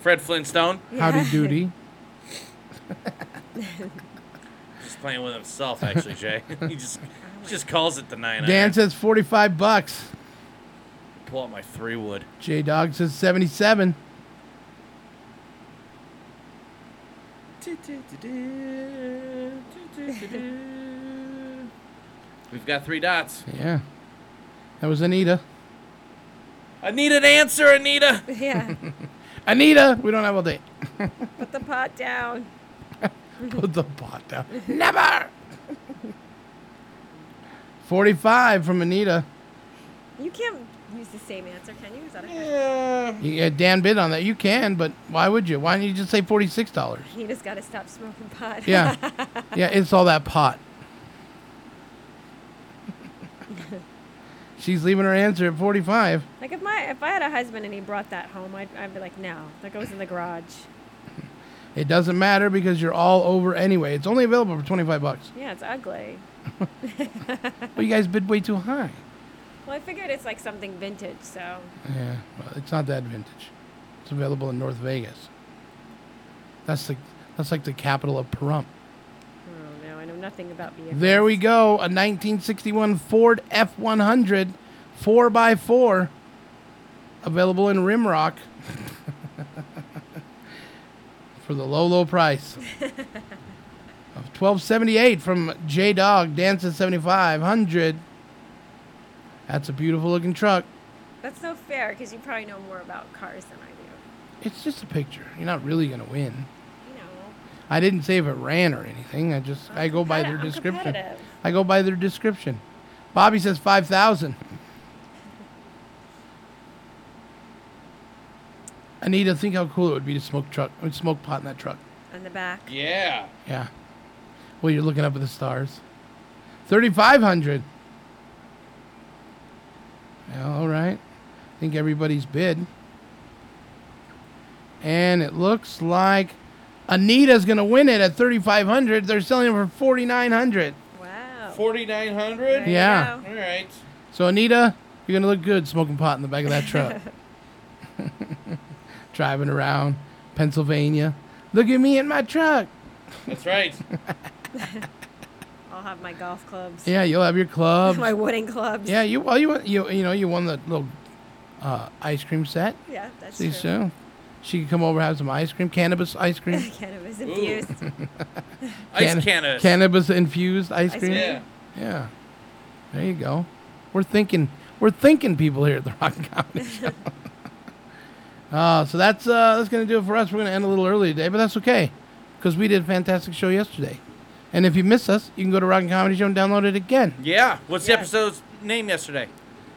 Fred Flintstone.
Howdy doody.
Just playing with himself, actually, Jay. he just he just calls it the nine.
Dan
iron.
says 45 bucks.
Pull out my three wood.
J Dog says 77.
We've got three dots.
Yeah. That was Anita.
I need an answer, Anita.
Yeah.
Anita, we don't have all day.
Put the pot down.
Put the pot down. Never. 45 from Anita.
You can't use the same answer, can you? Is that a question?
You get Dan bid on that. You can, but why would you? Why don't you just say forty-six dollars?
He just got to stop smoking pot.
Yeah, yeah. It's all that pot. She's leaving her answer at forty-five.
like if my if I had a husband and he brought that home, I'd, I'd be like, no, that goes in the garage.
It doesn't matter because you're all over anyway. It's only available for twenty-five bucks.
Yeah, it's ugly.
But you guys bid way too high.
Well, I figured it's like something vintage, so
Yeah, well, it's not that vintage. It's available in North Vegas. That's the that's like the capital of Pahrump.
oh no, I know nothing about vehicles.
There we go. A 1961 Ford F100 4x4 available in Rimrock for the low, low price of 1278 from J Dog Dance at 7500. That's a beautiful looking truck.
That's so fair because you probably know more about cars than I do.
It's just a picture. You're not really going to win.
You know.
I didn't say if it ran or anything. I just i go by
competi-
their
I'm
description.
competitive.
I go by their description. Bobby says five thousand. Anita, think how cool it would be to smoke truck, I mean, smoke pot in that truck.
On the back.
Yeah.
Yeah. Well, you're looking up at the stars. Thirty-five hundred. Well, all right. I think everybody's bid. And it looks like Anita's gonna win it at thirty-five hundred. They're selling it for forty-nine hundred.
Forty-nine hundred.
There you Oh. Yeah.
All right.
So Anita, you're gonna look good smoking pot in the back of that truck. Driving around Pennsylvania. Look at me in my truck.
That's right.
I'll have my golf clubs.
Yeah, you'll have your clubs.
my wooden clubs.
Yeah, you well you won- you you know you won the little uh, ice cream set.
Yeah, that's
See,
true.
So she could come over have some ice cream, cannabis ice cream.
Cannabis infused.
Ice
Canna-
cannabis.
Cannabis infused ice
Ice
cream.
cream.
Yeah. There you go. We're thinking. We're thinking people here at the Rock Comedy Show. uh, so that's uh, that's gonna do it for us. We're gonna end a little early today, but that's okay, because we did a fantastic show yesterday. And if you missed us, you can go to Rock and Comedy Show and download it again.
Yeah. What's the episode's name yesterday?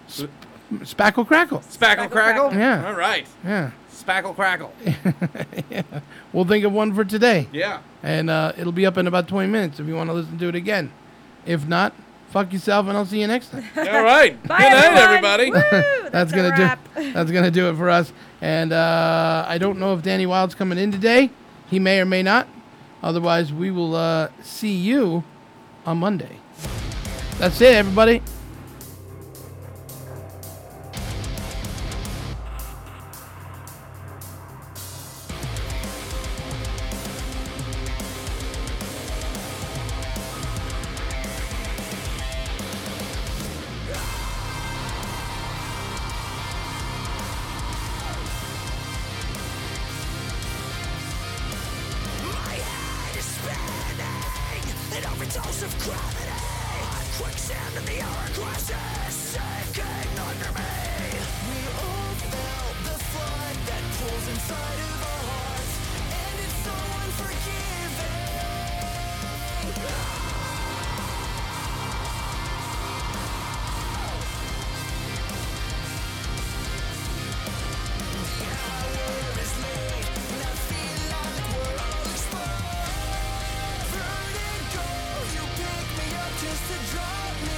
Spackle Crackle.
Spackle crackle.
Yeah.
All right.
Yeah.
Spackle crackle.
We'll think of one for today.
Yeah.
And uh, it'll be up in about 20 minutes if you want to listen to it again. If not, fuck yourself, and I'll see you next time.
All right.
Bye,
Good night,
everyone.
everybody.
that's gonna do. That's gonna do it for us. And uh, I don't know if Danny Wild's coming in today. He may or may not. Otherwise, we will uh, see you on Monday. That's it, everybody.
My head is spinning, an overdose of gravity. I'm quicksand in the hourglass is sinking under me. We all felt the flood that pulls inside of our hearts, and it's so unforgiving. Just to drop me,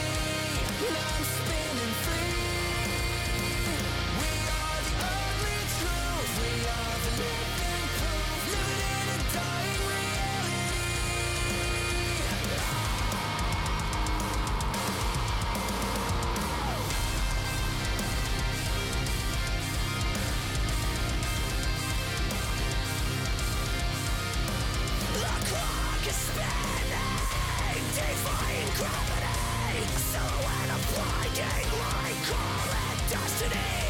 and I'm spinning free. We are the ugly truth, we are the living proof, living in a dying reality. The clock is spinning, defying gravity. A silhouette of blinding light, call it destiny.